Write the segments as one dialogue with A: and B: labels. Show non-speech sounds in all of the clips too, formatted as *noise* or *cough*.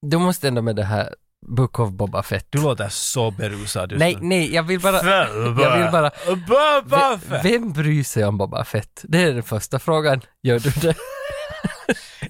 A: Du måste ändå med det här Book of Boba Fett.
B: Du låter så berusad just
A: nej,
B: nu.
A: nej, jag vill bara... Jag vill bara...
B: Boba
A: Ve-
B: Fett!
A: Vem bryr sig om Boba Fett? Det är den första frågan. Gör du det?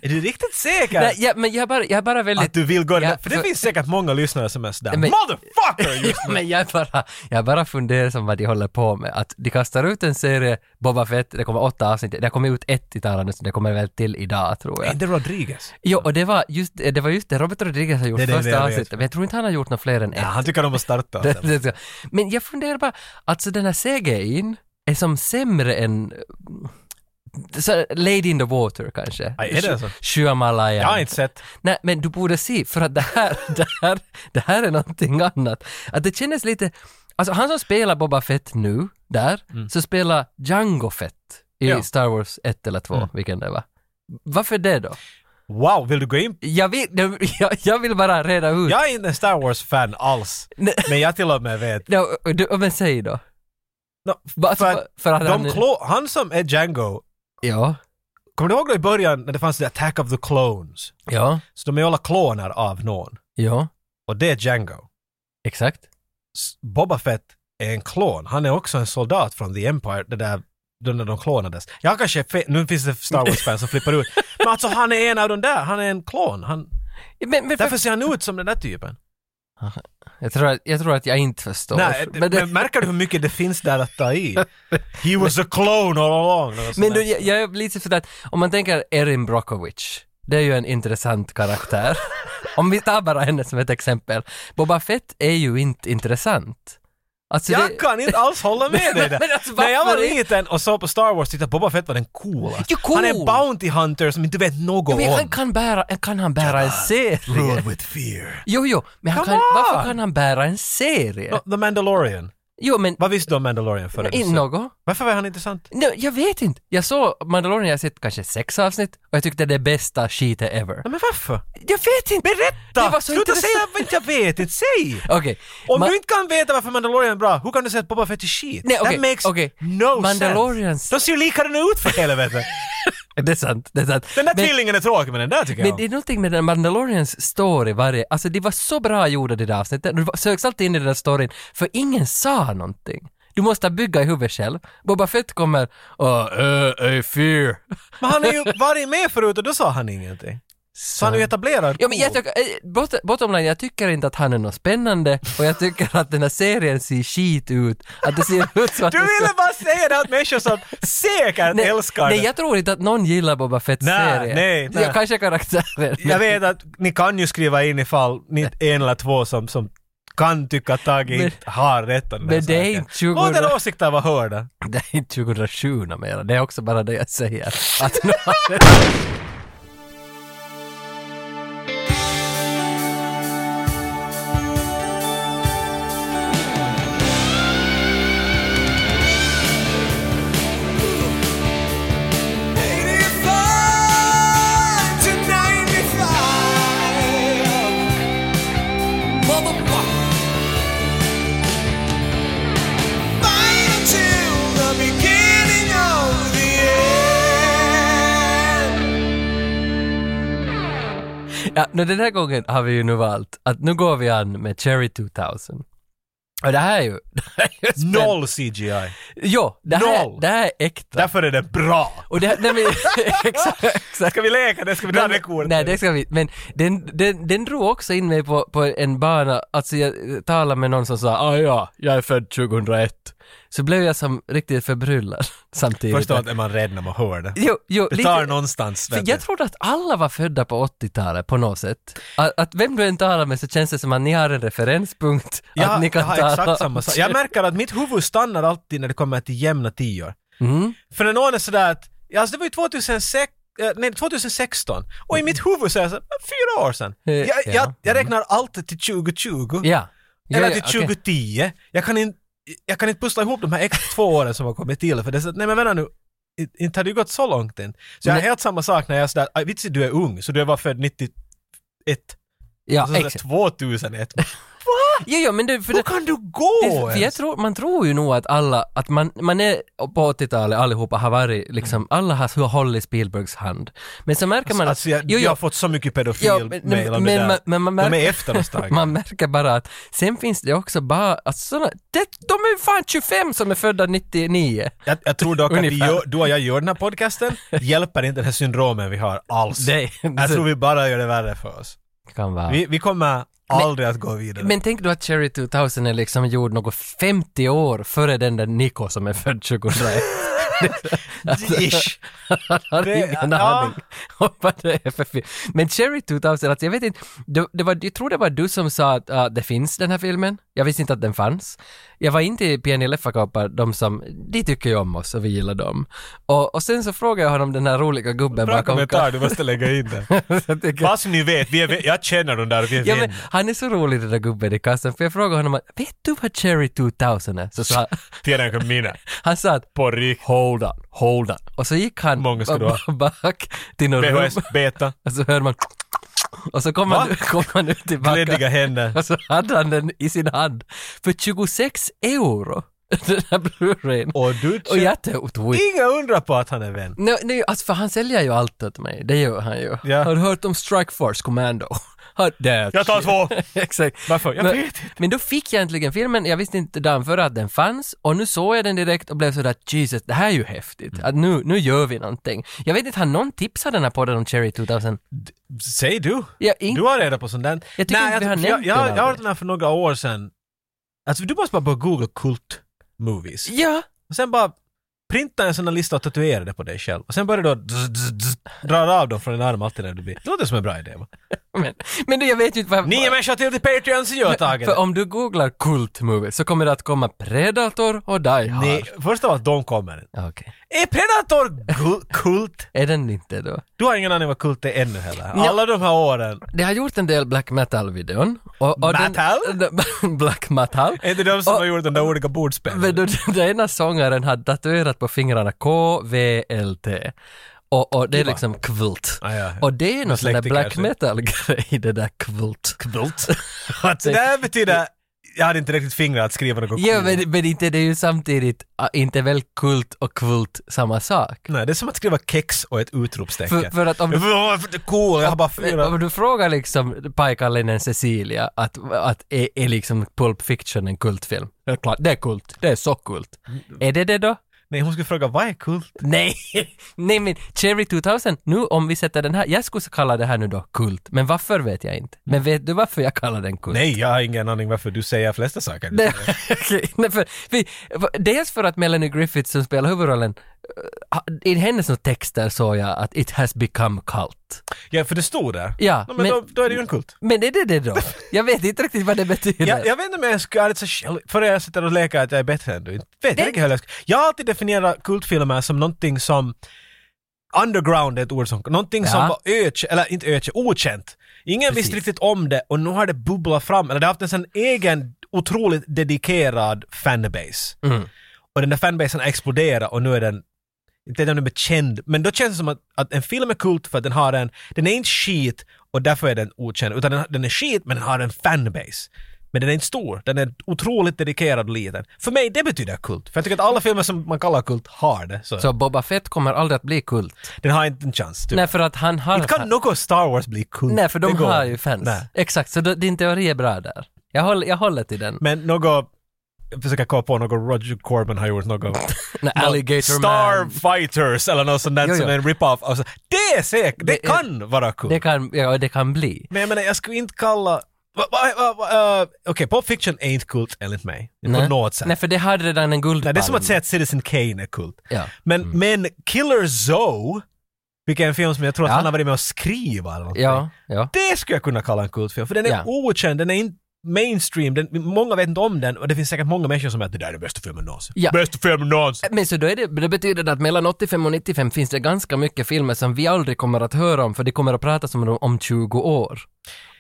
B: Är du riktigt säker?
A: Nej, ja, men jag är bara, jag är bara väldigt...
B: att du vill gå den
A: Ja,
B: här- För det
A: för-
B: finns säkert många lyssnare som är sådär
A: Men- *laughs*
B: “Motherfucker!” just nu.
A: Men jag är bara, jag är bara fundersam vad de håller på med. Att de kastar ut en serie, Boba Fett, det kommer åtta avsnitt, det har kommit ut ett i talandet, så det kommer väl till idag tror
B: Är
A: jag.
B: inte Rodriguez?
A: Jo, och det var just det, det var just det Robert Rodriguez har gjort
B: Det är det jag
A: första
B: vet.
A: avsnittet, men jag tror inte han har gjort något fler än
B: Ja,
A: ett.
B: han tycker om att starta.
A: *laughs* Det- det- det- Men jag funderar bara, alltså den här CGI'n är som sämre än så, Lady in the Water kanske?
B: Aj, är det så?
A: Shyamalayan.
B: Jag har inte sett.
A: Nej, men du borde se, för att det här, *laughs* det här, det här är någonting annat. Att det kändes lite, alltså han som spelar Boba Fett nu, där, så spelar Django Fett i
B: Mm. Ja. Mm.
A: Star Wars 1 eller 2, vilken det var. Varför det då?
B: Wow, vill du gå in?
A: Jag vill, jag, jag vill bara reda ut.
B: Jag är inte en Star Wars-fan alls.
A: Nej.
B: Men jag till och med vet.
A: No, du, men säg då.
B: No,
A: Bara
B: för
A: för, för att
B: de
A: han...
B: klo- han som är Django,
A: Ja,
B: kommer du ihåg då i början när det fanns The Attack of the Clones?
A: ja,
B: Så de är alla kloner av någon.
A: ja,
B: Och det är Django.
A: exakt.
B: S- Boba Fett är en klon. Han är också en soldat från The Empire, det där då när de klonades. Jag kanske är fe- nu finns det Star Wars-fans som flippar ut. Men alltså han är en av de där, han är en klon. Han,
A: Men, men
B: därför ser han ut som den där typen.
A: jag, tror att, jag tror att jag inte förstår.
B: Nej,
A: men
B: men,
A: det-
B: märker du hur mycket det finns där att ta i? He was a clone all along. eller något
A: Men
B: sånt där.
A: du, jag, jag blir lite sådär, om man tänker Erin Brockovich, det är ju en intressant
B: *laughs*
A: karaktär. om vi tar bara henne som ett exempel. Boba Fett är ju inte intressant. Alltså det,
B: jag kan inte alls hålla med dig där.
A: Men alltså,
B: När jag var
A: varför är-
B: liten och såg på Star Wars tyckte jag Boba Fett var den coolaste.
A: Ja, cool.
B: Han är en Bounty Hunter som inte vet något
A: Jo, men han
B: om.
A: kan, bära, kan han bära en serie?
B: Rule with fear.
A: Jo, jo, men han
B: Come
A: kan, varför
B: on!
A: kan han bära en serie?
B: No, The Mandalorian.
A: Jo, men
B: Vad visste du om Mandalorian förrän du
A: in
B: såg?
A: något?
B: Varför var han intressant?
A: Nej, jag vet inte. Jag såg Mandalorian, jag har sett kanske sex avsnitt och jag tyckte det är bästa skitet ever.
B: Nej, men varför?
A: Jag vet inte!
B: Berätta!
A: Det var så
B: Sluta
A: intressant.
B: säga vad inte jag vet, inte säg!
A: Okej.
B: Om
A: Ma-
B: du inte kan veta varför Mandalorian är bra, hur kan du säga att Boba Fett är shit?
A: Nej, okej,
B: That makes
A: okej.
B: no
A: Mandalorians-
B: sense. De ser ju likadana ut för
A: *laughs*
B: helvete.
A: Det är sant, det är sant.
B: Den där
A: Men-
B: tvillingen är tråkig men den där tycker
A: Men
B: jag
A: det
B: om.
A: är någonting med den Mandalorians story varje, alltså det var så bra gjorda det där avsnittet, du söks alltid in i den där storyn, för ingen sa någonting. Du måste bygga i huvudet själv. Boba Fett kommer och uh, I fear.
B: Men han har ju varit med förut och då sa han ingenting. Så han är ju etablerad.
A: Ja, men jag
B: cool.
A: tycker, eh, bot- bottom line, jag tycker inte att han är något spännande och jag tycker att den här serien ser skit ut. Att det ser ut som att
B: Du
A: det ska-
B: ville bara säga det åt människor som säkert
A: Nej,
B: älskar
A: Nej,
B: det.
A: jag tror inte att någon gillar Boba Fetts
B: Nej,
A: serie.
B: nej, nej.
A: Ja, Kanske karaktären.
B: Jag vet att ni kan ju skriva in ifall ni är en eller två som, som kan tycka att Tage
A: Men-
B: inte har rätt om den här
A: men det är
B: saken.
A: inte 20
B: Låt era åsikter vara hörda.
A: Det är inte 2007 numera, det är också bara det jag säger. Att nu *laughs* Ja, nu den här gången har vi ju nu valt att nu går vi an med Cherry 2000. Och det här är ju... *laughs* Det här är ju spänn-
B: Noll CGI.
A: Jo, det här,
B: Noll.
A: det här är äkta.
B: Därför är det bra.
A: Och det här, nej men, *laughs* exakt, exakt.
B: Ska vi leka det? Ska vi dra det
A: Men-
B: kortet?
A: Nej, det ska vi Men den, den, den drog också in mig på, på en bana, alltså jag talade med någon som sa ah, ja, jag är född 2001. Så blev jag som riktigt förbryllad *laughs* samtidigt.
B: Förstår att är man rädd när man hör det.
A: Jo, jo,
B: Det tar någonstans.
A: För
B: vet
A: jag
B: du.
A: trodde att alla var födda på 80-talet på något sätt. Att, att vem du än talar med så känns det som att ni har en referenspunkt.
B: jag,
A: att ni kan
B: jag har
A: tala om-
B: exakt samma sak. Jag märker att mitt huvud stannar alltid när det kommer till jämna tior.
A: Mm.
B: För när någon är sådär att, ja, alltså det var ju 2006, eh, nej, 2016 och i mitt huvud så är jag såhär, fyra år sedan.
A: Mm. Eh,
B: Jag, jag,
A: ja.
B: jag räknar alltid till 2020.
A: Ja. Jo,
B: Eller
A: ja,
B: till
A: okej.
B: 2010. Jag kan inte jag kan inte pussla ihop de här extra *laughs* två åren som har kommit till för det är så att, nej men vänta nu, i- inte har det ju gått så långt än. Så jag har
A: Nej.
B: helt samma sak när jag är sådär, "Aj, vits du är ung, så du var född 91.
A: Ja,
B: Och Alltså, så är det
A: exakt.
B: 2001.
A: Jo, jo, men det, för
B: Hur
A: det,
B: kan du gå
A: för jag
B: ens?
A: tror, man tror ju nog att alla, att man, man är på 80-talet allihopa har varit liksom, alla har hållit Spielbergs hand. Men så märker man att,
B: Mm. Alltså jag,
A: jo,
B: jag
A: jo,
B: har fått så mycket
A: Ja,
B: pedofil
A: men-
B: mail om
A: men-
B: det där.
A: men- men man
B: De är
A: märker-
B: efter oss Tage.
A: man märker bara att sen finns det också bara, alltså såna, det, de är ju fan 25 som är födda 99.
B: jag, jag tror dock att vi
A: Ungefär.
B: gör, du och jag gör den här podcasten hjälper inte den här syndromen vi har alls.
A: Det,
B: Jag tror vi bara gör det värre för oss.
A: kan vara.
B: Vi, vi kommer aldrig att gå vidare.
A: Men tänk då att Cherry 2000 är liksom gjord något 50 år före den där Nico som är född 2001.
B: *laughs* Ish.
A: *laughs* Han har
B: Det-
A: ingen
B: ja.
A: aning om vad det är för film. Men Cherry 2000, alltså jag vet inte, det, det var, jag tror det var du som sa att ah, det finns den här filmen. Jag visste inte att den fanns. Jag var inte i Pian i Leffakoppar, de som, de tycker ju om oss och vi gillar dem. Och, och sen så frågade jag honom den här roliga gubben
B: Bra
A: bakom
B: kommentar, du måste lägga in
A: *laughs*
B: det.
A: Jag tycker-
B: Fast ni vet, vi är, jag känner den där, vi är
A: Ja,
B: vänner.
A: men han är så rolig den där gubben i kassan, för jag frågade honom att, vet du vad Cherry 2000 är? Så sa han,
B: Tiden
A: *laughs*
B: kan mina.
A: han sa att
B: På riktigt.
A: hold on, hold on. Och så gick han
B: Många ska du ha.
A: back till något rum
B: VHS,
A: *laughs*
B: beta,
A: och så hör man och så kom
B: Va?
A: han, kom han ut tillbaka
B: gläddiga händer.
A: och så hade han den i sin hand för 26 euro, *laughs* den där Blu-rayn.
B: Och du
A: Och jag tänkte, oj.
B: Inga undra på att han är vän.
A: Nej, nej, alltså för han säljer ju allt åt mig, det gör han ju.
B: Ja.
A: Har du hört om Strike Force Commando? *laughs* Har- det-
B: Jag tar två.
A: *laughs* Exakt.
B: Varför? Jag
A: men,
B: vet inte.
A: men då fick jag äntligen filmen, jag visste inte dagen före att den fanns och nu såg jag den direkt och blev sådär Jesus, det här är ju häftigt,
B: Mm.
A: att nu, nu gör vi någonting. Jag vet inte, har någon tipsat den här podden om Cherry 2000?
B: Säg du.
A: Ja, in,
B: Du har reda på sånt där.
A: Jag tycker inte vi har
B: jag, jag,
A: nämnt den
B: jag, jag har
A: aldrig.
B: den här för några år sedan. Alltså du måste bara börja googla kult movies.
A: Ja,
B: Och sen bara printa en sån här lista och tatuera det på dig själv. Och sen börjar du dra drar av dem från din arm alltid när du blir... Det låter som en bra idé va?
A: men, men det, jag vet ju inte vad...
B: Nio människor till till Patreon så gör Tage
A: Mm. För
B: det.
A: om du googlar Cult Movie så kommer det att komma Predator och Die Hard.
B: Nej, först av allt, de kommer.
A: Okej.
B: Är Predator gu- kult?
A: Är den inte då?
B: Du har ingen aning vad kult är ännu heller.
A: Ja.
B: Alla de här åren.
A: Det har gjort en del black metal-videon. Och, och
B: Metal?
A: Den, *laughs* black metal.
B: Är det de som
A: Och-
B: har gjort de där olika bordspelen?
A: Men då, *laughs* den där ena sångaren hade tatuerat på fingrarna KVLT. Och, och det är liksom kvult.
B: Ah, ja.
A: Och det är någon sån där
B: Dyslektiker,
A: black
B: så.
A: metal-grej, det där
B: *laughs*
A: kvult. Kvult?
B: Så det här betyder... Jag hade inte riktigt fingrar att skriva något coolt.
A: ja, men, men inte det är ju samtidigt, ah, inte väl kult och kvult samma sak?
B: Nej, det är som att skriva kex och ett utropstecken.
A: För, för att om
B: Jag
A: du
B: var för cool, jag har bara fyra.
A: Om du frågar liksom Paikallinen Cecilia att, att är, är liksom Pulp Fiction en kultfilm? Det är klart, det är kult. Det är så kult.
B: Mm.
A: Är det det då?
B: Nej, hon skulle fråga vad är kult?
A: *laughs* Nej, nej men Cherry 2000, nu om vi sätter den här, jag skulle kalla det här nu då kult, men varför vet jag inte. Men vet du varför jag kallar den kult?
B: Nej, jag har ingen aning varför du säger de flesta saker. du
A: Nej, *laughs*
B: säger.
A: okej. Nej, för, vi, dels för att Melanie Griffith som spelar huvudrollen, eh, ha- i hennes texter såg jag att it has become cult.
B: Ja, för det stod där.
A: Ja,
B: No, men
A: men,
B: då, då är det ju en kult.
A: men är det det då? Jag vet inte riktigt vad det betyder.
B: Jag, jag vet inte om jag skulle alltså, själv- förrän jag sitter och leker att jag är bättre än du. Inte Vet jag,
A: Nej.
B: inte hur jag, ska- jag har alltid definierat kultfilmer som någonting som Underground är ett ord som... Någonting
A: Ja.
B: som var ökänt, eller inte ökänt, okänt. Ingen visste
A: Precis.
B: riktigt om det och nu har det bubblat fram. Eller det har haft en sån egen, otroligt dedikerad fanbase.
A: Mm.
B: Och den där fanbasen har exploderat och nu är den inte den är känd, men då känns det som att, att en film är kult för att den har en, den är inte skit och därför är den okänd, utan den, den är skit men den har en fanbase. Men den är inte stor, den är otroligt dedikerad och liten. För mig det betyder kult, för jag tycker att alla filmer som man kallar kult har det. Så,
A: Så Boba Fett kommer aldrig att bli kult?
B: den har inte en chans. Typ.
A: Nej, för att han har...
B: inte kan något Star Wars bli kult.
A: Nej, för de
B: Det går
A: har
B: inte.
A: ju fans.
B: Nej.
A: Exakt, så då, din teori är bra där. Jag håller, jag håller till den.
B: Men något, jag försöker komma på något Roger Corman har gjort något.
A: Nej, *laughs* Alligator Man.
B: Starfighters eller något sånt där
A: Jo,
B: som
A: jo.
B: är en rip-off. Alltså, det är säkert, det,
A: Det är-
B: kan vara kul.
A: Det kan, ja, det kan bli.
B: Men jag menar, jag skulle inte kalla... Va- va- va- va- eh, Okej, Pulp Fiction är inte kult enligt mig. På något sätt.
A: Nej,
B: Nej,
A: för det hade redan en guldpalm.
B: det är som att säga att Citizen Kane är kult.
A: Ja. Mm.
B: Men, men Killer Zoe, vilken en film som jag tror att
A: Ja.
B: han har varit med och skriva eller någonting.
A: Ja, ja.
B: Det skulle jag kunna kalla en kultfilm, för den är
A: Ja.
B: okänd, den är inte mainstream, den, många vet inte om den och det finns säkert många människor som är att det där är den bästa filmen någonsin.
A: Ja.
B: Bästa filmen någonsin!
A: Men så då är det, det betyder det att mellan 85 och 95 finns det ganska mycket filmer som vi aldrig kommer att höra om för det kommer att pratas om dem om 20 år.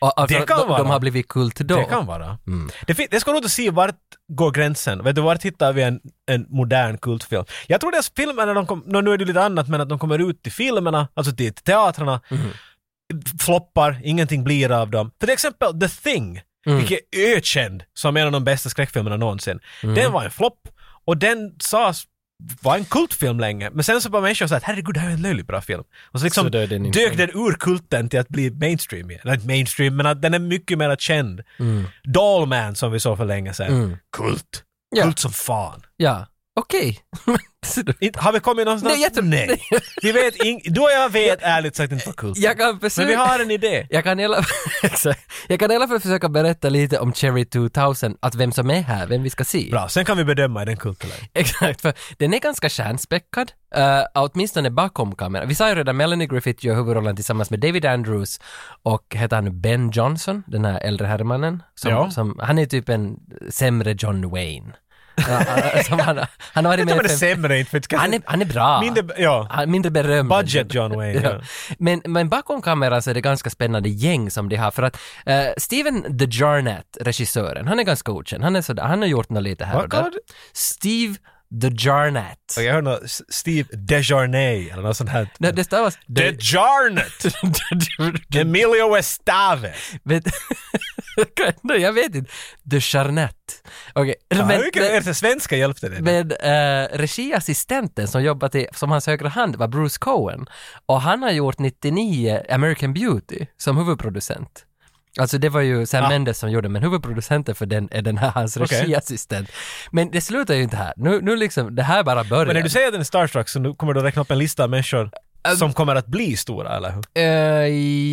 A: Och, och
B: Det
A: för att
B: kan
A: de,
B: vara.
A: de har blivit kult då.
B: Det kan vara.
A: Mm.
B: Det, fin- det ska nog att se vart går gränsen. Vet du, vart hittar vi en, en modern kultfilm? Jag tror deras filmer, när de kom, nå, nu är det lite annat, men att de kommer ut till filmerna, alltså till teatrarna,
A: Mhm.
B: floppar, ingenting blir av dem. För till exempel The Thing. vilket är ökänd som en av de bästa skräckfilmerna någonsin. Den var en flopp och den sades var en kultfilm länge, men sen så var människor såhär herregud det här är en löjligt bra film. Och så liksom
C: Så dör den inte.
B: dök den ur kulten till att bli mainstream igen. Eller inte mainstream, men att den är mycket mer känd.
A: Mm.
B: Dollman som vi såg för länge sedan. Kult.
A: Ja.
B: Kult som fan.
A: Ja, okej. *laughs*
B: Inte- Har vi kommit någonstans?
A: Nej, jag tror- *laughs*
B: Nej. Vi vet ing- du och jag vet ärligt sagt inte vad kult är.
A: jag kan
B: Men vi
A: försöka...
B: har en idé.
A: Jag kan, i alla, *laughs* exakt. jag kan i alla fall försöka berätta lite om Cherry 2000, att vem som är här, vem vi ska se.
B: Bra, sen kan vi bedöma är den kult eller ej.
A: *laughs* Exakt, för den är ganska stjärnspäckad, uh, åtminstone bakom kameran. Vi sa ju redan Melanie Griffith gör huvudrollen tillsammans med David Andrews och heter han Ben Johnson, den här äldre herremannen. Som,
B: Ja.
A: som, han är typ en sämre John Wayne. Ja, *laughs* som han, han, har
B: Jag
A: varit
B: vet inte om
A: med
B: det
A: för,
B: är sämre inte för att
A: han, är, han är bra.
B: mindre, ja.
A: Han- mindre berömd.
B: Budget John Wayne.
A: Ja.
B: Ja.
A: Men, men bakom kameran så är det ganska spännande gäng som de har för att eh, Steven The Jarnett, regissören, han är ganska okänd. Han, är sådär, han har gjort något lite här
B: Vad
A: och
B: kallar
A: där.
B: du-
A: Steve The Jarnett.
B: Och jag hörde något S- Steve Desjarnay eller något sånt här.
A: Nej, det stavas... *laughs*
B: Dejarnet! Emilio Estevez.
A: Vet- *laughs* Nej, jag vet inte. The Jarnett. Okej.
B: Ja,
A: Men,
B: hur mycket
A: men,
B: är det svenska hjälpte det?
A: men eh, regiassistenten som jobbar till, som hans högra hand var Bruce Cohen. Och han har gjort 99 American Beauty som huvudproducent. Alltså det var ju Sam
B: Ah.
A: Mendes som gjorde men huvudproducenten för den är den här hans
B: Okej.
A: regiassistent. Men det slutar ju inte här. Nu, nu liksom, det här bara börjar.
B: Men när du säger att den är starstruck så nu kommer du räkna upp en lista av människor
A: Äh,
B: som kommer att bli stora, eller hur?
A: Eh,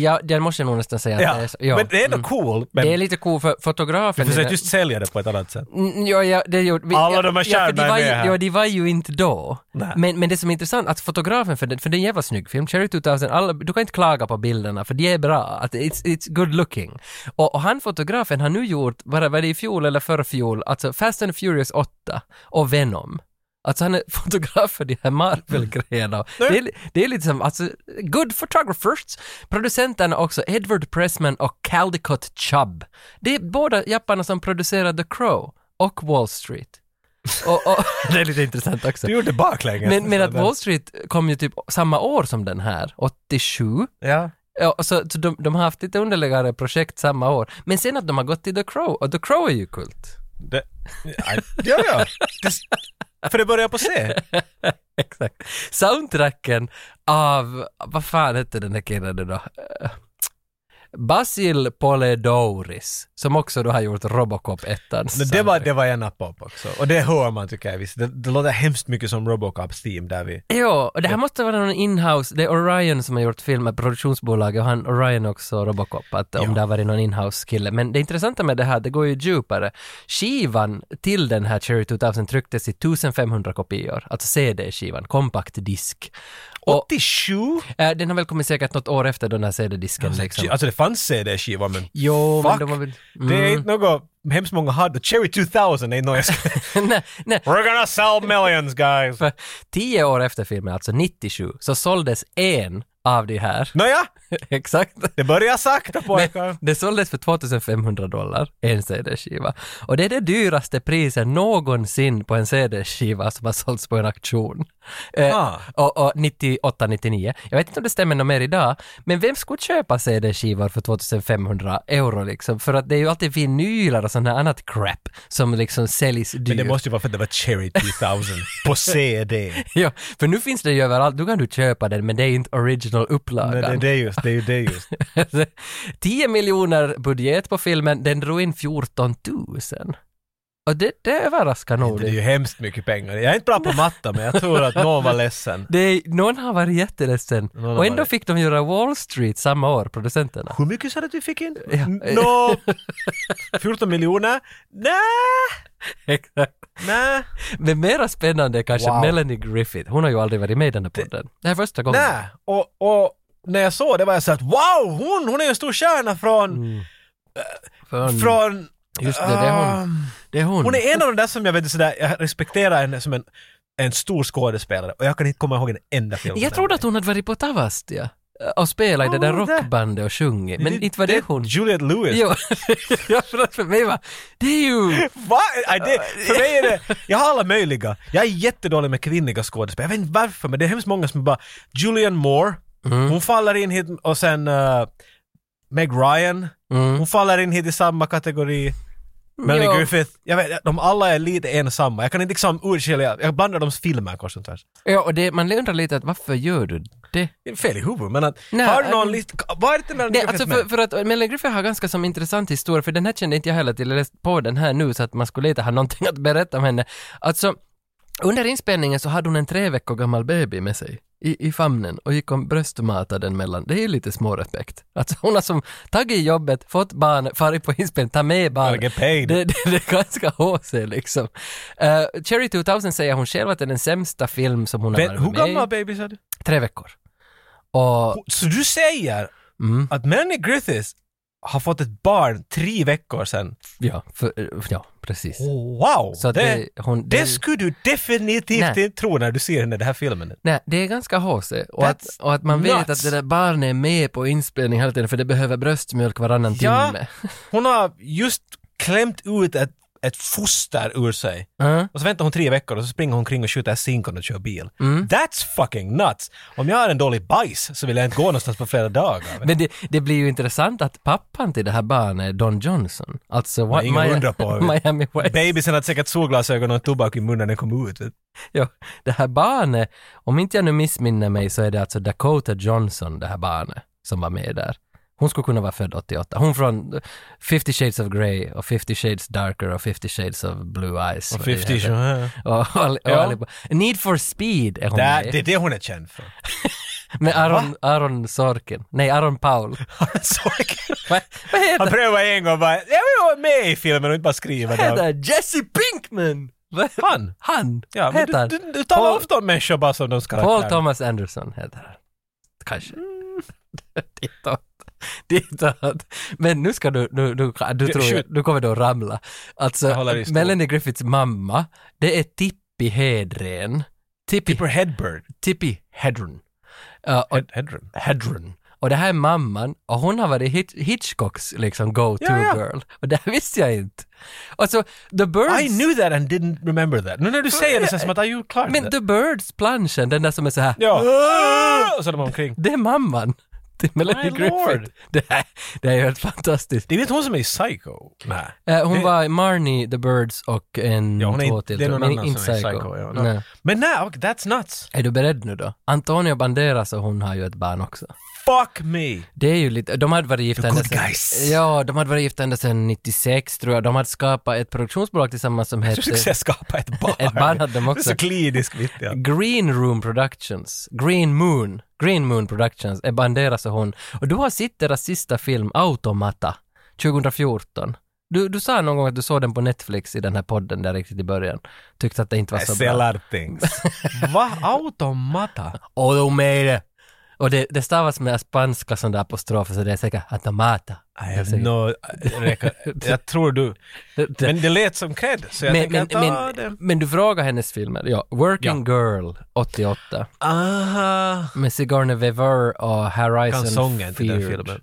A: ja, det måste jag nog nästan säga att det är så. Ja.
B: Men det är ändå
A: Mm.
B: cool,
A: det är
B: men
A: lite coolt för fotografen.
B: du försöker
A: i den-
B: just sälja det på ett annat sätt.
A: Mm, Ja, ja, det gjorde vi.
B: Alla de
A: ja,
B: här
A: för
B: kärnorna
A: de var ju,
B: är med här.
A: Ja, de var ju inte då.
B: Nej.
A: Men, men det som är intressant, att fotografen för den, för den jävla snygg film, Cherry 2000, alla, du kan inte klaga på bilderna för de är bra, att it's, it's good looking. Och, och han fotografen har nu gjort, var det, var det i fjol eller förfjol, alltså Fast and Furious 8 och Venom. Alltså han är *laughs* fotograf för de här Marvel-grejerna. Det, är, li- det är lite som, alltså, good photographers. Producenterna också, Edward Pressman och Caldicott Chubb. Det är båda japparna som producerar The Crow och Wall Street. Och, och, *laughs* det är lite intressant också.
B: Du gjorde det baklänges.
A: Men, men att Wall Street kom ju typ samma år som den här, 87.
B: Ja.
A: Ja, och så så de, de har haft lite underligare projekt samma år. Men sen att de har gått till The Crow, och The Crow är ju kult.
B: Det, ja, ja. Det, för det börjar på C.
A: *laughs* Exakt. Soundtracken av, vad fan hette den här killen nu då? Eh, Basil Poledouris, som också då har gjort Robocop 1
B: Men det, var, det var jag nappade upp också. Och det hör man tycker jag visst. Det, det låter hemskt mycket som Robocop Steam där vi...
A: Ja, och det här måste vara någon inhouse, det är Orion som har gjort filmen, produktionsbolaget, och han Orion också Robocop, att om
B: Ja.
A: det har varit någon inhouse kille. Men det intressanta med det här, det går ju djupare. Skivan till den här Cherry 2000 trycktes i 1500 kopior, alltså CD-skivan, kompakt disk. Och
B: 87?
A: eh, den har väl kommit säkert något år efter den här CD-disken liksom.
B: Alltså det fanns CD-skivor men
A: Jo,
B: Fuck.
A: men det var väl...
B: det är
A: Mm.
B: inte något hemskt många hade. Cherry 2000 är något jag ska...
A: Mm. *laughs* nej, nej.
B: We're gonna sell millions guys!
A: För tio år efter filmen, alltså 97, så såldes en av de
B: *laughs*
A: här.
B: Nåja,
A: Exakt.
B: det börjar sakta pojkar.
A: Men det såldes för 2500 dollar, en CD-skiva. Och det är det dyraste priset någonsin på en CD-skiva som har sålts på en auktion. Eh,
B: Ah.
A: och, och 98, 99. Jag vet inte om det stämmer något mer idag, men vem skulle köpa CD-skivor för 2500 euro liksom? För att det är ju alltid vinyler och sånt här annat crap som liksom säljs dyrt.
B: Men det måste ju vara för att det var Cherry 2000 på CD.
A: Ja, för nu finns det ju överallt, då kan du köpa den men det är inte original
B: Nej, det,
A: upplagan.
B: det är just, det är ju det just.
A: *laughs* 10 miljoner budget på filmen, den drog in 14 000. Och det, det överraskar nog.
B: Det är ju
A: Det,
B: hemskt mycket pengar. Jag är inte bra på matta men jag tror att någon var ledsen.
A: det, är- någon har varit jätteledsen.
B: Någon har
A: Och ändå
B: varit-
A: fick de göra Wall Street samma år, producenterna. *laughs*
B: Hur mycket sa du att vi fick in?
A: Ja.
B: Nå, 14 miljoner? Nej,
A: Exakt.
B: nej,
A: Men mera spännande är kanske
B: Wow.
A: Melanie Griffith, hon har ju aldrig varit med i den här podden. Det här är första gången.
B: nej. Och, och när jag såg det var jag så att wow, hon, hon är ju en stor stjärna från,
A: Från,
B: Äh, från...
A: Mm. just det, det är hon.
B: Ehm,
A: Det är hon.
B: Hon är en av de där som jag vet sådär, jag respekterar henne som en, en stor skådespelare och jag kan inte komma ihåg en enda film.
A: Jag trodde att hon hade varit på Tavastia och spelat i det där
B: Ja, det-
A: rockbandet och sjungit, men inte var det hon.
B: Juliette Lewis.
A: Jo, *laughs* jag förlåt för mig va, det är ju...
B: Va? Nej, det, för mig är det, jag har alla möjliga. Jag är jättedålig med kvinnliga skådespelare. Jag vet inte varför men det är hemskt många som bara,
A: Mm.
B: Julianne Moore, hon faller in hit och sen eh, Meg Ryan,
A: Mm.
B: Hon faller in hit i samma kategori. Melanie
A: Jo.
B: Griffith. Jag vet, de alla är lite ensamma. Jag kan inte liksom urskilja. Jag blandar deras filmer kors och tvärs.
A: Ja, och det, man undrar lite att varför gör du det?
B: Det är Fel i huvudet, men att...
A: Nej,
B: har du
A: I
B: någon
A: mean-
B: list... Vad är det Melanie
A: Nej,
B: Griffith
A: alltså
B: med?
A: för, för att Melanie Griffith har ganska som intressant historia, för den här kände inte jag heller till, jag läste på den här nu så att man skulle lite ha någonting att berätta om henne. Alltså, under inspelningen så hade hon en tre veckor gammal baby med sig i, i famnen och gick och bröstmatade den mellan. Det är ju lite smårespekt. Alltså hon har som tagit jobbet, fått barn, farit på inspelning, ta med barn.
B: I'll get paid.
A: Det, det, det är ganska HC liksom. Eh, Cherry 2000 säger hon själv att det är den sämsta film som hon har
B: Vem-
A: varit
B: hur
A: med i.
B: gammal baby sa du?
A: Tre veckor. Och,
B: Så du säger
A: mm,
B: att Melanie Griffith har fått ett barn tre veckor sedan?
A: ja, för, ja, precis.
B: Wow!
A: Så att
B: det,
A: det,
B: det,
A: hon, det,
B: skulle du definitivt
A: Nej.
B: inte tro när du ser henne i den här filmen.
A: nej, det är ganska HC. Och att,
B: That's
A: och att man vet
B: nuts.
A: att det där barnet är med på inspelning hela tiden för det behöver bröstmjölk varannan
B: Ja.
A: timme.
B: Hon har just klämt ut ett, ett foster ur sig.
A: Ja.
B: Och så väntar hon tre veckor och så springer hon kring och skjuter zinkon och kör bil.
A: Mm.
B: That's fucking nuts! Om jag har en dålig bajs så vill jag inte gå någonstans på
A: *laughs*
B: flera dagar.
A: Men det, det blir ju intressant att pappan till det här barnet är Don Johnson. Alltså what,
B: ingen undrar på, vet du.
A: *laughs* Miami West.
B: Babysen hade säkert solglasögon och tobak i munnen när den kom ut. vet du.
A: Ja, det här barnet, om inte jag nu missminner mig så är det alltså Dakota Johnson, det här barnet, som var med där. Hon skulle kunna vara född 88. Hon från eh, 50 Shades of Grey och 50 Shades Darker och 50 Shades of Blue Eyes.
B: Och
A: vad det
B: 50
A: heter.
B: ja.
A: Och, *laughs* och, och
B: Ja.
A: allihopa. Need for speed är hon
B: Där-
A: med
B: Det är det hon är känd för. *laughs*
A: Med Aron, Aron Sorkin. Nej, Aron
B: *laughs*
A: Paul.
B: Sorry.
A: Vad vad
B: Han
A: heter
B: prövade en gång bara, jag vill vara med i filmen och inte bara skriva
A: han?
B: det.
A: Heter Jesse Pinkman! Vad-
B: Han?
A: Han
B: Ja, men
A: heter
B: du,
A: han.
B: du, du talar
A: Paul-
B: ofta om människor bara som de ska
A: Paul Thomas Anderson heter han. Kanske. *laughs* Ditåt. Ditåt. Men nu ska du, nu, nu, du,
B: Ja,
A: tror,
B: shoot.
A: jag- du kommer då ramla.
B: Jag
A: Alltså,
B: håller i stå.
A: Melanie Griffiths mamma, det är Tippi Hedren. Tippi,
B: Tipper Hedberg.
A: Tippi Hedren. Ja, och
B: Hed- Hedren.
A: Hedron. Och det här är mamman och hon har varit Hitch- Hitchcocks liksom go-to
B: Ja, ja.
A: girl. Och det här visste jag inte. Och så The Birds...
B: I knew that and didn't remember that. Nu när du säger det så är det som att, jag gjorde klart
A: men
B: det.
A: The Birds-planschen, den där som är så här...
B: Ja.
A: Ah!
B: Och så är de omkring.
A: Det är mamman *laughs* till Melanie
B: My lord.
A: Griffith. Det, här, det här är ju helt fantastiskt.
B: Det är väl inte hon som är psycho? Nej.
A: Eh, hon
B: Det-
A: var i Marnie, The Birds och en,
B: Ja, hon är
A: två
B: inte-
A: till.
B: det är
A: tror jag,
B: någon
A: men
B: annan
A: inte
B: som är
A: psycho.
B: psycho, ja, no.
A: Nej.
B: Men nej, okay, that's nuts.
A: Är du beredd nu då? Antonio Banderas och hon har ju ett barn också.
B: Fuck me!
A: Det är ju lite, de hade varit gifta
B: The
A: ända
B: good guys.
A: Ja, de hade varit gifta ända sedan 96 tror jag. De hade skapat ett produktionsbolag tillsammans som
B: Jag skulle säga
A: hette
B: skapa ett barn.
A: Ett barn hade de
B: Det är
A: också.
B: så klinisk vitt ja.
A: Green Room Productions. Green Moon. Green Moon Productions är Banderas och hon. Och du har sett deras sista film, Automata, 2014. Du, du sa någon gång att du såg den på Netflix i den här podden där riktigt i början. Tyckte att det inte var
B: I
A: så
B: sell
A: alltså, bra.
B: out things. Va? Automata?
A: Och de med det. Och det, det stavas med spanska sån där apostrofer så det är säkert automata.
B: I
A: Det är
B: have
A: säkert-
B: no... Jag tror du...
A: *laughs* det- det-
B: Men det lät som cred, så jag
A: men,
B: tänker
A: men,
B: att ah, det...
A: men, men du frågar hennes filmer, ja. Working Girl 88
B: Aha.
A: med Sigourney Weaver och Horizon
B: Kanzongen till den
A: Feared.
B: filmen.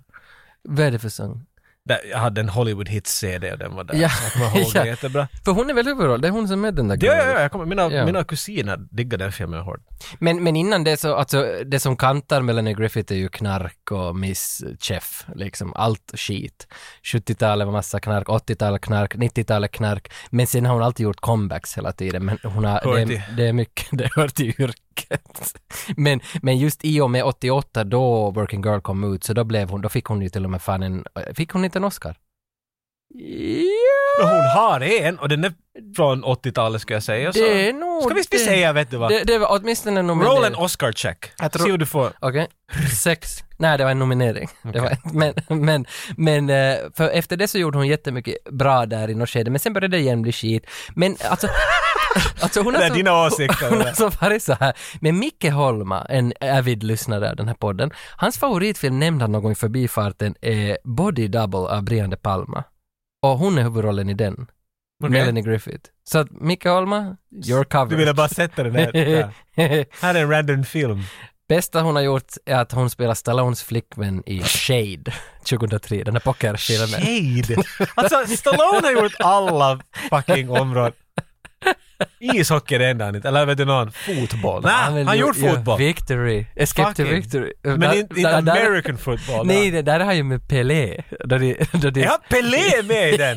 A: Vad är det för sång?
B: Där, jag hade en Hollywood Hits-CD och den var där.
A: Ja,
B: Jag kommer ihåg
A: *laughs* ja.
B: det jättebra.
A: För hon är väl huvudroll? Det är hon som är den där
B: Ja, ja,
A: girlen.
B: ja, jag kommer, mina,
A: Ja.
B: mina kusiner diggar den filmen hårt.
A: Men, men innan det så, alltså det som kantar Melanie Griffith är ju knark och Miss Chef, liksom allt skit. 70-talet var massa knark, 80-talet knark, 90-talet knark. Men sen har hon alltid gjort comebacks hela tiden. Men hon har,
B: Hör
A: det,
B: till.
A: är- det är mycket, *laughs* det hör till yrket. Men, men just i och med 88 då Working Girl kom ut, så då blev hon, då fick hon ju till och med fan en, fick hon inte en Oscar?
B: Men
A: Ja,
B: hon har en och den är från 80-talet skulle jag säga. Så.
A: det är nog...
B: Ska vi
A: det-
B: säga, vet du vad?
A: Det, det var åtminstone nominerad.
B: Roll en Oscar-check.
A: Jag tror-
B: Se hur du får.
A: Okej. Sex. Nej, det var en nominering. Det
B: Okej.
A: var, men, men, men eh, för efter det så gjorde hon jättemycket bra där i något skede, men sen började det igen bli skit. Men alltså... *laughs* alltså hon
B: Det
A: har
B: är
A: så-
B: dina åsikter.
A: hon har
B: det där.
A: så varit så här. Men Micke Holma, en avid lyssnare av den här podden, hans favoritfilm nämnde han någon gång i förbifarten är Body Double av Brian De Palma. Och hon är huvudrollen i den,
B: Okej.
A: Melanie Griffith. Så att Micke Holma, you're
B: Du
A: covered.
B: ville bara sätta den
A: *laughs*
B: här. där. Här är en random film.
A: Bästa hon har gjort är att hon spelar Stallones flickvän i Shade 2003, den här pokerfilmen.
B: *laughs* Shade! Alltså, Stallone har gjort alla fucking områden. *laughs* Ishockey är det enda han inte, eller vet du någon? Fotboll. Nej,
A: vill
B: han
A: ju-
B: gjort
A: ja,
B: fotboll.
A: Victory. Escape to
B: Fucking.
A: victory.
B: Men
A: Där-
B: inte, inte
A: där- där-
B: American football.
A: Nej, det där har ju med Pelé. Då de, då de,
B: Jag har Pelé med i den!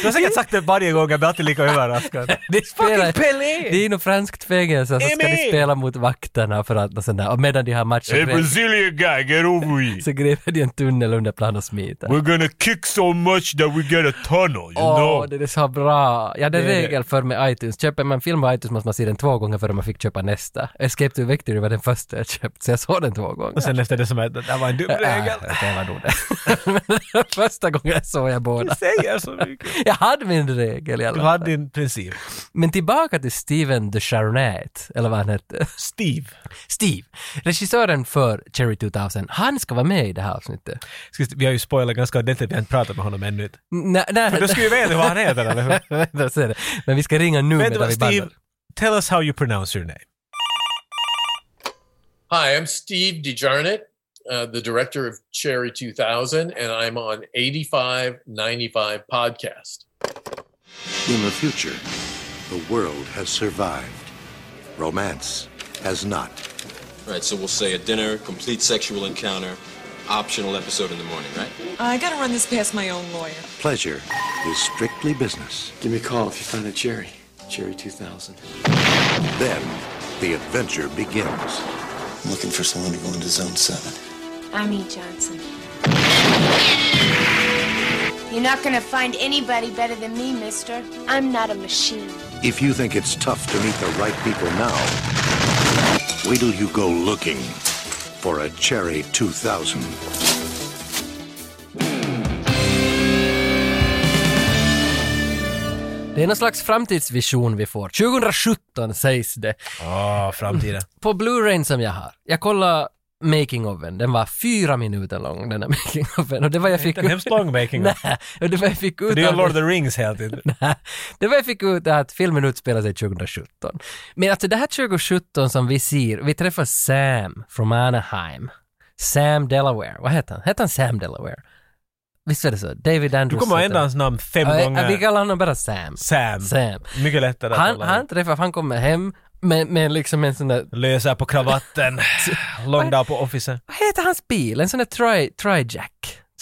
B: Du har säkert sagt det varje gång, jag blir alltid lika överraskad.
A: de spelar,
B: *laughs* Fucking Pelé!
A: det är nog franskt fängelse och så ska de
B: Emil!
A: spela mot vakterna för att och sånt där. Och medan de har matchen gräver-
B: Brazilian guy, get over here!
A: så gräver de en tunnel under plan och smiter.
B: We're gonna kick so much that we get a tunnel, you
A: Åh, det är så bra! Jag hade
B: Det är det.
A: regel för med iTunes. Köper man en film på iTunes måste man se den två gånger före man fick köpa nästa. Escape to Victory var den första jag köpte, så jag såg den två gånger.
B: Och sen efter det som är, det där var en dum regel.
A: Ja, det var nog det. *laughs* första gången jag såg jag båda.
B: Du säger så mycket.
A: Jag hade min regel i alla
B: Du
A: fall.
B: hade din princip.
A: Men tillbaka till Steven de Charnet, eller vad han hette. *laughs*
B: Steve.
A: Steve, regissören för Cherry 2000, han ska vara med i det här avsnittet.
B: Ska vi se, Vi har ju spoilat ganska ordentligt, vi har inte pratat med honom ännu.
A: Nej, nej.
B: För
A: *laughs*
B: då ska vi veta vad han heter, eller hur?
A: Vänta, så är det. Men vi ska ringa nu
B: Vänta,
A: medan vi
B: Steve.
A: bandar.
B: Tell us how you pronounce your name.
C: Hi, I'm Steve DeJarnett, uh, the director of Cherry 2000, and I'm on 8595 Podcast.
D: In the future, the world has survived. Romance has not.
E: Right, so we'll say a dinner, complete sexual encounter, optional episode in the morning, right?
F: I gotta run this past my own lawyer.
D: Pleasure is strictly business.
G: Give me a call if you find a Cherry. Cherry 2000.
D: Then, the adventure begins.
G: I'm looking for someone to go into Zone 7.
H: I'm E. Johnson. You're not gonna find anybody better than me, mister. I'm not a machine.
D: If you think it's tough to meet the right people now, wait till you go looking for a Cherry 2000.
A: Det är någon slags framtidsvision vi får. 2017 sägs det.
B: Åh,
A: *laughs*
B: framtiden.
A: På Blu-rayn som jag har, jag kollade making offen, den var fyra minuter lång den här *laughs* making offen och det var jag fick
B: Den är hemskt lång making of.
A: Nej, *laughs* och det var jag fick ut
B: Du gör
A: av-
B: Lord of the Rings helt enkelt.
A: *laughs* Nej, det var jag fick ut att filmen utspelar sig 2017. Men alltså det här 2017 som vi ser, vi träffar Sam från Anaheim. Sam Delaware, vad heter han? Heter han Sam Delaware? Visst var det så? David
B: Du
A: Andrews.
B: kommer att
A: heter
B: ändra
A: han.
B: hans namn fem
A: Ja,
B: gånger.
A: Vi kallar honom bara Sam.
B: Sam.
A: Sam.
B: Mycket lättare att
A: Han,
B: hålla
A: han träffar, han kommer hem med, med liksom en sån där,
B: Lösa på
A: *laughs*
B: kravatten. Lång dag på officen.
A: vad heter hans bil? En sån där tri, tri-jack?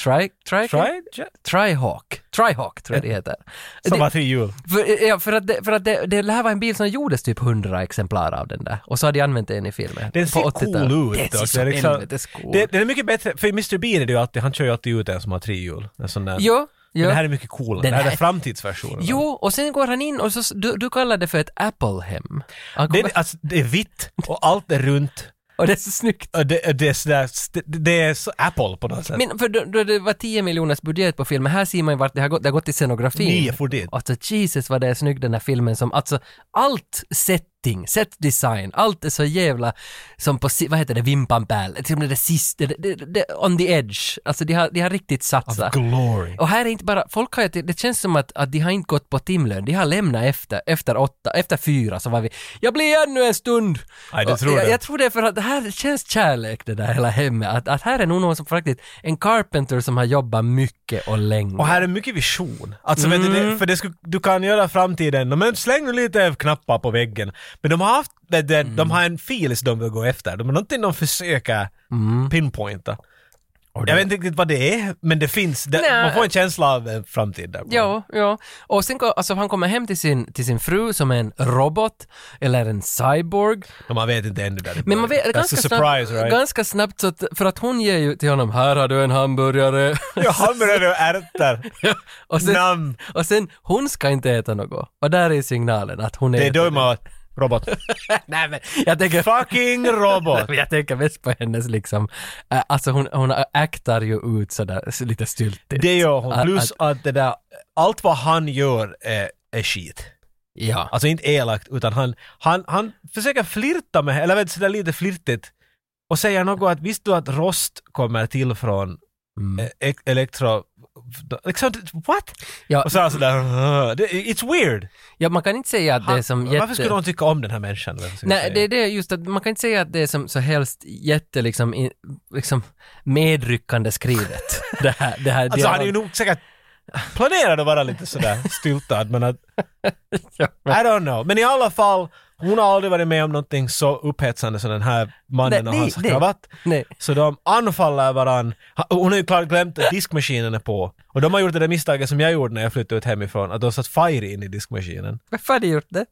A: Tri, tri,
B: Try?
A: Trihawk. Trihawk tror jag det heter.
B: *laughs* Som
A: Det-
B: var tre hjul.
A: För, ja, för att, det, för att det, det här var en bil som gjordes typ hundra exemplar av den där. Och så hade jag använt den i filmen.
B: Den ser
A: På 80-talet.
B: cool
A: Den
B: ut.
A: ser
B: också.
A: så
B: Det är liksom-
A: helvetes cool.
B: det, den är mycket bättre, för Mr Bean är det ju alltid, han kör ju alltid ut en som har tre hjul. En sån där.
A: Jo,
B: Men
A: jo.
B: det här är mycket coolare.
A: Den
B: det här
A: här-
B: är framtidsversionen.
A: jo, och sen går han in och så, du, du kallar det för ett Apple-hem. Han
B: Det,
A: kommer-
B: är- alltså, det är vitt och allt är runt.
A: och det är så snyggt.
B: Och det, det är sådär, st- det är så Apple på något sätt.
A: Men för då, då det var 10 miljoners budget på filmen, här ser man ju vart det har gått, det har gått till scenografin.
B: Nio får dit.
A: Alltså Jesus vad det är snygg den här filmen som, alltså allt setting, set design, allt är så jävla som på, si- vad heter det, Vimpanpäällä, liksom det där sista, det, det, det, on the edge, alltså de har, de har riktigt satsat.
B: Glory.
A: Och här är inte bara, folk har ju- det känns som att, att de har inte gått på timlön, de har lämnat efter, efter åtta, efter fyra så var vi, jag blir ännu en stund.
B: Nej, det
A: Och
B: tror
A: jag,
B: jag.
A: jag tror det är för att det här känns kärlek det där hela hemmet, att, att här är nog någon som faktiskt, en carpenter som har jobbat mycket och länge.
B: Och här är mycket vision. Alltså, vet du,
A: Mm.
B: det, för det skulle, du kan göra framtiden, men släng nu lite knappar på väggen. Men de har haft, det, det,
A: Mm.
B: de har en filis de vill gå efter. De har någonting de försöker pinpointa.
A: Mm. Och det-
B: Jag vet inte riktigt vad det är, men det finns. Det,
A: Nej.
B: man får en känsla av en framtid där.
A: Ja, ja. Och sen ko- alltså, han kommer hem till sin, till sin fru som är en robot eller en cyborg.
B: Och Man vet inte ännu där det
A: Men man
B: börjar.
A: vet
B: That's
A: ganska,
B: a surprise,
A: snabbt,
B: right? *laughs*
A: ganska snabbt, så att, för att hon ger ju till honom, här har du en hamburgare.
B: Ja, hamburgare och ärtor.
A: *laughs* och, sen,
B: Namn.
A: och sen, hon ska inte äta något. Och där är signalen att hon
B: Det är
A: äter
B: då man... Robot.
A: *laughs* Nej men, jag tänker... *laughs*
B: Fucking robot!
A: Jag tänker mest på hennes liksom, äh, alltså hon, hon aktar ju ut sådär så lite styltigt.
B: Det gör hon.
A: Att-
B: Plus
A: att-
B: att det där, allt vad han gör är, är skit.
A: Ja.
B: Alltså inte elakt, utan han, han, han försöker flirta med eller vet sådär lite flirtigt. Och säger något att visste du att rost kommer till från
A: Mm.
B: eh, ek- elektro... Liksom, what?
A: Ja,
B: Och så är han sådär, "Ugh." Det- it's weird.
A: ja, man kan inte säga att det är
B: Han,
A: som
B: Varför skulle någon tycka om den här människan? Vad jag ska
A: Nej,
B: säga.
A: det är det just att man kan inte säga att det är som så helst jätte liksom,
B: *laughs*
A: i, liksom medryckande skrivet. det här, det här
B: Alltså han är ju
A: dialog-
B: nog säkert planerade att vara lite sådär styltad men att,
A: *laughs* Ja,
B: I don't know. Men i alla fall, hon har aldrig varit med om någonting så upphetsande som den här mannen
A: Nej,
B: och
A: nej,
B: hans
A: nej.
B: kravatt.
A: Nej.
B: Så de anfaller varann. Ha- Hon har ju klart glömt att diskmaskinen är på. Och de har gjort det där misstaget som jag gjorde när jag flyttade ut hemifrån, att de satt fire in i diskmaskinen.
A: Varför hade du gjort det?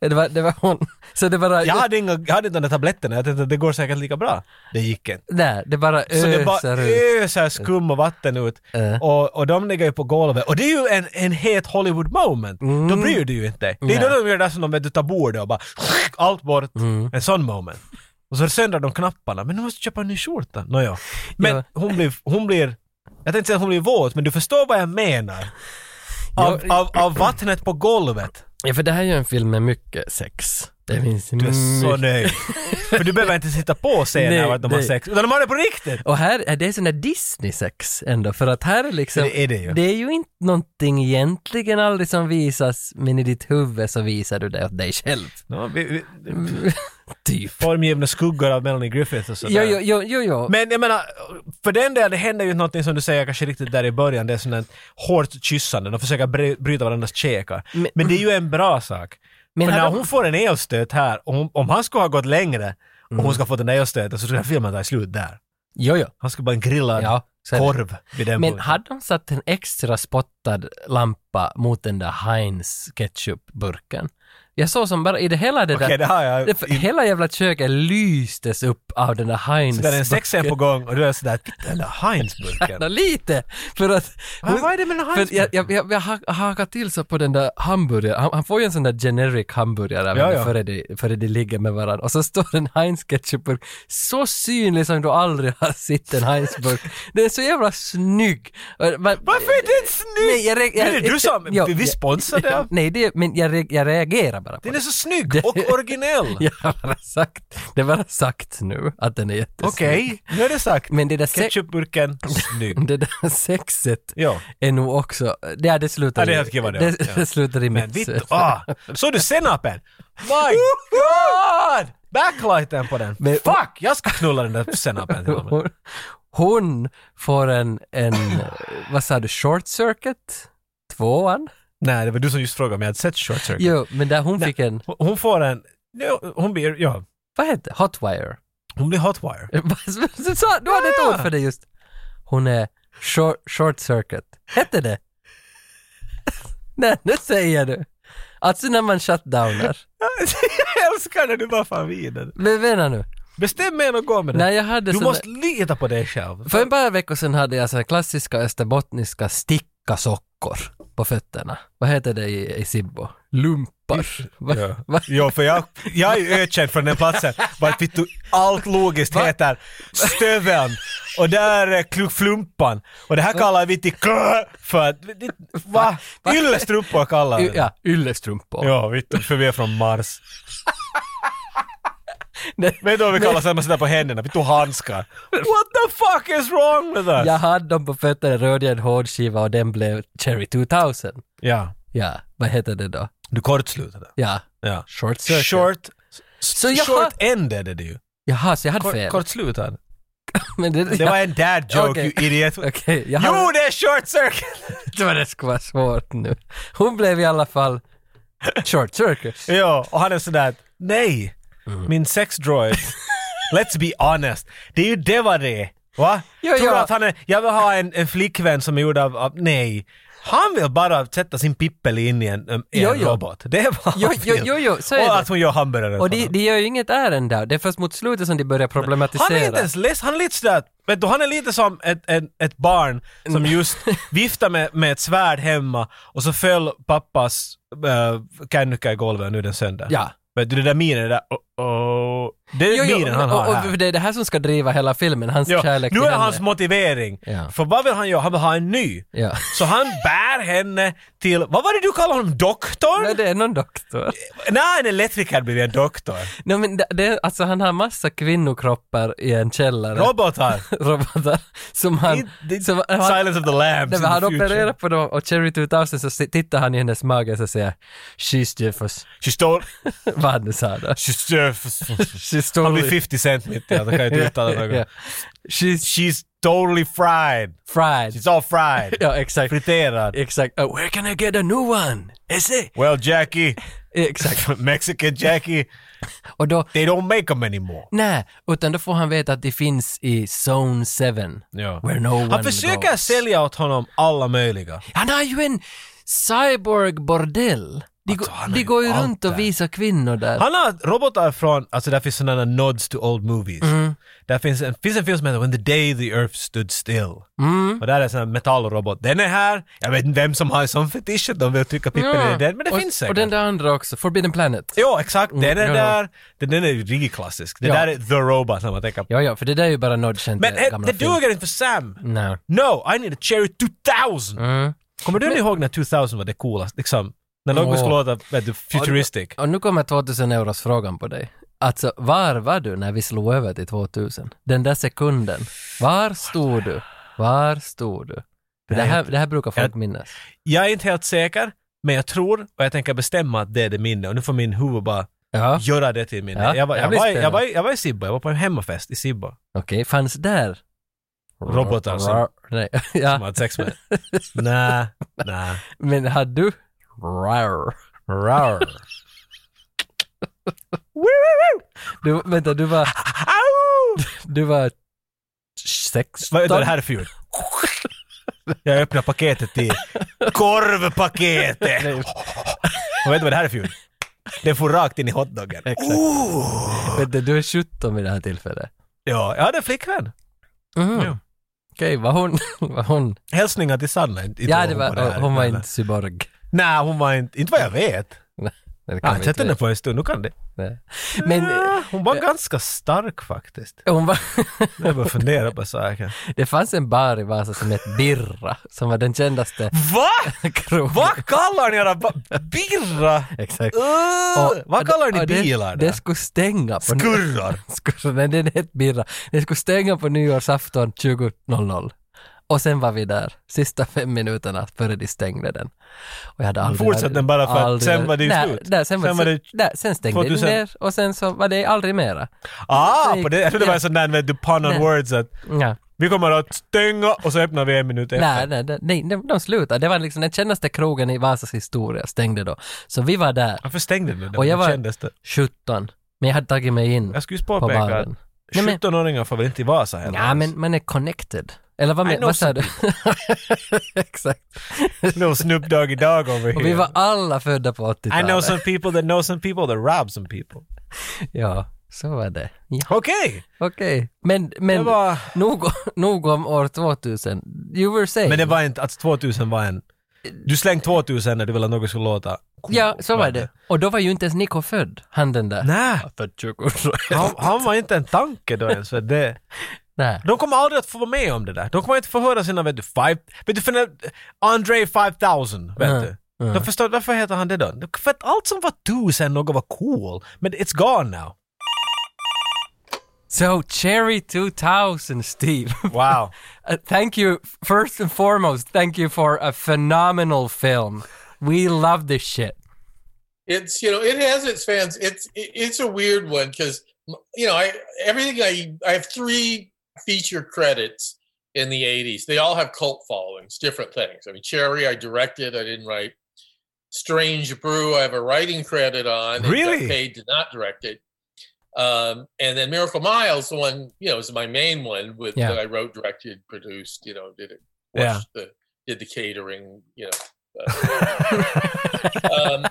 A: Det var, det var hon. Så det bara...
B: Jag hade, inga, jag hade inte de där tabletterna, jag tänkte att det går säkert lika bra. Det gick inte.
A: Nej, det bara
B: Så det bara
A: öser ut.
B: öser skum och vatten ut.
A: Äh.
B: Och, och de ligger ju på golvet. Och det är ju en, en het Hollywood moment.
A: Mm.
B: Då bryr du ju inte dig. Det är då de gör det som de vet, du tar bordet och bara *laughs* allt bort.
A: Mm.
B: En sån moment. Och så söndrar de knapparna. Men nu måste du köpa en ny skjorta. Nåja. Men
A: Ja.
B: hon blir, hon blir, jag tänkte säga att hon blir våt, men du förstår vad jag menar. Av,
A: Ja.
B: av, av vattnet på golvet.
A: Ja, för det här är ju en film med mycket sex. Det finns
B: Du är så
A: mycket.
B: nöjd. För du behöver inte sitta på scener
A: Nej,
B: av att de har
A: nej.
B: sex. Utan de har det på riktigt.
A: Och här är det sån där Disney-sex ändå, för att här är liksom...
B: Det är det ju.
A: Det är ju inte någonting egentligen aldrig som visas, men i ditt huvud så visar du det åt dig själv.
B: Ja, vi, vi,
A: Typ.
B: formgivna skuggor av Melanie Griffith och sådär.
A: Jo, jo, jo, jo, jo.
B: Men jag menar, för den delen, det händer ju någonting som du säger kanske riktigt där i början, det är sånt där hårt kyssande, de försöker bry- bryta varandras käkar. Men,
A: Men-
B: det är ju en bra sak.
A: Men
B: för
A: hade
B: när
A: de-
B: hon får en elstöt här, och hon, om han skulle ha gått längre, och
A: Mm.
B: hon ska ha fått en elstöt, så tror jag filmen tar slut där.
A: jo, jo.
B: Han skulle bara en grillad
A: Ja, så är det.
B: korv vid den
A: Men
B: punkten.
A: hade de satt en extra spottad lampa mot den där Heinz ketchupburken? Jag såg som bara, i det hela det där...
B: Okej, det har jag.
A: det, för, hela jävla köket lystes upp av den där Heinz...
B: Så där är en sexscen på gång och du är sådär,
A: *laughs*
B: den där Heinz-burken.
A: Nå, lite! För att...
B: Vad- vad är det med den här
A: För jag, jag, jag, jag ha- hakar till så på den där hamburgaren. Han, han får ju en sån där generic hamburgare
B: Ja, ja.
A: Före, de, före de ligger med varandra. Och så står en Heinz ketchupburk så synlig som du aldrig har sett en Heinz-burk. Den är så jävla snygg! Och- men-
B: Varför är den snygg?
A: Nej, jag, reg- jag,
B: det är du som,
A: ja,
B: vi
A: ja,
B: sponsrade
A: ja,
B: av.
A: Nej, det, men jag, reg- jag reagerar bara på
B: Den
A: det.
B: är så snygg och originell.
A: *laughs* Jag har bara sagt, det var sagt nu att den är jättesnygg.
B: Okej, nu är det sagt.
A: Men det där, se-
B: Ketchupburken,
A: *laughs*
B: snygg.
A: det där sexet
B: Ja.
A: är nog också, det, ja, det slutar
B: Ja, det är
A: i-
B: helt kiva det,
A: det,
B: ja.
A: *laughs* det slutar i
B: Men
A: mitt
B: vitt,
A: söt.
B: ah! Såg du senapen? My God! Backlighten på den.
A: Men-
B: Fuck! Jag ska knulla den där senapen till och
A: *laughs*
B: med.
A: hon, hon får en,
B: *clears throat*
A: en vad sa du, short circuit? Tvåan?
B: Nej, det var du som just frågade om jag hade sett Short Circuit.
A: Jo, men där hon fick en,
B: Hon- Hon får en... ja, Hon blir... Ja.
A: vad hette det? Hotwire?
B: Hon blir hotwire.
A: *laughs* Du sa- du hade
B: Ah!
A: ett ord för det just. Hon är short, short circuit. Hette det? *laughs* Nej, nu säger du. Alltså när man shutdownar.
B: *laughs* jag älskar när du bara fan vidare.
A: Men vänta nu.
B: Bestäm mig och gå med det.
A: När jag hade
B: du
A: sån-
B: måste lita på dig själv.
A: För en par veckor sedan hade jag så här klassiska österbottniska stickasockor på fötterna. Vad heter det i, i Sibbo? Lumpar. *laughs* Va,
B: Ja.
A: va,
B: Jo, för jag, jag är ju ökänd från den platsen. Vart vet du, allt logiskt heter stöveln och där är klug- flumpan. Och det här kallar vi till klö för att... det- Va? Yllestrumpor kallar vi
A: y,
B: det.
A: ja, yllestrumpor.
B: Ja, vet du, för vi är från Mars.
A: Nej,
B: Vet du vad vi kallar samma sådär på händerna? Vi tog handskar. What the fuck is wrong with us?
A: Jag hade dem på fötterna, rörde jag en hårdskiva och den blev Cherry 2000.
B: Ja.
A: Ja, vad heter det då?
B: Du kortslutade.
A: Ja,
B: Ja.
A: short circuit.
B: Short...
A: Så jag har-
B: Short-ended är det ju.
A: Jaha, så jag hade
B: Kort,
A: fel.
B: kortslutad.
A: *laughs* Men det,
B: Det var en dad joke,
A: Okej.
B: you
A: *laughs*
B: idiot.
A: Okej, jag
B: Jo,
A: hade
B: det är short circuit!
A: inte vad *laughs* det skulle vara svårt nu. Hon blev i alla
B: *laughs*
A: fall short circuit.
B: *laughs* Ja, och han är sådär, nej,
A: Mm.
B: min sexdroid, let's be honest, det är ju det vad det är. Va?
A: Ja,
B: Tror du
A: ja.
B: att han är, jag vill ha en, en flickvän som är gjord av, av, nej. Han vill bara sätta sin pippel in i en, en
A: Jo, jo.
B: robot. Det är vad han
A: Jo, jo,
B: vill.
A: jo, jo, så är
B: och
A: det.
B: att hon gör hamburgare.
A: Och
B: för
A: de,
B: honom.
A: de gör ju inget ärende. Det är först mot slutet som de börjar problematisera.
B: han är inte ens less, han är lite sådär, vet du, han är lite som ett, ett, ett barn
A: Mm.
B: som just viftar med, med ett svärd hemma och så föll pappas äh, kännyka i golvet och nu är den sönder.
A: Ja.
B: Vet du, det där minen, det där oh, oh, det är minen han har
A: och,
B: här.
A: och det är det här som ska driva hela filmen, hans
B: Ja,
A: kärlek
B: nu
A: till
B: är
A: henne.
B: hans motivering.
A: Ja.
B: För vad vill han göra? Han vill ha en ny.
A: Ja.
B: Så han bär henne till, vad var det du kallade honom, doktorn?
A: Nej, det är någon doktor.
B: Nej, en elektriker blir en doktor.
A: Nej, men det, det, alltså han har massa kvinnokroppar i en källare.
B: Robotar.
A: *laughs* robotar. Som han...
B: It- det-
A: som han-
B: Silence of the Lambs
A: Nej,
B: in
A: men han
B: the future.
A: opererar på dem och Cherry 2000 så si- tittar han i hennes mage och så säger “She's Jeffers”. *laughs*
B: She stole,
A: Vad han nu sa då.
B: she stole.
A: She's totally... *laughs*
B: Han blir 50 cent mitt i allt, han kan ju inte uttala något.
A: Ja. She's
B: She's totally fried.
A: fried.
B: She's all fried.
A: ja, exakt.
B: Friterad.
A: Exakt. Uh, where can I get a new one? Esse?
B: Well, Jackie, *laughs*
A: Exakt.
B: Mexican Jackie,
A: Och då,
B: they don't make them anymore.
A: nej, utan då får han veta att det finns i Zone 7.
B: Ja.
A: Where no one
B: Han försöker
A: goes.
B: sälja åt honom alla möjliga.
A: Han har ju en cyborg-bordell. De,
B: Alltså,
A: går-
B: han har
A: de
B: ju
A: går ju
B: allt
A: runt och
B: där.
A: visar kvinnor där.
B: Han har robotar från, alltså där finns sådana nods to old movies.
A: Mm.
B: Där finns en, finns en film som heter When the Day the Earth Stood Still.
A: Mm.
B: Och där är en sån här metallrobot. Den är här, jag vet inte vem som har en sån fetisch att de vill trycka pippen i den, men det
A: och,
B: finns
A: Och
B: säkert.
A: den där andra också, Forbidden Planet.
B: Ja, exakt. Den är
A: Mm. ja, ja.
B: där. Den, den är ju riktigt klassisk. Det
A: Ja.
B: där är The Robot när man tänker på.
A: Ja, ja, för det där är ju bara nudgen
B: Men eh,
A: gamla
B: det
A: film.
B: duger inte för Sam.
A: Nej.
B: No, I need a Cherry 2000!
A: Mm.
B: Kommer du ihåg när 2000 var det coolaste? Liksom, när någon
A: Åh.
B: skulle låta vet du, futuristic.
A: Och nu kommer 2000 euros frågan på dig. Alltså, var var du när vi slog över till 2000? Den där sekunden. Var stod du? Var stod du? För det,
B: Nej,
A: här,
B: jag-
A: det här brukar folk
B: jag-
A: minnas.
B: Jag är inte helt säker, men jag tror och jag tänker bestämma att det är det minne. Och nu får min huvud bara
A: Ja,
B: göra det till minne.
A: Ja,
B: jag, var,
A: det
B: jag,
A: blir
B: var, jag,
A: spännande.
B: var, jag var i Sibbo, jag var på en hemmafest i Sibbo.
A: okej. Fanns där?
B: Robotar som-
A: Rar- Nej, *laughs*
B: Som
A: ja.
B: hade
A: *laughs*
B: sex med. Nä, nä.
A: Men hade du? Rar. *laughs*
B: Rar.
A: Du, vänta, du var,
B: Au!
A: du var sex?
B: Vad är det här för ljud? Jag öppnar paketet till korvpaketet. Och vet du vad det här är för ljud? Den får rakt in i hotdoggen. Oh!
A: Vänta, du är 17 vid det här tillfället.
B: Ja, jag hade en flickvän.
A: Mhm.
B: Ja.
A: Okej, var hon, *laughs* var hon?
B: Hälsningar till Sanna. inte
A: Ja,
B: var
A: det
B: hon på
A: var,
B: här.
A: hon var inte cyborg. *laughs*
B: Nej, hon var inte, inte vad jag vet.
A: Nej, det
B: Jag
A: kan
B: har
A: vi
B: inte sett
A: inte
B: Ah, henne
A: veta.
B: på en stund, nu kan det.
A: Nej. Men eh,
B: Ja, hon var ganska stark faktiskt.
A: hon var, *laughs*
B: Jag börjar fundera på saker.
A: det fanns en bar i Vasa som hette Birra, som var den kändaste
B: Va?
A: krogen.
B: Vad kallar ni era ba- birra?
A: Exakt.
B: Uh,
A: Och-
B: vad kallar ni
A: och det-
B: bilar
A: Det
B: där?
A: skulle stänga på...
B: Skurrar.
A: *laughs* Skurrar, nej den hette Birra. Det skulle stänga på nyårsafton 20.00. Och sen var vi där, sista fem minuterna före de stängde den. Och jag hade aldrig...
B: fortsatte den bara för att
A: aldrig-
B: sen var det ju
A: nej,
B: slut.
A: Nej, sen, var
B: Sen var
A: det,
B: det-
A: nej, sen stängde
B: 2000.
A: den ner och sen så var det aldrig mera.
B: Ah, på det, jag trodde det var en sån där med du pun on
A: Alltså, Nej.
B: words att
A: Ja.
B: vi kommer att stänga och så öppnar vi en minut efter.
A: Nej, nej, nej, nej, de, de slutade. Det var liksom den kändaste krogen i Vasas historia stängde då. Så vi var där,
B: Varför stängde ni den?
A: Och jag
B: Det
A: var-
B: kändes det.
A: 17, men jag hade tagit mig in
B: Jag skulle just
A: på
B: påpeka att
A: baren. Nej, men-
B: 17-åringar får väl inte i Vasa heller?
A: Ja, men man är connected. Eller vad,
B: I
A: men,
B: know
A: vad sa du? *laughs* Exakt.
B: No Snoop Dogg idag over here.
A: Och vi var alla födda på
B: I know
A: 80-talet.
B: some people that know some people that rob some people.
A: Ja, så var det. Ja,
B: Okej!
A: Okej, men,
B: Det
A: men
B: var...
A: nog, nog om år 2000. You were saying.
B: Men det var inte, alltså 2000 var en... Du slängde 2000 när du ville att något skulle låta coolt.
A: ja, så var det. Och då var ju inte ens Nico född, han den där.
B: Nej,
A: Född 20 år.
B: han, han var inte en tanke då ens. för Det,
A: *laughs* Nej.
B: de kommer aldrig att få vara med om det där. De kommer inte få höra sina, vet du, five, vet du, för när, Andre 5000, vet
A: Mm,
B: du. De förstår, varför heter han det då? För att allt som var tusen något var cool, men it's gone now.
A: So, Cherry 2000, Steve. *laughs*
B: Wow.
A: Uh, thank you. First and foremost, thank you for a phenomenal film. We love this shit.
C: it's you know it has its fans it's it- it's a weird one because you know i everything i i have three feature credits in the 80s they all have cult followings different things i mean cherry i directed i didn't write strange brew i have a writing credit on and got
B: Really?
C: paid to not direct it um, and then miracle miles the one you know is my main one with
A: Yeah.
C: that i wrote directed produced you know did it
B: Yeah.
C: washed the, did the catering you know um,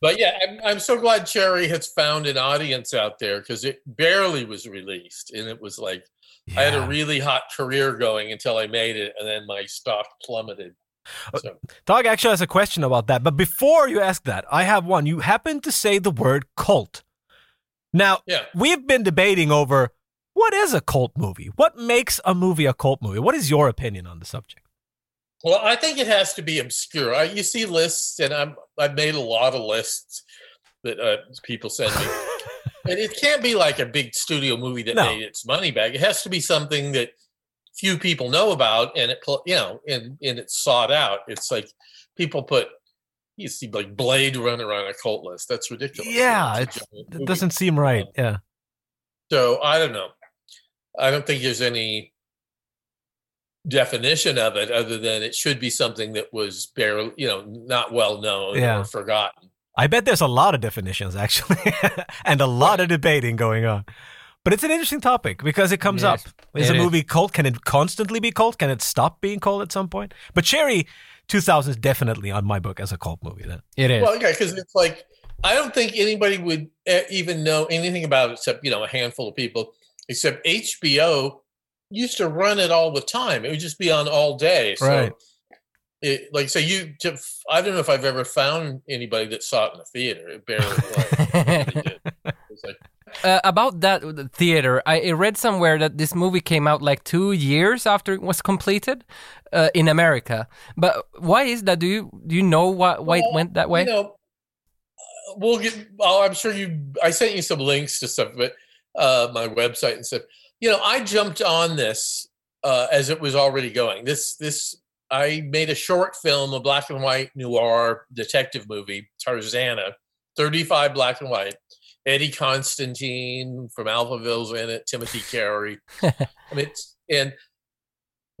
C: but yeah, I'm, I'm so glad Cherry has found an audience out there because it barely was released, and it was like I had a really hot career going until I made it, and then my stock plummeted. So,
B: Doug actually has a question about that, but before you ask that, I have one. You happen to say the word cult. Now,
C: Yeah.
B: we've been debating over what is a cult movie? What makes a movie a cult movie? What is your opinion on the subject? *laughs*
C: well, I think it has to be obscure. I, you see lists, and I'm I've made a lot of lists that uh, people send
B: *laughs*
C: me, and it can't be like a big studio movie that
B: No.
C: made its money back. It has to be something that few people know about, and it pl- you know, and and it's sought out. It's like people put you see like Blade Runner on a cult list. That's ridiculous.
B: Yeah,
C: It's a
B: it's-
C: giant
B: That
C: movie.
B: doesn't seem right. Yeah.
C: So I don't know. I don't think there's any definition of it other than it should be something that was barely, you know, not well known
B: Yeah.
C: or forgotten.
B: I bet there's a lot of definitions actually, *laughs* and a lot of debating going on. But it's an interesting topic because it comes
A: Yes,
B: up. Is
A: it
B: a
A: is.
B: movie cult? Can it constantly be cult? Can it stop being cult at some point? But Cherry 2000 is definitely on my book as a cult movie. Then
A: It is.
C: Well, yeah, because it's like I don't think anybody would eh, even know anything about it except you know a handful of people. Except HBO used to run it all the time. It would just be on all day. So
B: Right.
C: It, like so you to, I don't know if I've ever found anybody that saw it in the theater. It barely
B: *laughs*
A: *laughs*
C: like, it was like
A: uh, about that uh, theater, I, I read somewhere that this movie came out like two years after it was completed uh, in America. But why is that? Do you do you know why, why it
C: Well,
A: went that way?
C: You know, uh, we'll get. Oh, I'm sure you. I sent you some links to stuff, but uh, my website and stuff. You know, I jumped on this uh, as it was already going. This this I made a short film, a black and white noir detective movie, Tarzana, 35 black and white. Eddie Constantine from Alphaville's in it, Timothy Carey. I mean, it's, and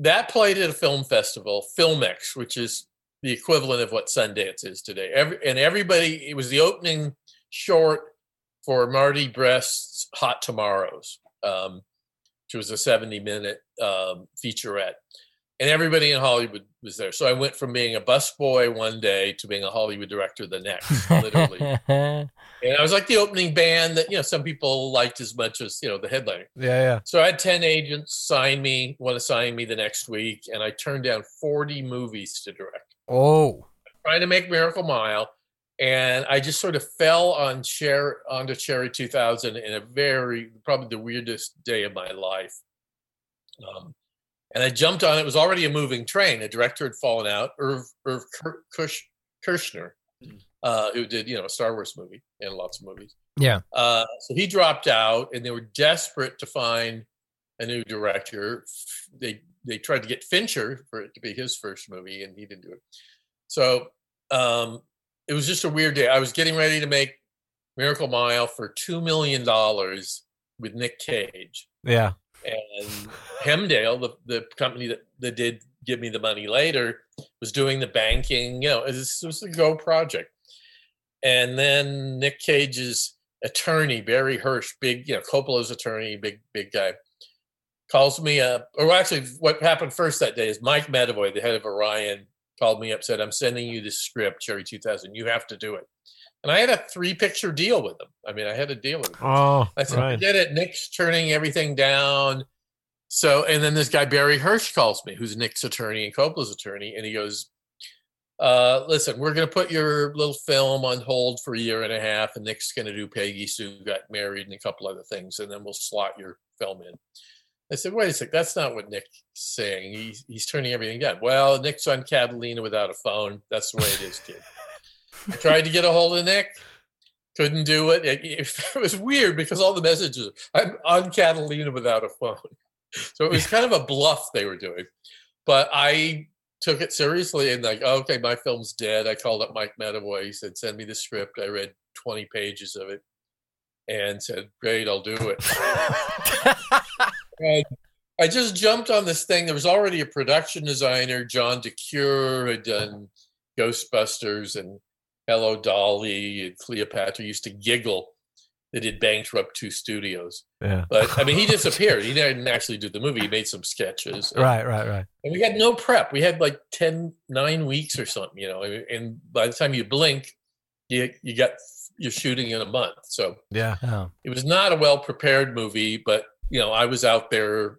C: that played at a film festival, Filmex, which is the equivalent of what Sundance is today. Every, and everybody, it was the opening short for Marty Brest's Hot Tomorrows, um, which was a 70 minute um, featurette. And everybody in Hollywood was there. So I went from being a busboy one day to being a Hollywood director the next,
A: *laughs*
C: literally. And I was like the opening band that, you know, some people liked as much as, you know, the headliner.
B: yeah,
C: So I had 10 agents sign me, want to sign me the next week. And I turned down 40 movies to direct,
A: oh,
C: trying to make Miracle Mile. And I just sort of fell on Cher, onto Cherry 2000 in a very, probably the weirdest day of my life. Um, and I jumped on it. It was already a moving train. The director had fallen out, Irv, Irv Kur- Kush, Kirshner, uh, who did, you know, a Star Wars movie and lots of movies.
A: yeah.
C: Uh, so he dropped out, and they were desperate to find a new director. They they tried to get Fincher for it to be his first movie, and he didn't do it. So um, it was just a weird day. I was getting ready to make Miracle Mile for two million dollars with Nick Cage
B: yeah.
C: and Hemdale, the, the company that, that did give me the money later, was doing the banking. You know, this was a go project. And then Nick Cage's attorney, Barry Hirsch, big, you know, Coppola's attorney, big, big guy, calls me up. Or actually, what happened first that day is Mike Medavoy, the head of Orion, called me up, said, I'm sending you this script, Cherry 2000. You have to do it. And I had a three picture deal with him. I mean, I had a deal with him.
B: Oh,
C: I said, *laughs*
B: right.
C: forget it. Nick's turning everything down. So, and then this guy, Barry Hirsch, calls me, who's Nick's attorney and Coppola's attorney. And he goes, uh, listen, we're going to put your little film on hold for a year and a half. And Nick's going to do Peggy Sue Got Married and a couple other things. And then we'll slot your film in. I said, wait a sec. That's not what Nick's saying. He's, he's turning everything down. Well, Nick's on Catalina without a phone. That's the way it is, kid. I tried to get a hold of Nick couldn't do it. It, it *laughs* was weird because all the messages I'm on Catalina without a phone. *laughs* So it was kind of a bluff they were doing. But I took it seriously and like, oh, okay, my film's dead. I called up Mike Medavoy. He said, send me the script. I read 20 pages of it and said, great, I'll do it. And I just jumped on this thing. There was already a production designer, John DeCure, had done Ghostbusters and Hello Dolly and Cleopatra used to giggle. They did bankrupt two studios,
B: yeah.
C: but I mean, he disappeared. He didn't actually do the movie. He made some sketches,
B: Right, right, right.
C: and we had no prep. We had like 10, nine weeks or something, you know. And- And by the time you blink, you you got you're shooting in a month. So
B: Yeah.
A: Oh.
C: it was not a well prepared movie, but you know, I was out there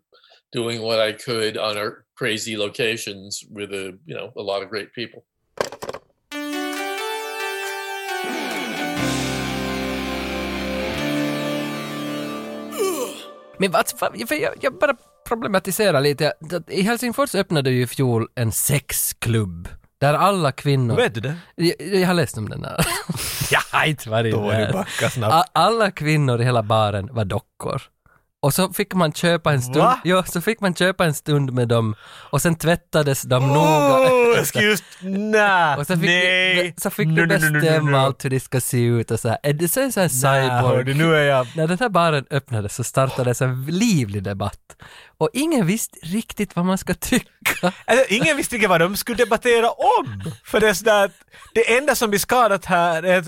C: doing what I could on our crazy locations with a you know a lot of great people.
A: Men vad, fan, för jag, jag bara problematiserar lite. Att I Helsingfors öppnade ju i fjol en sexklubb där alla kvinnor...
B: Vet du *laughs* det?
A: Jag, jag har läst om den här. jag har inte varit
B: Då är du
A: där.
B: *laughs* backa snabbt.
A: A- Alla kvinnor i hela baren var dockor. Och så fick man köpa en stund.
B: Va?
A: Jo, så fick man köpa en stund med dem och sen tvättades de
B: Oh, *laughs*
A: noga.
B: excuse, nah,
A: Och så fick,
B: nej.
A: du, så fick
B: No,
A: du
B: no, no, no, no,
A: bestämma
B: no.
A: allt hur det ska se ut och så här. Är det så en sån här
B: Nej,
A: cyborg?
B: hördu, nu är jag...
A: När den här baren öppnades så startades en livlig debatt. Och ingen visste riktigt vad man ska tycka.
B: Alltså, ingen visste riktigt vad de skulle debattera om. För det är sådär att det enda som blir skadat här är,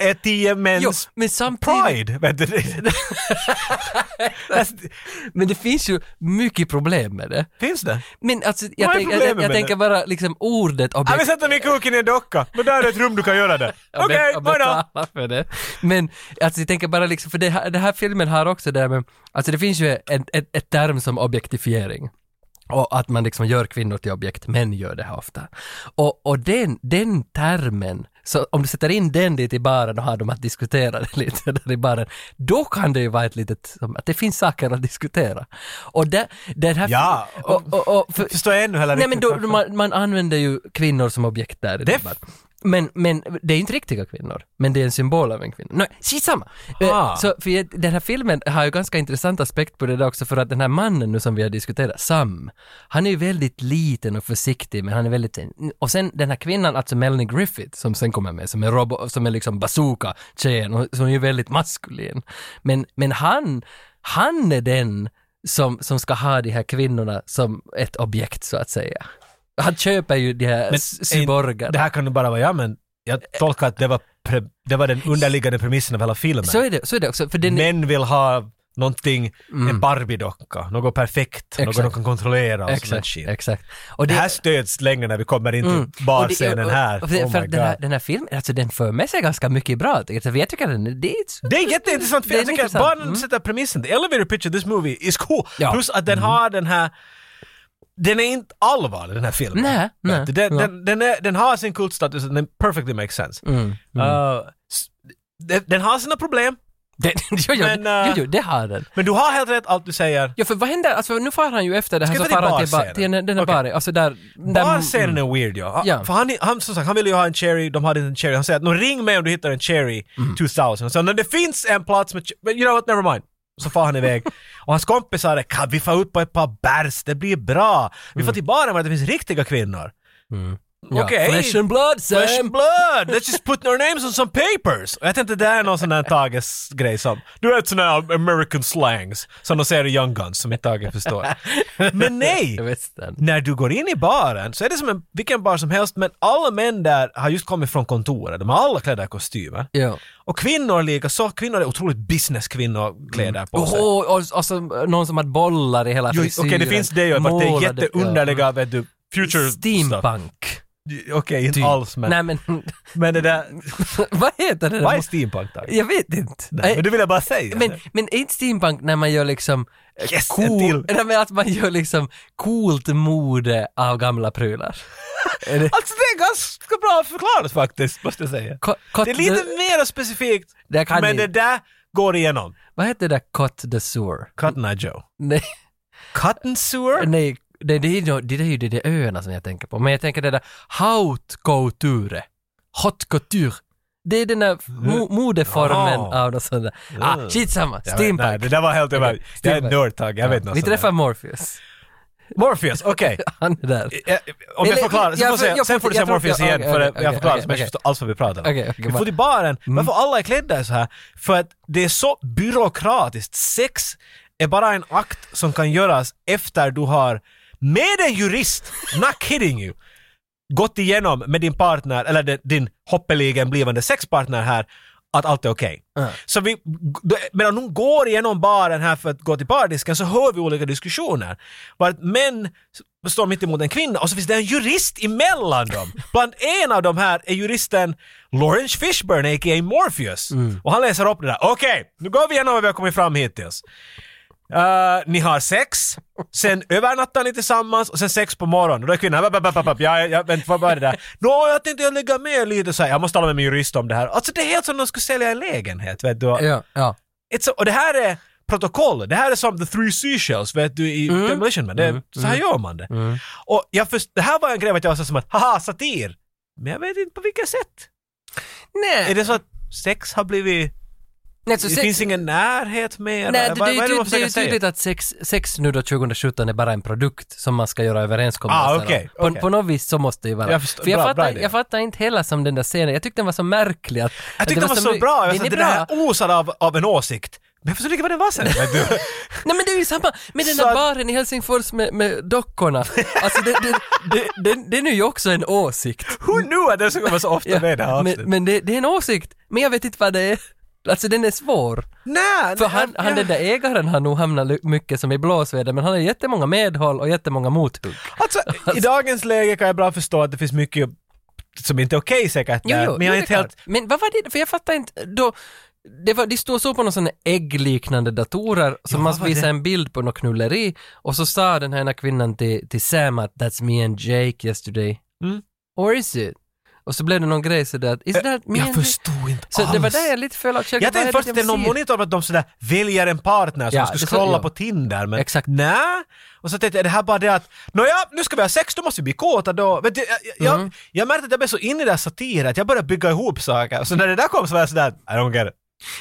B: är tio
A: Jo,
B: mäns
A: men samtidigt,
B: pride. Vet
A: *laughs*
B: du? det- *laughs* alltså,
A: men det finns ju mycket problem med det.
B: finns det?
A: Men alltså,
B: Vad
A: jag,
B: är
A: tänk, jag,
B: problemet
A: jag,
B: med
A: tänker
B: det?
A: bara liksom ordet
B: Ah, vi
A: objekt.
B: sätter min kuk in i en docka, men där är ett rum du kan göra det.
A: Jag bet-
B: Okej,
A: jag
B: vad då?
A: betalar för det. Men alltså jag tänker bara liksom, för det här, den här filmen har också det här med, alltså det finns ju en, ett, ett term som objektifiering. Och att man liksom gör kvinnor till objekt, män gör det här ofta. Och, och den, den termen, så om du sätter in den dit i baren och har dem att diskutera *laughs* det lite där i baren, då kan det ju vara ett litet, som att det finns saker att diskutera. Och där, den här...
B: Ja, och-
A: och, och, och, för,
B: Förstår jag ännu heller
A: Nej men
B: riktigt
A: då,
B: varför.
A: man, man använder ju kvinnor som objekt där. i
B: Det-
A: debatt. Men, men det är inte riktiga kvinnor, men det är en symbol av en kvinna. Nej, skitsamma!
B: Ah.
A: Eh, Så, för jag- den här filmen har ju ganska intressant aspekt på det där också, för att den här mannen nu som vi har diskuterat, Sam, han är ju väldigt liten och försiktig, men han är väldigt... Och sen den här kvinnan, alltså Melanie Griffith, som sen kommer med, som är, robo, som är liksom bazooka-tjejen, och som är ju väldigt maskulin. Men, men han, han är den som, som ska ha de här kvinnorna som ett objekt, så att säga. Han köper ju de här
B: Men
A: s- Eh. cyborgarna.
B: Det här kan ju bara vara jag, men jag tolkar att det var, pre, det var den underliggande premissen av hela filmen.
A: Så är det, så är det också. För den,
B: Män vill ha någonting, en Barbie-docka, något perfekt, något de
A: Exakt.
B: kan kontrollera och sånt
A: exakt,
B: shit.
A: exakt. Och
B: Det här stöds längre när vi kommer in till
A: Mm. och det-
B: barscenen
A: och-
B: här.
A: och för-
B: Oh
A: för
B: my
A: den, här,
B: God.
A: den här filmen, alltså den för med sig ganska mycket bra. Alltså, jag tycker den, det är
B: Det är jätteintressant
A: Det är
B: film. Jag tycker att
A: intressant.
B: bara
A: Mm.
B: mm. sätter premissen, the elevator pitch of this movie is cool.
A: Ja. Mm.
B: Plus att den har den här den är inte allvarlig den här filmen.
A: Nej, nej.
B: Vet du, Den,
A: Ja.
B: den, den, är, den har sin kultstatus och den perfectly makes sense.
A: Mm, mm.
B: Uh, s- den, den har sina problem,
A: det, *laughs* jo, jo,
B: Men,
A: jo,
B: äh,
A: jo, det har den.
B: men du har helt rätt allt du säger.
A: Ja, för vad händer, alltså nu far han ju efter det här
B: Ska
A: så
B: vi ta
A: far
B: till
A: han till, ba-
B: barscenen?
A: till den, den här
B: Okej.
A: baren, alltså där... där
B: Barscenen
A: mm,
B: är weird ja.
A: Ja.
B: För han, han, som sagt, han ville ju ha en cherry, de hade inte en cherry. Han säger att "Nå, ring mig om du hittar en cherry
A: Mm.
B: 2000. Så när det finns en plats med, che- but you know what, never mind. Så far
A: *laughs*
B: han iväg. och hans kompisar är, kan vi få ut på ett par bärs, det blir bra. Vi får till baren var det finns riktiga kvinnor.
A: Mm. ja.
B: Okej.
A: Flesh and blood, Sam!
B: Flesh and blood! Let's just put their names on some papers! Och jag tänkte det där är någon sån där Tages grej som, du vet sån här American slangs som de säger i Young Guns som inte
A: *laughs*
B: Tage förstår. Men nej!
A: Jag vet den.
B: när du går in i baren så är det som en, vilken bar som helst men alla män där har just kommit från kontoret. De har alla kläder i kostymer.
A: Ja.
B: Och kvinnor lika så. Kvinnor är otroligt businesskvinnokläder på sig.
A: Mm. Oho, och, och så, någon som har bollar i hela
B: Jo,
A: frisyren.
B: Okej, det finns det ju. bara Det är
A: målade-
B: jätteunderliga, vet du, future stuff.
A: Steampunk.
B: Okej, inte
A: typ.
B: alls men.
A: Nej Mm. men, *laughs*
B: Men det där,
A: vad heter det? där?
B: vad är steampunk då?
A: Jag vet inte.
B: Nej, men du ville bara säga
A: Men,
B: *laughs* det.
A: men är inte steampunk när man gör liksom eh,
B: Yes, en
A: cool, *laughs*
B: till.
A: nej, men att man gör liksom coolt mode av gamla prylar? Är det-
B: Alltså det är ganska bra förklarat faktiskt, måste jag säga.
A: Co- co-
B: Det är lite
A: the-
B: mer specifikt,
A: Det kan
B: men
A: ni-
B: det där går igenom.
A: Vad heter det där Cot the Sewer?
B: Cotton Eye Joe.
A: Nej,
B: Cotton Sewer?
A: nej det, det, är, ju- det är ju de där öarna som jag tänker på. Men jag tänker det där haute couture. Hot couture. Det är den där mo- modeformen
B: Jaha.
A: av något sånt där. Ah, skitsamma.
B: Mm. Jag vet- nej,
A: Steampunk.
B: Det där var helt över.
A: Okej,
B: Jag är
A: steampunk.
B: nördtagg, jag vet något
A: Vi
B: sånt där.
A: träffar Morpheus.
B: Morpheus, *laughs* okej.
A: Han är där.
B: Eh, eh, Om jag
A: Eller-
B: förklarar,
A: jag
B: så får
A: för-
B: jag säga,
A: jag
B: sen
A: får-
B: får du säga
A: jag tror-
B: Morpheus igen
A: okej,
B: för
A: okej,
B: jag förklarar
A: okej,
B: så men jag
A: okej.
B: förstår alls vad vi pratar om.
A: Okej, okej, Mm.
B: vi
A: bara-
B: får till baren, varför alla är klädda så här? För att det är så byråkratiskt. Sex är bara en akt som kan göras efter du har, med en jurist, not kidding you, gått igenom med din partner, eller din- din hoppeligen blivande sexpartner här, att allt är okej. Så vi, då- medan de går igenom baren här för att gå till bardisken så hör vi olika diskussioner. Var att män s- står mitt emot en kvinna och så finns det en jurist emellan dem. Bland en av de här är juristen Lawrence Fishburne, a.k.a. Morpheus. Och han läser upp det där. Okej, nu går vi igenom vad vi har kommit fram hittills. Eh, ni har sex, sen övernattar ni tillsammans och sen sex på morgonen. Och då är kvinnan "Bap, bap, bap, bap, bap, ja, ja, vänta, vad var det där? Nå, jag tänkte jag lägga med lite så här. jag måste tala med min jurist om det här. Alltså det är helt som om de skulle sälja en lägenhet, vet du.
A: Ja, ja.
B: It's a, och det här är protokoll, det här är som the three seashells, vet du, i
A: Mm.
B: Demolition Man. Det, är- Så här gör man det. Och jag först, det här var en grej att jag sa som att, haha, satir! Men jag vet inte på vilket sätt.
A: Nej.
B: Är det så att sex har blivit
A: Nej, så
B: Det
A: sex-
B: finns ingen närhet mer?
A: Nej, det,
B: Vad-
A: det, är ju
B: vad är
A: tydligt, det är
B: man försöker
A: ju
B: säga?
A: tydligt att sex, sex nu då 2017 är bara en produkt som man ska göra överenskommelser
B: Ah,
A: om.
B: okej,
A: på,
B: okej.
A: på något vis så måste det ju vara.
B: Jag förstår-
A: För jag,
B: bra- bra
A: fattar,
B: idé.
A: jag fattar inte heller som den där scenen, jag tyckte den var så märklig. Att,
B: Jag tyckte den var så, bra, jag
A: den
B: sa
A: är
B: att det
A: bra.
B: där osade av, av en åsikt. Men jag förstod inte vad den var sen.
A: *laughs*
B: Men du-
A: Nej men det är ju samma med den
B: Så
A: där
B: att-
A: baren i Helsingfors med, med dockorna. Alltså det, det, det, det, det är ju också en åsikt.
B: Who knew att den skulle vara så ofta med i det här
A: men
B: avsnittet?
A: men det, det är en åsikt, men jag vet inte vad det är. Alltså den är svår.
B: Nej,
A: För
B: nej,
A: han,
B: jag-
A: han den där ägaren har nog hamnat lu- mycket som i blåsväder, men han har jättemånga medhåll och jättemånga mothugg.
B: Alltså, i dagens läge kan jag bra förstå att det finns mycket som inte är okej säkert där, men jag är
A: det
B: inte
A: är
B: helt...
A: klart. Men vad var det, för jag fattar inte, då, det var, de stod så på någon sån här äggliknande datorer som
B: vad
A: man
B: var
A: visade
B: det?
A: en bild på något knulleri och så sa den här ena kvinnan till, till Sam att that's me and Jake yesterday.
B: Mm.
A: Or is it? Och så blev det någon grej sådär att is that me
B: Jag
A: and Jake?
B: förstod inte
A: Så
B: alls.
A: det var där jag lite föll av köket.
B: Jag
A: Vad
B: tänkte först
A: det
B: att det är någon
A: ser?
B: monitor för att de sådär väljer en partner som
A: Ja,
B: ska
A: det ska-
B: scrolla
A: ja.
B: på Tinder, men
A: Exakt.
B: nej. Och så tänkte jag, är det här bara det att, nåja, nu ska vi ha sex, då måste vi bli kåta då. Vet du, jag, jag,
A: Mhm.
B: jag märkte att jag blev så inne i det här satiren att jag började bygga ihop saker. Så när det där kom så var jag sådär, I don't get it.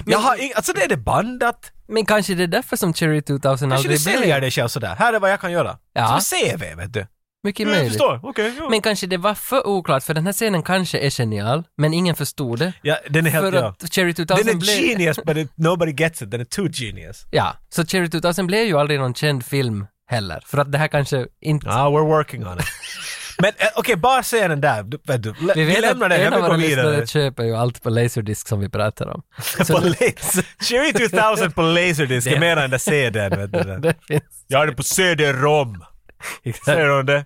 B: jag
A: Men-
B: har ing- alltså det är det bandat.
A: Men kanske det är därför som Cherry 2000
B: Kanske du
A: aldrig blev.
B: säljer dig själv sådär, här är vad jag kan göra.
A: Ja.
B: Som en CV vet du.
A: Mycket
B: Jag
A: möjligt.
B: förstår, okej.
A: *laughs*
B: ja.
A: Men kanske det var för oklart, för den här scenen kanske är genial, men ingen förstod det.
B: ja, den är
A: För
B: helt, ja.
A: att Cherry 2000
B: Den är
A: blev...
B: genius, but it, nobody gets it. Den är too genius.
A: Ja, så Cherry 2000 blev ju aldrig någon känd film heller, för att det här kanske inte...
B: Ah, we're working on it. *laughs* Men eh, okej, bara scenen där. Du, vet du, vi, vi lämnar den,
A: en
B: jag
A: av
B: vill
A: våra
B: gå vidare.
A: lyssnare köper ju allt på Laserdisc som vi pratar om.
B: *laughs* På Laser- Cherry 2000 på Laserdisc är mer än den där CDn. Vet du.
A: *laughs* Det finns.
B: Jag har den på CD-ROM. Ser hon det?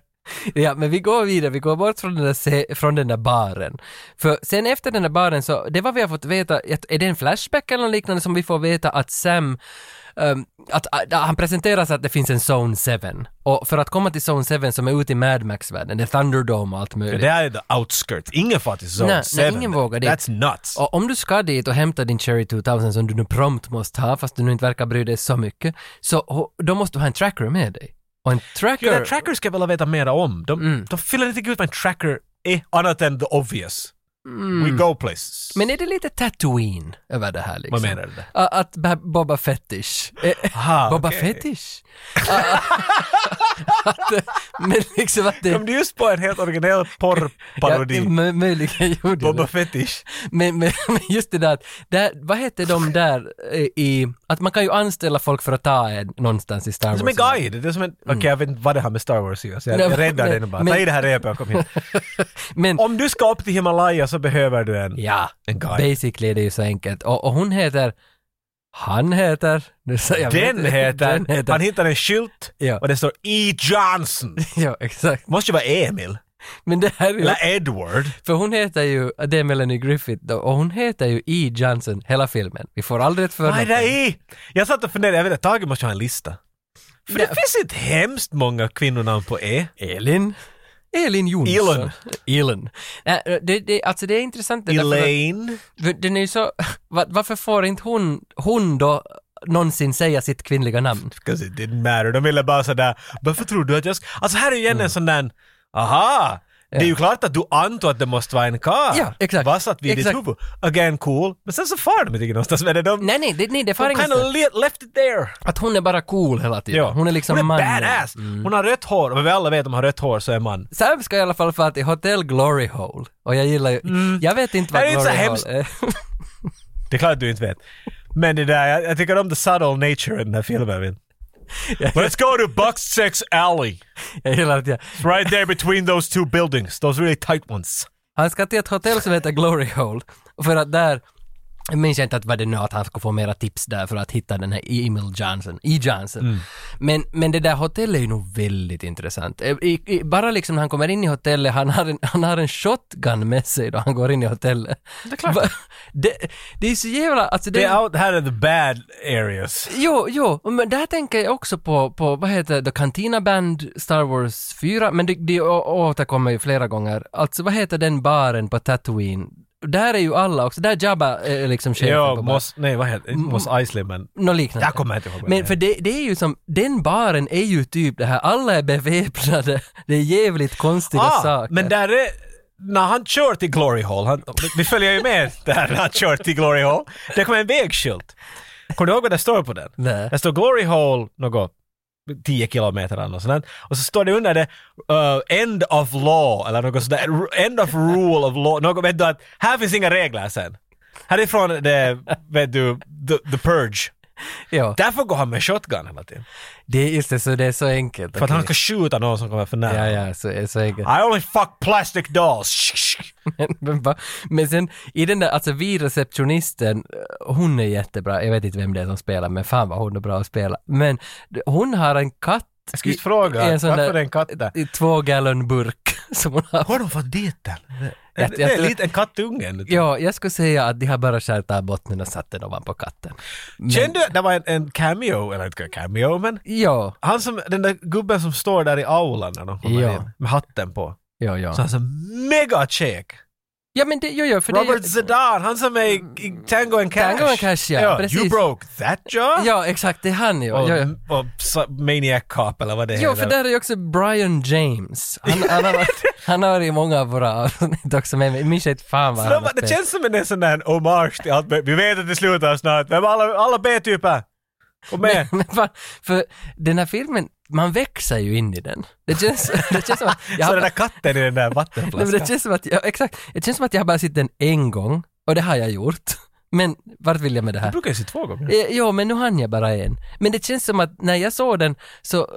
A: Ja, men vi går vidare, vi går bort från den, där, se- från den där baren. För sen efter den där baren så, det var vi har fått veta, att- är det en flashback eller något liknande som vi får veta att Sam ehm, att, att han presenteras att det finns en Zone 7. Och för att komma till Zone 7 som är ute i Mad Max-världen, det är Thunderdome och allt möjligt.
B: Det här är the outskirts. Ingen far till Zone
A: Nej, nej,
B: 7.
A: ingen vågar dit.
B: That's nuts.
A: Och om du ska dit och hämta din Cherry 2000 som du nu prompt måste ha, fast du nu inte verkar bry dig så mycket, så ho- då måste du ha en tracker med dig. Och en
B: Ja,
A: tracker...
B: den tracker ska jag vilja veta mer om. De,
A: Mm.
B: de fyller inte ut vad en tracker är, annat än the obvious. We go places.
A: Mm. Men är det lite Tatooine över det här liksom?
B: Vad menar du där?
A: A- Att Ba- Boba Fettish. Eh, *laughs*
B: Aha,
A: Boba
B: okej.
A: Fettish? A- a- att, eh, men liksom att det...
B: Kom du just på en helt
A: *laughs*
B: originell
A: Ja,
B: porrparodi?
A: mö- möjligen gjorde
B: Boba
A: det.
B: Fetish.
A: Men, men, *laughs* men just det där, att där, vad heter de där eh, i, att man kan ju anställa folk för att ta en någonstans i Star
B: Det är
A: Wars.
B: som en guide. Det är som en... Okej, jag vet inte vad det har med Star Wars att göra, så jag,
A: Mm. Nej,
B: jag räddar
A: men-
B: dig nu bara.
A: men-
B: Ta i det här repet och
A: *laughs*
B: kom hit.
A: *laughs* Men,
B: Om du ska upp till Himalaya så behöver du en...
A: Ja,
B: En guide.
A: basically är det ju så enkelt. Och, och hon heter, han heter, nu säger jag
B: Den, heter,
A: den heter,
B: Han hittar en skylt
A: Ja.
B: och det står E. Johnson.
A: ja exakt.
B: Måste ju vara Emil.
A: Men det här är ju,
B: Eller Edward.
A: för hon heter ju, det är Melanie Griffith då, och hon heter ju E. Johnson hela filmen. Vi får aldrig ett
B: Vad är det
A: förnamn.
B: i? Jag satt och funderade, jag vet inte, Tage måste ha en lista. För det finns inte hemskt många kvinnonamn på E.
A: Elin. Elin Jonsson.
B: Elin.
A: Elin. Nej, det, det, alltså det är intressant det därför att-
B: Elaine.
A: För Den är ju så, *laughs* va- varför får inte hon, hon då någonsin säga sitt kvinnliga namn?
B: Because it didn't matter. De ville bara sådär, varför tror du att jag ska... Alltså här är ju igen
A: Mm.
B: en sån där, aha! Det är ju klart att du antar att det måste vara en karl.
A: Ja, exakt.
B: Vassat vid ditt
A: Exakt.
B: huvud. Again cool. Men sen så far de inte någonstans med det. De,
A: Nej, nej, det, nej, det far
B: de kind
A: ingenstans.
B: of left it there.
A: Att hon är bara cool hela tiden. Hon är liksom
B: Hon är
A: mannen.
B: badass. Hon har rött hår. Och vi alla vet att om hon har rött hår så är man.
A: Sam ska i alla fall fara till Hotel Glory Hole. Och jag gillar ju, jag vet inte vad
B: Det Mm. är inte så
A: Glory
B: hemskt.
A: Hole är. *laughs*
B: Det är klart du inte vet. Men det där, jag, jag tycker om the subtle nature i den här filmen. men. Let's go to Bucks Sex Alley.
A: jag gillar att jag,
B: It's right there between those two buildings. Those really tight ones.
A: han ska till ett hotell som heter Glory Hole. För att där, jag minns inte att vad det nu att han ska få mera tips där för att hitta den här Emil Johnson, E. Johnson. Men, men det där hotellet är ju nog väldigt intressant. Eh, I, i, bara liksom när han kommer in i hotellet, han har, en, han har en shotgun med sig då han går in i hotellet. Det är klart. Det, det är så jävla, alltså det,
B: Det är out här är the bad areas.
A: Jo, jo, men där tänker jag också på, på vad heter det, Cantina Band Star Wars 4, men det, det å- återkommer ju flera gånger. Alltså vad heter den baren på Tatooine? Där är ju alla också, där Jabba är liksom chefen
B: Jo,
A: på Mm.
B: Moss, nej vad heter det? Inte Moss Eisley men...
A: Något liknande.
B: Jag kommer inte ihåg vad det
A: Men
B: är.
A: för det, det är ju som, den baren är *laughs* ju typ det här, alla är beväpnade, det är jävligt konstiga
B: Ah,
A: saker.
B: men där är... när han kör till Glory Hall, han, vi följer ju med *laughs* där när han kör till Glory Hall, det kommer en vägskylt. Kommer du ihåg vad det står på den?
A: Nej.
B: Det står Glory Hall något 10 kilometer eller något sånt. Och så står det under det uh, End of Law eller något sånt där. End of Rule of Law. Något, vet du att här finns inga regler sen. Härifrån är det, vet du, the, the Purge.
A: Ja,
B: Därför går han med shotgun hela tiden.
A: det är just det, så det är så enkelt.
B: För att han
A: okej.
B: ska skjuta någon som kommer för nära.
A: Ja, ja, så, är- så enkelt.
B: I only fuck plastic dolls.
A: Men, *laughs* men, va? men sen i den där, alltså vi receptionisten, eh, hon är jättebra. Jag vet inte vem det är som spelar, men fan vad hon är bra att spela. Men d- hon har en katt.
B: Jag ska just
A: i-
B: fråga,
A: i en sån
B: varför
A: där-
B: är det en katt där?
A: I två gallon burk *laughs* som hon har.
B: Har de fått dit den? Det,
A: Jag-
B: det är
A: jag-
B: lite en kattunge. ännu.
A: Ja, jag skulle säga att de har bara skärt av botten och satt den ovanpå katten. Men,
B: Kände du att det var en, en cameo, eller inte cameo men
A: Ja,
B: han som, den där gubben som står där i aulan när de kommer
A: Ja.
B: in med hatten på.
A: ja, ja.
B: Så han är så mega check.
A: Ja, men det, jo, jo, för
B: Robert
A: det... Mm.
B: Zidane, han som är i, i Tango and Cash.
A: Tango and Cash, ja, precis.
B: You broke that job?
A: Ja, exakt, det är han ju.
B: Och,
A: Ja, ja.
B: och sa- Maniac Cop eller vad det
A: Jo,
B: heter.
A: för där är ju också Brian James. Han, han, har,
B: *laughs*
A: han har i många av våra avsnitt också med mig. Minns jag inte fan vad
B: Så
A: han
B: de,
A: har
B: det
A: spelat.
B: känns som en en sån där hommage till allt. Vi vet att det slutar snart. Vem alla, alla B-typer? Kom med.
A: *laughs* Men fan, för den här filmen, man växer ju in i den. Det känns, *laughs* det känns som att... Jag
B: Så den
A: har,
B: där katten i den där
A: nej, men det
B: vattenflaskan.
A: känns som att, ja, exakt. Det känns som att jag har bara sett den en gång, och det har jag gjort. *laughs* Men vart vill jag med det
B: Du
A: här?
B: brukar ju se två gånger.
A: Eh, Ja, men nu hann jag bara en. Men det känns som att när jag såg den så eh,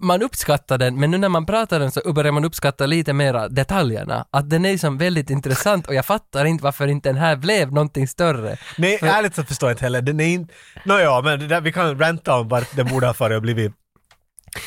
A: man uppskattar den, men nu när man pratar den så börjar man uppskatta lite mera detaljerna. Att den är som väldigt intressant och jag fattar inte varför inte den här blev någonting större.
B: Nej, ärligt så förstår jag inte heller. Den är inte... Nåja, men det där, vi kan ranta om vart den borde ha farit och blivit.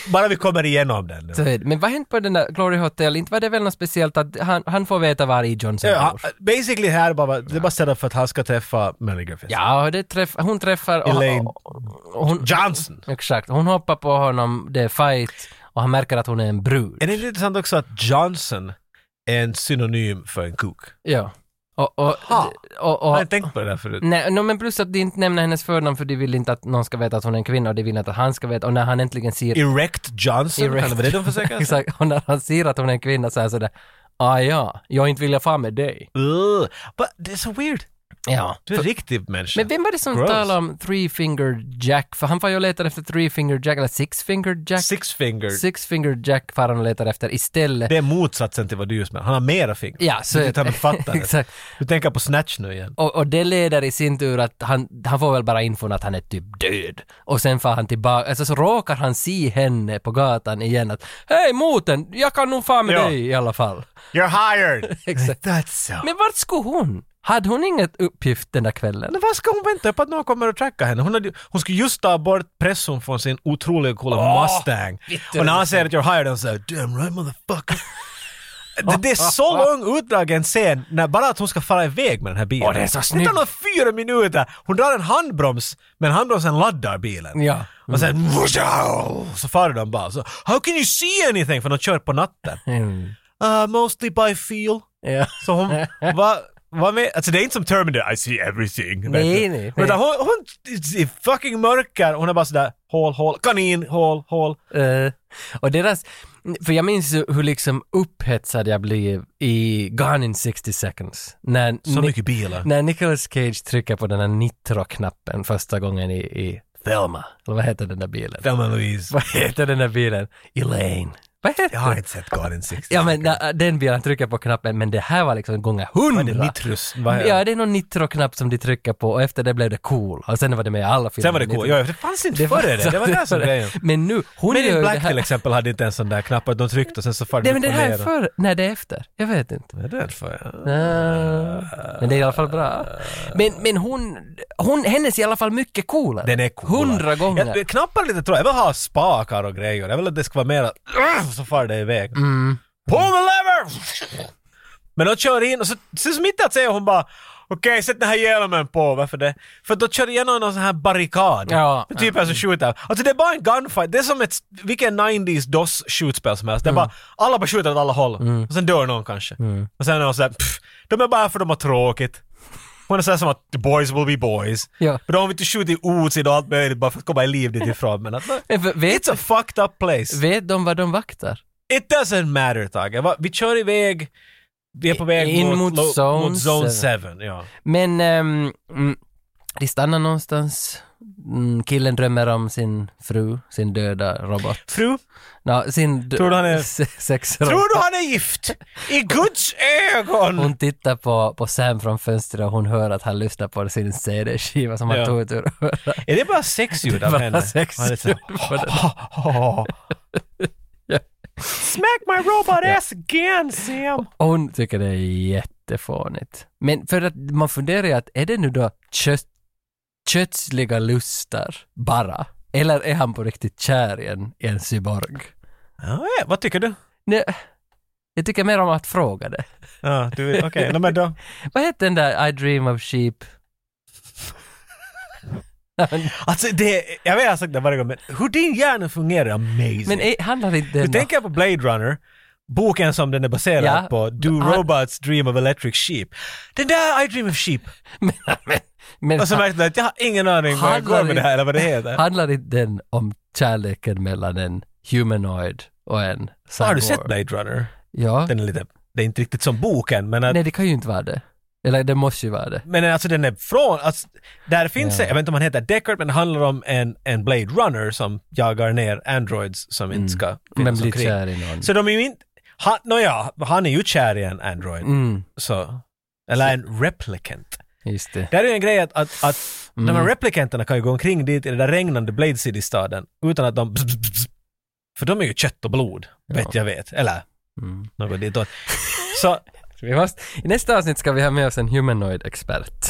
B: Bara vi kommer igenom den nu.
A: Så är det. Men vad hände på den där Glory Hotel? Inte var det väl något speciellt att han, han får veta var E. Johnson
B: Ja,
A: bor?
B: han- basically här bara, det är bara setup för att han ska träffa Melanie Griffith.
A: Ja, det träff, hon träffar... och-
B: Elaine.
A: och hon,
B: Johnson!
A: exakt. Hon hoppar på honom, det är fight, och han märker att hon är en brud.
B: Är det inte intressant också att Johnson är en synonym för en kuk?
A: Ja. Och, och,
B: Ha.
A: och, och,
B: Har jag tänkt på det där förut?
A: Nej, no, men plus att de inte nämner hennes förnamn för de vill inte att någon ska veta att hon är en kvinna och de vill inte att han ska veta. Och när han äntligen ser...
B: Erect Johnson?
A: Erect.
B: Kan det vara det
A: *laughs*
B: de försöker säga?
A: Exakt, och när han ser att hon är en kvinna så är han sådär Ah ja, jag inte vill jag fan med dig.
B: Ugh. But det är så weird.
A: Ja.
B: Du är en riktig människa.
A: Men vem var det som
B: Gross.
A: talade om Three Finger Jack? För han var ju och letade efter Three Finger Jack, eller Six Finger Jack?
B: Six finger.
A: Six Finger Jack far han och letar efter istället.
B: Det är motsatsen till vad du just menar. Han har mera fingrar.
A: Ja, så
B: du
A: är
B: inte
A: det.
B: har fattat det.
A: *laughs* Exakt.
B: Du tänker på Snatch nu igen.
A: Och, och det leder i sin tur att han, han får väl bara infon att han är typ död. Och sen far han tillbaka, alltså så råkar han se henne på gatan igen att Hej moten, jag kan nog fan med
B: Ja.
A: dig i alla fall.
B: You're hired!
A: Exakt.
B: *laughs* That's so. Men,
A: Men vart skulle hon? Hade hon inget uppgift den där kvällen?
B: vad ska hon vänta på att någon kommer och tracka henne? Hon, hade, hon skulle just ta bort presson från sin otroligt coola Mustang.
A: vittu.
B: Och när han säger att you're hired, han säger damn
A: *laughs*
B: right motherfucker. Det, det är så lång utdragen scen, när bara att hon ska fara iväg med den här bilen.
A: Åh, det är så
B: Det
A: snyggt.
B: tar några fyra minuter. Hon drar en handbroms, men handbromsen laddar bilen.
A: Ja.
B: Och sen så far de bara. Så, How can you see anything? För de kör
A: *laughs*
B: på natten.
A: Mm.
B: Uh, mostly by feel.
A: Ja. *laughs*
B: Så hon, vad, vad med, alltså det är inte som Terminator, I see everything. vet
A: Nej,
B: du.
A: nej,
B: Utan
A: nej.
B: hon, hon i fucking mörker, hon är bara sådär hål, hål, kanin, hål, hål.
A: Eh, och deras, för jag minns ju hur liksom upphetsad jag blev i Gone in 60 seconds. När
B: Så
A: Ni-
B: mycket bilar.
A: När Nicolas Cage trycker på den här nitro-knappen första gången i, i Thelma, eller vad heter den där bilen?
B: Thelma Louise.
A: Vad heter den där bilen? Elaine. Vad heter
B: Jag har inte sett Garden
A: *laughs*
B: 60.
A: Ja men na, den bilen trycker på knappen, men det här var liksom gånger
B: Vad är det,
A: hundra.
B: nitrus? Vad är det?
A: ja, det är någon nitro-knapp som de trycker på och efter det blev det cool. Och sen var det med i alla filmer.
B: Sen var det coolt. Ja, det fanns inte före det. Det var
A: *laughs*
B: det som grejen.
A: Men nu, hon
B: Men
A: gör
B: in
A: ju det
B: Black till
A: här.
B: exempel hade inte en sån där knapp att de tryckte och sen så far
A: Nej men det
B: upp och
A: här är
B: ner.
A: före, nej det är efter. Jag vet inte.
B: Är det för?
A: Ah, Men det är i alla fall bra. Men, men hon, hon, hennes är i alla fall mycket coolare.
B: Den är coolare.
A: Hundra gånger.
B: Jag, knappar lite tror jag. Jag vill ha spakar och grejer. Jag vill att det ska vara mera... Äh, Så far det iväg.
A: Mm.
B: Pull the lever! Men de kör in och så, sen så mitt i att säga hon bara Okej, sätt den här hjälmen på. Varför det? För då kör igenom någon sån här barrikad.
A: Ja.
B: Med typer som skjuter. Alltså det är bara en gunfight. Det är som ett, vilken 90s DOS skjutspel som helst. Det är
A: Mm.
B: bara, alla bara skjuter åt alla håll. Och sen dör någon kanske. Och sen är någon såhär, pff, de är bara för de har tråkigt. Hon är såhär som att the boys will be boys.
A: Ja.
B: Men de vill inte skjuta i otid och allt möjligt bara för att komma i liv ditifrån. Men att,
A: Men för- *laughs* vet,
B: it's a fucked up place.
A: vet de vad de vaktar?
B: It doesn't matter Tage. Va- Vi kör iväg Vi är på väg
A: In
B: mot,
A: mot
B: lo-
A: Zone
B: mot Zone 7.
A: Seven.
B: ja.
A: Men ehm, mm, de stannar någonstans. Mm, killen drömmer om sin fru, sin döda robot.
B: Fru,
A: Nå, sin dö-
B: Tror du han är-
A: *laughs* se- sexrobot.
B: tror du han är gift? I Guds ögon!
A: Hon tittar på, på Sam från fönstret och hon hör att han lyssnar på sin CD-skiva som
B: Ja.
A: han tog ut ur örat.
B: Är det bara sexljud
A: Det är
B: av
A: bara
B: henne?
A: sexljud
B: Han är så här,
A: på den. *laughs* Ja.
B: Smack my robot ass again Sam!
A: Och hon tycker det är jättefånigt. Men för att man funderar ju att är det nu då kött, kötsliga lustar bara? Eller är han på riktigt kär i en, i en cyborg?
B: Ja, ja, vad tycker du?
A: Nej, jag tycker mer om att fråga det.
B: Ja, du okej, no, men då.
A: Vad heter den där I dream of sheep? Nej, men-
B: Alltså det, jag vet jag har sagt det varje gång men hur din hjärna fungerar är amazing.
A: Men är, handlar inte
B: du
A: den om... *laughs*
B: tänker på Blade Runner, boken som den är baserad
A: Ja,
B: på, Do
A: han-
B: Robots Dream of Electric Sheep. Den där I Dream of Sheep!
A: Men, men, men,
B: Och så märkte jag att jag har ingen aning vad jag
A: Handlar
B: går med det här
A: inte-
B: eller vad det
A: *laughs*
B: heter.
A: handlar inte den om kärleken mellan en humanoid och en cyborg?
B: Har du sett Blade Runner?
A: Ja.
B: Den är lite, det är inte riktigt som boken men att
A: Nej, det kan ju inte vara det. Eller det måste ju vara det.
B: Men alltså den är från, alltså, där finns
A: Ja.
B: det, jag vet inte om han heter Deckard, men det handlar om en, en Blade Runner som jagar ner androids som inte ska
A: Mm. Men
B: finnas
A: blir
B: omkring.
A: kär i någon.
B: Så de är ju inte, han, nåja, han är ju kär i en android,
A: Mm,
B: så, eller en replicant.
A: just det.
B: Det här är ju en grej att, att, att de
A: Mm.
B: här replikanterna kan ju gå omkring dit i den där regnande Blade City-staden utan att de för de är ju kött och blod, vet jag vet, eller
A: Mm.
B: något ditåt.
A: *laughs*
B: Så
A: Vi måste, I nästa avsnitt ska vi ha med oss en humanoid-expert.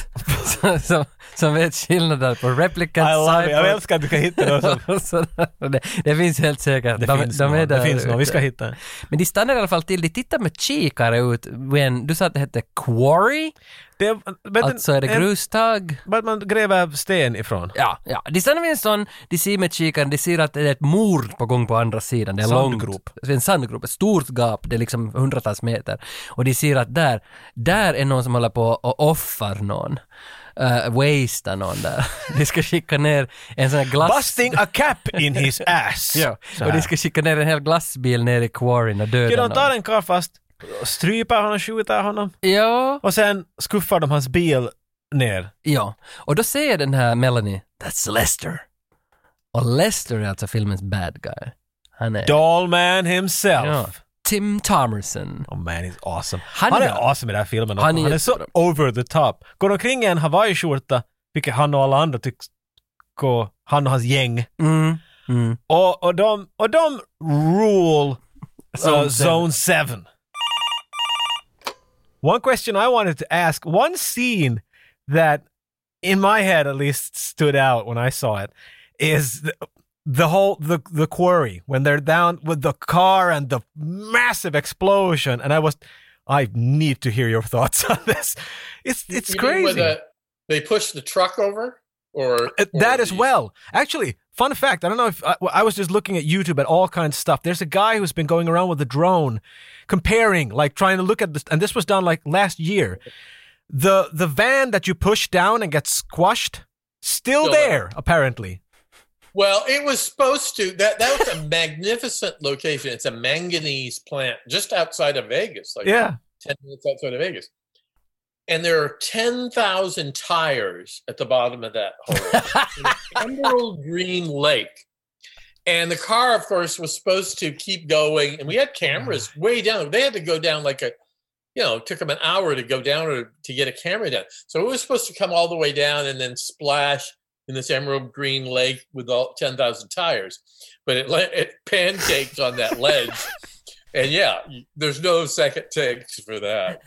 A: *laughs* som, som, som vet skillnader på replicant,
B: I love it. jag
A: cyborg-
B: älskar att du kan hitta någon som...
A: *laughs* och sådär. det, det finns helt säkert.
B: Det
A: de,
B: finns
A: de är
B: någon,
A: där
B: det finns någon, vi
A: ute.
B: ska hitta en.
A: Men de stannar i alla fall till, de tittar med kikare ut. When, du sa att det hette Quarry?
B: Det, men,
A: Alltså är det
B: en-
A: grustag?
B: Vart man gräver sten ifrån.
A: Ja, ja. De stannar vid en sån, de ser med kikaren, de ser att det är ett mord på gång på andra sidan. Det är
B: Sandgrop.
A: långt. En sandgrop, ett stort gap, det är liksom hundratals meter. Och de ser att där, där är någon som håller på och offar någon. Uh, wastea någon där. *laughs* De ska skicka ner en sån här glass...
B: Busting a cap in his ass.
A: *laughs* Ja,
B: Så
A: och
B: här.
A: de ska skicka ner en hel glassbil ner i quarryn och döda
B: Okej,
A: någon.
B: de tar en karl fast, strypar honom, skjuter honom
A: Ja,
B: och sen skuffar de hans bil ner.
A: ja. Och då säger den här Melanie, that's Lester. Och Lester är alltså filmens bad guy. Han är
B: Dollman himself.
A: Ja. Tim Thomerson.
B: Oh man, he's awesome.
A: Han
B: Han,
A: är
B: är
A: bra.
B: awesome i den här filmen.
A: Han
B: Han
A: är
B: är, han är så
A: jättebra.
B: over the top. Går omkring i en hawaiiskjorta, vilket han och alla andra tycks gå, han och hans gäng.
A: Mm. Mm.
B: Och, och, de, och de rule
A: Zone
B: uh, Zone 7. One question I wanted to ask, one scene that in my head at least stood out when I saw it is the, the whole the the quarry when they're down with the car and the massive explosion and I was I need to hear your *laughs* thoughts on this. It's it's
C: You mean
B: crazy.
C: when the- they push the truck over, or,
B: Uh,
C: or
B: that as
C: the-
B: well. Actually, fun fact. I don't know if I, I was just looking at YouTube at all kinds of stuff. There's a guy who's been going around with a drone, comparing, like trying to look at this, and this was done like last year. The the van that you push down and gets squashed, still,
C: Still there.
B: there, apparently.
C: Well, it was supposed to. That that was a *laughs* magnificent location. It's a manganese plant just outside of Vegas, like *laughs*
B: yeah,
C: ten minutes outside of Vegas. And there are ten thousand tires at the bottom of that hole, in an emerald green lake. And the car, of course, was supposed to keep going, and we had cameras way down. They had to go down like a, you know, it took them an hour to go down or to get a camera down. So it was supposed to come all the way down and then splash in this emerald green lake with all 10,000 tires. But it, le- it pancaked on that ledge. And yeah, y- there's no second takes for that.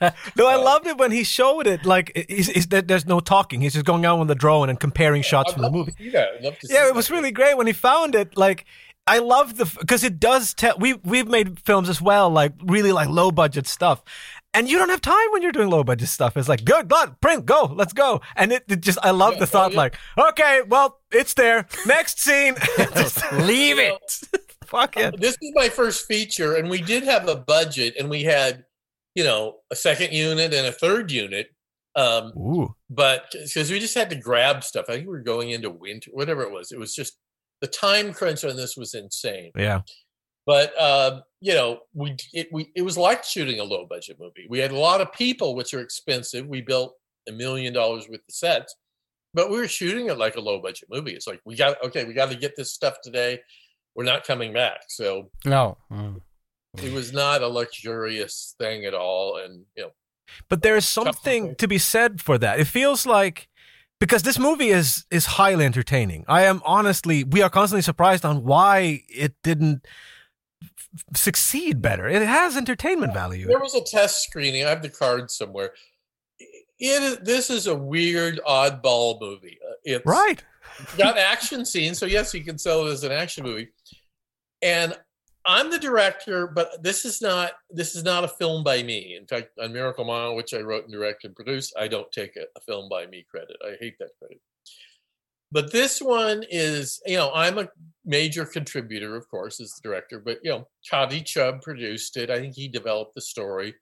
C: So,
B: no, I
C: Uh,
B: loved it when he showed it. Like, is is that there's no talking. He's just going on with the drone and comparing shots
C: I'd
B: from the
C: love to
B: movie.
C: see that. I'd love to see
B: yeah,
C: that.
B: it was really great when he found it. Like, I love the because it does tell. We we've made films as well, like really like low budget stuff, and you don't have time when you're doing low budget stuff. It's like good, God, print, go, let's go, and it, it just I love
C: Yeah,
B: the thought.
C: oh, yeah.
B: Like, okay, well, it's there. Next scene. Just
A: Leave it!
B: *laughs* Fuck it.
C: this is my first feature, and we did have a budget, and we had, you know, a second unit and a third unit. Um,
B: Ooh.
C: but because we just had to grab stuff. I think we were going into winter, whatever it was. It was just the time crunch on this was insane.
B: Yeah.
C: But um you know, we it we it was like shooting a low budget movie. We had a lot of people, which are expensive. We built a million dollars worth of sets, but we were shooting it like a low budget movie. It's like we got okay, we got to get this stuff today. We're not coming back, so
A: No. Mm.
C: it was not a luxurious thing at all. And you know,
B: But there is something to be said for that. It feels like because this movie is is highly entertaining. I am honestly we are constantly surprised on why it didn't f- succeed better. It has entertainment value.
C: There was a test screening. I have the card somewhere. It is, this is a weird, oddball movie. Uh, It's
B: Right.
C: *laughs* got action scenes, so yes, you can sell it as an action movie. And I'm the director, but this is not this is not a film by me. In fact, on Miracle Mile, which I wrote and directed and produced, I don't take a, a film by me credit. I hate that credit. But this one is, you know, I'm a major contributor, of course, as the director. But you know, Cody Chubb produced it. I think he developed the story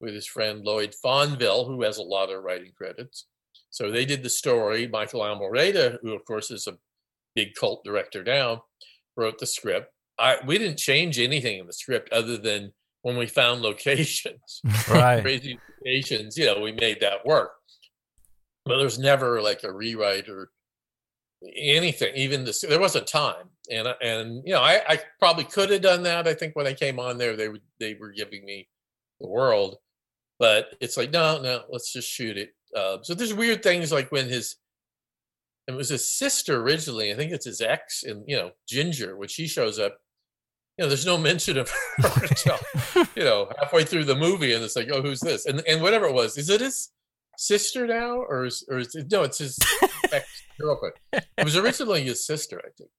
C: with his friend Lloyd Fonville, who has a lot of writing credits. So they did the story. Michael Almereda, who of course is a big cult director now, wrote the script. I we didn't change anything in the script other than when we found locations, *laughs*
B: Right.
C: crazy locations. You know, we made that work. But there's never like a rewrite or anything. Even this, there was a time, and I- and you know, I, I probably could have done that. I think when I came on there, they would they were giving me the world, but it's like no, no, let's just shoot it. Uh, so there's weird things like when his it was his sister originally. I think it's his ex, and you know, Ginger when she shows up. You know, there's no mention of *laughs* her until you know halfway through the movie, and it's like, oh, who's this? And and whatever it was, is it his sister now, or is or is it, no, it's his ex girlfriend. It was originally his sister, I think.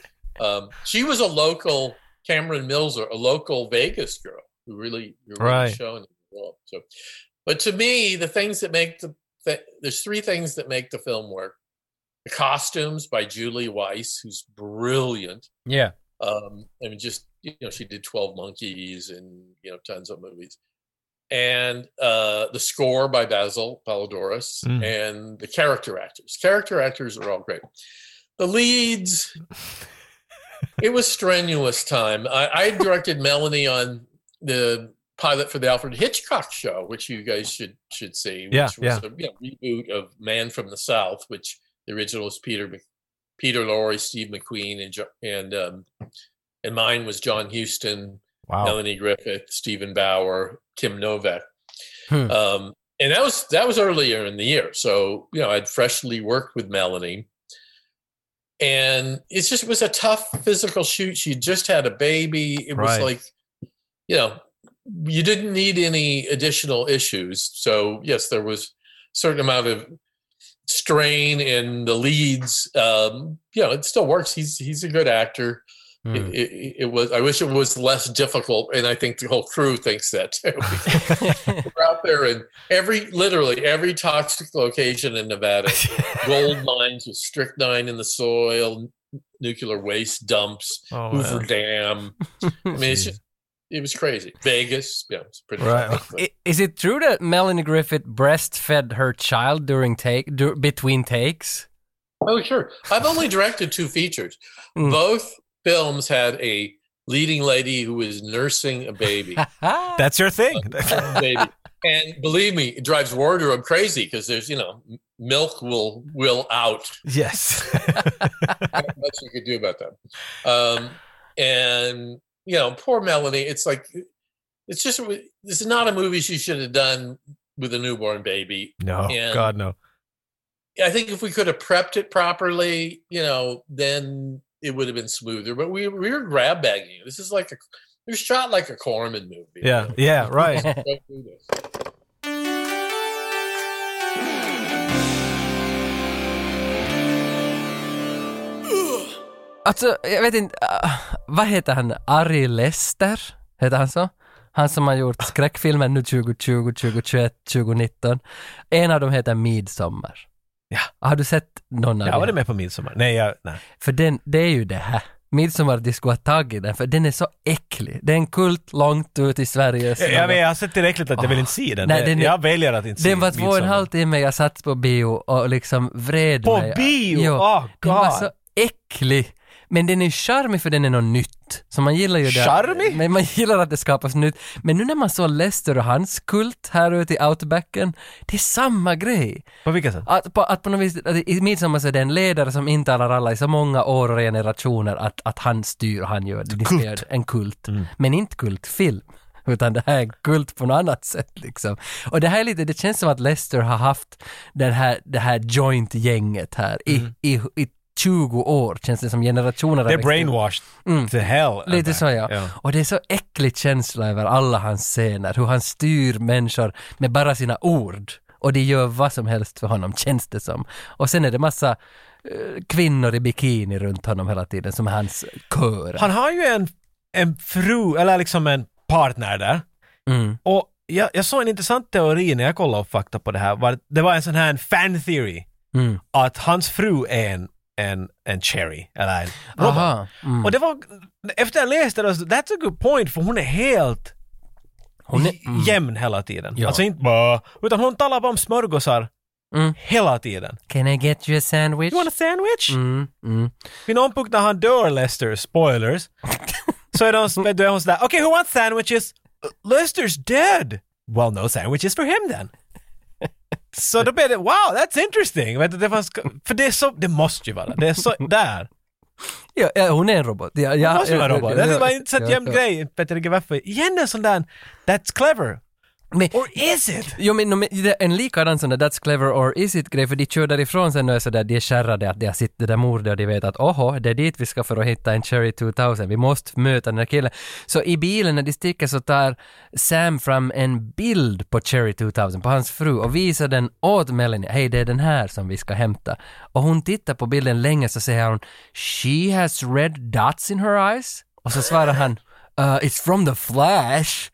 C: So, um, she was a local Cameron Mills, a local Vegas girl who really, who really
B: Right.
C: shone. in the world. So, but to me, the things that make the th- there's three things that make the film work: the costumes by Julie Weiss, who's brilliant.
A: Yeah.
C: Um, I mean, just you know, she did Twelve Monkeys and you know tons of movies, and uh, the score by Basil Palladores
B: Mm.
C: and the character actors. Character actors are all great.
B: *laughs*
C: The leads. it was strenuous time. I, I directed Melanie on the pilot for the Alfred Hitchcock show, which you guys should should see. Which
B: Yeah,
C: was
B: yeah.
C: A, you know, reboot of Man from the South, which the original was Peter Mc- Peter Lorre, Steve McQueen, and Jo- and um, and mine was John Huston,
B: Wow.
C: Melanie Griffith, Stephen Bauer, Tim Novak.
A: Hmm.
C: Um, and that was that was earlier in the year, so you know I'd freshly worked with Melanie, and it just was a tough physical shoot. She had just had a baby. It was
B: Right.
C: like, you know, you didn't need any additional issues. So yes, there was certain amount of strain in the leads. Um, you know, it still works. He's he's a good actor. It,
A: Mm.
C: it, it was. I wish it was less difficult, and I think the whole crew thinks that too. *laughs* We're out there, and every literally every toxic location in Nevada, gold mines with strychnine in the soil, n- nuclear waste dumps,
B: Oh,
C: Hoover
B: man.
C: Dam. I mean, it's just, it was crazy. Vegas, yeah, it's pretty.
B: Right.
C: tough, but-
A: I- Is it true that Melanie Griffith breastfed her child during take dur- between
B: *laughs*
A: takes?
C: Oh, sure. I've only directed two features.
A: Mm.
C: Both films had a leading lady who was nursing a baby.
B: That's
A: *laughs*
B: your thing. *laughs*
C: *laughs* baby. And believe me, it drives wardrobe crazy because there's, you know, m- milk will will out.
B: yes. *laughs*
C: Not much you could do about that. Um, and you know, poor Melanie. It's like it's just it's not a movie she should have done with a newborn baby.
B: No.
C: And-
B: God no.
C: I think if we could have prepped it properly, you know, then it would have been smoother. But we we were grab bagging. This is like a you're shot like a Corman movie. you
B: Yeah.
C: know.
B: Yeah,
A: *laughs*
B: right.
C: Don't do this.
A: Alltså, jag vet inte, äh, vad heter han? Ari Lester? Heter han så? Han som har gjort skräckfilmer nu 2020, 2021, 2019. En av dem heter Midsommar.
B: Ja.
A: Har du sett någon av
B: Jag var
A: dem?
B: med på midsommar. Nej, jag, nej.
A: För den, det är ju det här. Midsommar, de skulle ha tagit den, för den är så äcklig. Det är en kult långt ut i Sverige. så
B: Jag,
A: de
B: jag,
A: bara-
B: vet, jag har sett tillräckligt att jag vill inte se den.
A: Nej, den är-
B: jag väljer att inte se
A: Den var två och en
B: Midsommar.
A: halv timme jag satt på bio och liksom vred
B: På
A: mig.
B: bio?
A: Jo,
B: Åh,
A: Den var
B: God.
A: så äcklig. Men den är charmig för den är något nytt. Så man gillar ju det.
B: Charmig?
A: Men man gillar att det skapas nytt. Men nu när man såg Lester och hans kult här ute i outbacken, det är samma grej.
B: På vilket sätt?
A: Att på, att på något vis, att i midsommar så är det en ledare som intalar alla i så många år och generationer att, att han styr och han gör det.
B: Kult. Mm.
A: Det är En kult. Men inte kultfilm. *laughs* Utan det här är en kult på något annat sätt liksom. Och det här är lite, det känns som att Lester har haft den här, det här joint-gänget här i, i, i 20 år känns det som generationer har
B: Mm. Det är
A: växt upp.
B: brainwashed to hell.
A: Mm. Lite så ja.
B: ja.
A: Och det är så äcklig känsla över alla hans scener, hur han styr människor med bara sina ord. Och de gör vad som helst för honom, *laughs* känns det som. Och sen är det massa eh, kvinnor i bikini runt honom hela tiden, som är hans kör.
B: Han har ju en, en fru, eller liksom en partner där.
A: Mm.
B: Och jag, jag såg en intressant teori när jag kollade upp fakta på det här. Var, det var en sån här en fan theory.
A: Mm.
B: Att hans fru är en, en, en cherry, eller en robot.
A: Aha. Mm.
B: Och det var, efter jag läste det, så, that's a good point, för hon är helt
A: Hon är, mm.
B: jämn hela tiden.
A: Ja.
B: Alltså inte bara, utan hon talar bara om smörgåsar
A: Mm.
B: hela tiden.
A: Can I get you a sandwich?
B: You want a sandwich?
A: Mm. Mm.
B: Vid någon punkt när han dör, Lester, *laughs* spoilers, så är, de, då är hon sådär, okej, okay, who wants sandwiches? Lester's dead! Well, no sandwiches for him then. så då blev det, wow, that's interesting! Vet du, det fanns, för det är så, det måste ju vara, det är så, där.
A: Ja, ja, hon är en robot. Ja,
B: Det
A: ja,
B: måste ju
A: ja,
B: vara robot.
A: ja,
B: Det var
A: ja,
B: inte så
A: ja,
B: jämn
A: ja.
B: grej, vet jag inte varför. Igen en sån där, that's clever.
A: Men-
B: Or is it?
A: Jo men, men det är en likadan sån där That's clever or is it grej för de kör därifrån sen och är sådär de är kärrade att de har sett det där mordet och de vet att oho, det är dit vi ska för att hitta en Cherry 2000, vi måste möta den där killen. Så i bilen när de sticker så tar Sam fram en bild på Cherry 2000, på hans fru och visar den åt Melanie, hej det är den här som vi ska hämta. Och hon tittar på bilden länge så säger hon She has red dots in her eyes och så svarar han "Uh, It's from the flash.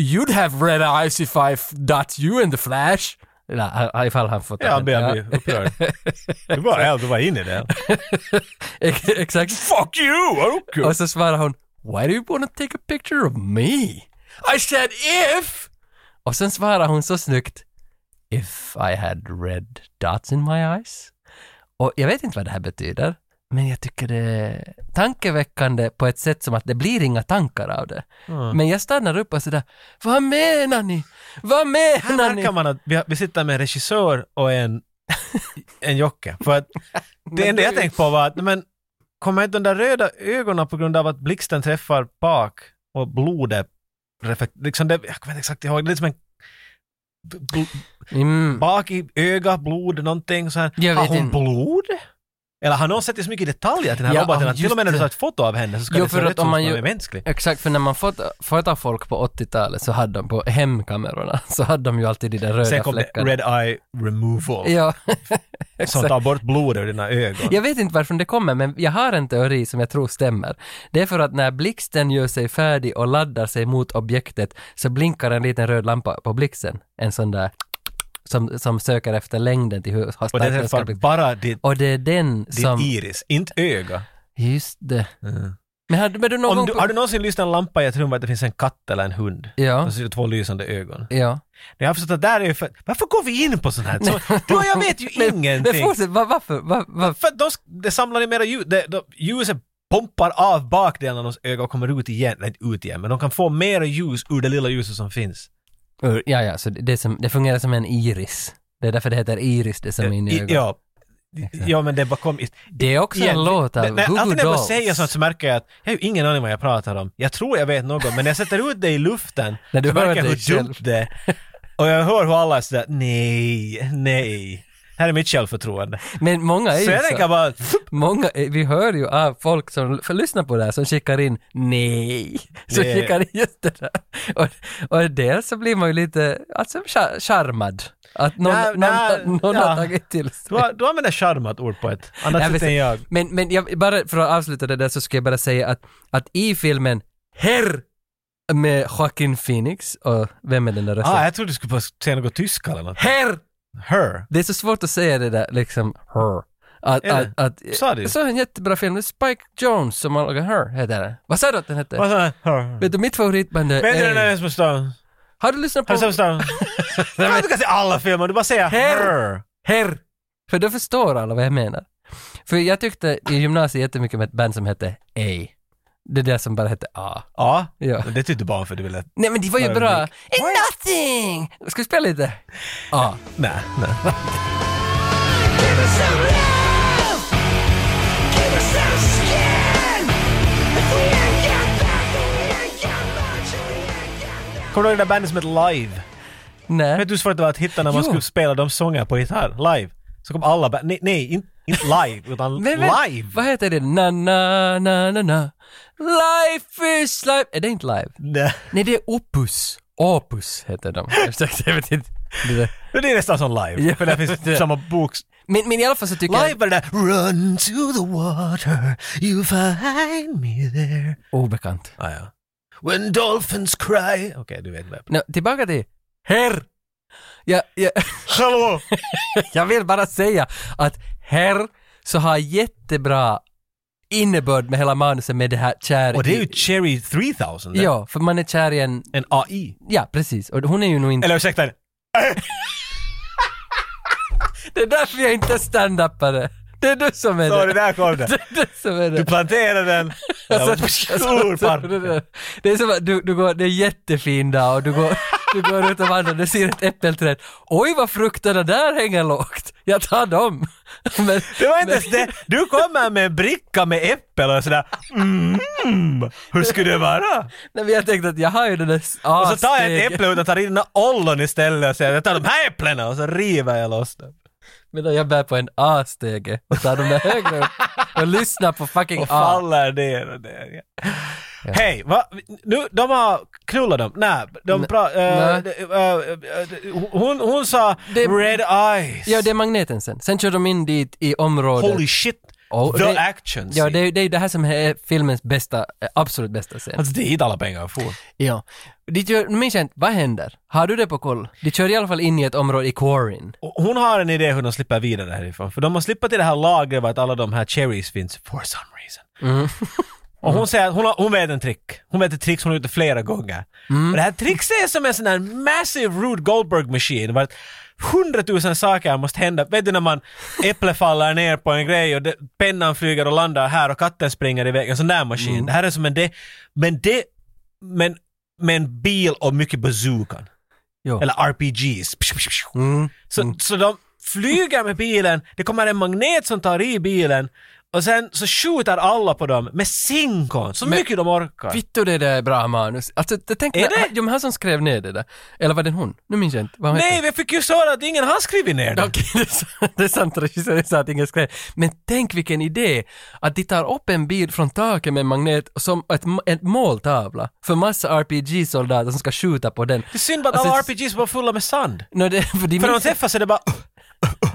A: You'd have red eyes if I f- dot you in the flash. Eller, ifall han fått
B: Ja, han blev *laughs* upprörd. Du var, ja, du var inne i det.
A: *laughs* Ex- Exakt.
B: Fuck you! Okay.
A: Och så svarar hon Why do you wanna take a picture of me? I said if! Och sen svarar hon så snyggt If I had red dots in my eyes. Och jag vet inte vad det här betyder, men jag tycker det är tankeväckande på ett sätt som att det blir inga tankar av det. Men jag stannar upp och sådär, vad menar ni? Vad
B: Här
A: menar ni?
B: märker man att vi, har- vi sitter med en regissör och en, en jocke.
A: *laughs*
B: För att det enda jag tänkte på var att, men kommer inte de där röda ögonen på grund av att blixten träffar bak och blodet reflekt, liksom det, jag kommer inte exakt ihåg, det är liksom en bl,
A: Mm.
B: bak i öga, blod, någonting så här.
A: Jag
B: Har
A: vet
B: hon
A: inte.
B: blod? Eller har någon sett det så mycket i detalj att den här
A: Ja,
B: roboten, att till
A: just
B: och med när du
A: det.
B: tar ett foto av henne så ska
A: Jo,
B: det se
A: för att
B: ut
A: om
B: som
A: man
B: att
A: ju-
B: hon är mänsklig.
A: Exakt, för när man fot- fotar folk på 80-talet så hade de på hemkamerorna, *laughs* så hade de ju alltid de där
B: Sen
A: röda
B: kom det
A: fläckarna.
B: Red Eye Removal *laughs*
A: Ja,
B: som
A: exakt.
B: tar bort blodet ur dina ögon.
A: Jag vet inte varifrån det kommer, men jag har en teori som jag tror stämmer. Det är för att när blixten gör sig färdig och laddar sig mot objektet så blinkar en liten röd lampa på blixten. En sån där som, som söker efter längden till hur hur
B: Och
A: stark
B: det
A: den ska
B: träffar
A: bli.
B: bara ditt,
A: Och det är den
B: ditt
A: som...
B: iris, inte öga.
A: Just det. Men hade men du någon
B: Om
A: gång...
B: du,
A: på-
B: har du någonsin lyssnat en lampa i ett rum att det finns en katt eller en hund?
A: Ja.
B: Och så är det två lysande ögon.
A: Ja.
B: Jag har förstått att där är ju för, varför går vi in på sånt
A: *laughs*
B: här? Så, du och jag vet ju
A: Men
B: ingenting.
A: fortsätt, va- varför? Va- va-
B: För att de, sk- det samlar ju mera ljus, det, de, ljuset pumpar av bakdelen av deras öga och kommer ut igen, nej inte ut igen, men de kan få mera ljus ur det lilla ljuset som finns.
A: Ur- Ja, ja, så det, det, är som, det fungerar som en iris. Det är därför det heter iris, det som är inne i
B: I-
A: ögonen.
B: ja. ja, men det bara kom...
A: Det är också en låt av
B: Men- men
A: Goo Goo
B: Alltid när jag
A: Dolls.
B: bara säger sånt så märker jag att jag har ju ingen aning vad jag pratar om. Jag tror jag vet något, men när jag sätter ut det i luften
A: *laughs* När du
B: så
A: hör
B: märker jag
A: dig
B: hur dumt
A: själv.
B: det är. Och jag hör hur alla är sådär, nej, nej. Här är mitt självförtroende.
A: Men många är
B: Så
A: ju
B: jag tänker
A: så.
B: bara,
A: Många, är- vi hör ju av folk som för lyssnar på det här som skickar in nej. Som
B: Nej.
A: skickar in just det där. Och, och dels så blir man ju lite, alltså, char- charmad. Att någon,
B: Nej,
A: någon,
B: nej,
A: någon
B: ja.
A: har tagit till sig.
B: du, har- du använder charmat ord på ett annat
A: Nej,
B: sätt
A: men-
B: än jag.
A: Men, men jag, bara för att avsluta det där så ska jag bara säga att, att i filmen Herr med Joaquin Phoenix och vem är den där rösten?
B: Ah, jag trodde du skulle bara säga något tyska eller något.
A: Herr!
B: Her.
A: Det är så svårt att säga det där liksom her. Att,
B: Är
A: att,
B: det?
A: att,
B: Sa du?
A: Så en jättebra film, det är Spike Jones som har lagat Her, heter den. Vad sa du att den hette?
B: Vad sa jag? Her.
A: Vet du, mitt favoritband är...
B: Bättre än
A: Hey.
B: Ösmo Stone.
A: Har du lyssnat
B: Har du
A: på
B: sett Stone?
A: *laughs*
B: Du kan se alla filmer, du bara säger
A: Her.
B: her.
A: Herr? För då förstår alla vad jag menar. För jag tyckte i gymnasiet jättemycket om ett band som hette A. Det där som bara hette A.
B: Ja,
A: Ja.
B: men det tyckte barn för du ville...
A: Nej men det var ju
B: Bara
A: bra.
B: musik.
A: Ain't nothing! Ska vi spela lite? A.
B: Nej, nej. Kommer du ihåg det där bandet som hette Live?
A: Nej.
B: Vet du hur svårt det var att hitta när man
A: Jo.
B: skulle spela de sångerna på gitarr? Live. Så kom alla band... Nej, nej inte, inte
A: *laughs*
B: live, utan
A: Men vänta,
B: live!
A: Vad heter det? Na, na, na, na, na. Life is life. Är det inte live?
B: Nej.
A: Nej, det är Opus. Opus heter de. Ursäkta, jag vet inte. Det där.
B: Det är nästan som live,
A: *laughs* Ja,
B: för där finns
A: det-
B: samma bok.
A: Men, men i alla fall så tycker
B: Live var det där Run to the water, you find me there.
A: jag... Obekant.
B: Ah, ja. When dolphins cry. Okej, du vet vad
A: Nå, tillbaka till herr. Jag, jag,
B: Hallå!
A: *laughs* jag vill bara säga att herr så har jättebra innebörd med hela manusen med det här kär
B: Och det är ju
A: i-
B: Cherry 3000. där.
A: Ja, för man är kär i en...
B: En AI.
A: Ja, precis. Och hon är ju nog inte... *laughs*
B: Eller ursäkta, en
A: Det är därför jag inte är stand-upare. Det är du som är
B: Så
A: det.
B: det där
A: *laughs* Det
B: kom det.
A: är du som är det.
B: Du planterade den.
A: Jag
B: Ja,
A: satt- jag satt-
B: Stor park.
A: *laughs* Det är som att du, du går, det är jättefin dag och du går, *laughs* du går ut och vandrar, du ser ett äppelträd. Oj vad frukterna där hänger lågt. Jag tar dem. *laughs* Men,
B: Det var inte
A: men-
B: ens det. Du kommer med en bricka med äppel och sådär. Mm, hur skulle det vara?
A: Nej, men jag tänkte att jag har ju den där
B: Och så tar jag ett
A: avsteg-
B: äpple och tar i den här ollon istället och säger jag tar de här äpplena och så river jag loss dem.
A: Medan jag bär på en A-stege och tar de där högre upp och lyssnar på fucking
B: Och
A: A.
B: faller ner och ner. Ja. Hej, va? Nu, de har knullat dem. Nej, de pra-
A: nej.
B: eh, de- eh, eh, de- hon, hon sa
A: Det-
B: red eyes.
A: Ja, det är magneten sen. Sen kör de in dit i området.
B: Holy shit.
A: Oh,
B: The
A: det-
B: action
A: Ja,
B: scene.
A: det är ju det, är ju det här som är filmens bästa, eh, absolut bästa scen.
B: Alltså det är inte alla pengar jag får.
A: Ja. De kör, nu minns jag inte, vad händer? Har du det på koll? De kör i alla fall in i ett område i Quarin.
B: Och Hon har en idé hur de slipper vidare härifrån. För de har slippat till det här lagret vart alla de här cherries finns, for some reason. *laughs* Och hon säger att hon, har, hon vet en trick. Hon vet ett trick som hon har gjort det flera gånger. Och det här trickset är som en sån här massive Rude Goldberg-maskin. Vart hundratusen saker måste hända. Vet du när man, äpple faller ner på en grej och det, pennan flyger och landar här och katten springer iväg. En sån där maskin. Det här är som en det. Men det, men, med en bil och mycket bazookan.
A: Jo.
B: Eller RPGs. Psh, psh, psh.
A: Mm.
B: Så, så de flyger med bilen, det kommer en magnet som tar i bilen och sen så skjuter alla på dem med sinkon, så
A: Men-
B: mycket de orkar.
A: Vittu det där är bra manus. Alltså, jag tänkte,
B: Är det?
A: De här som skrev ner det där. Eller var det hon? Nu minns jag inte. Vad hon
B: Nej,
A: heter. *laughs*
B: vi fick ju höra att ingen har skrivit ner det.
A: Okej, det är sant- det är sant. Regissören sa att ingen skrev. Men tänk vilken idé! Att de tar upp en bil från taket med en magnet som ett, m- ett måltavla för massa RPG-soldater som ska skjuta på den.
B: Det är synd bara att
A: Alltså,
B: alla
A: det-
B: RPGs var fulla med sand.
A: No, det, för de
B: För när de
A: minns-
B: träffas är det bara...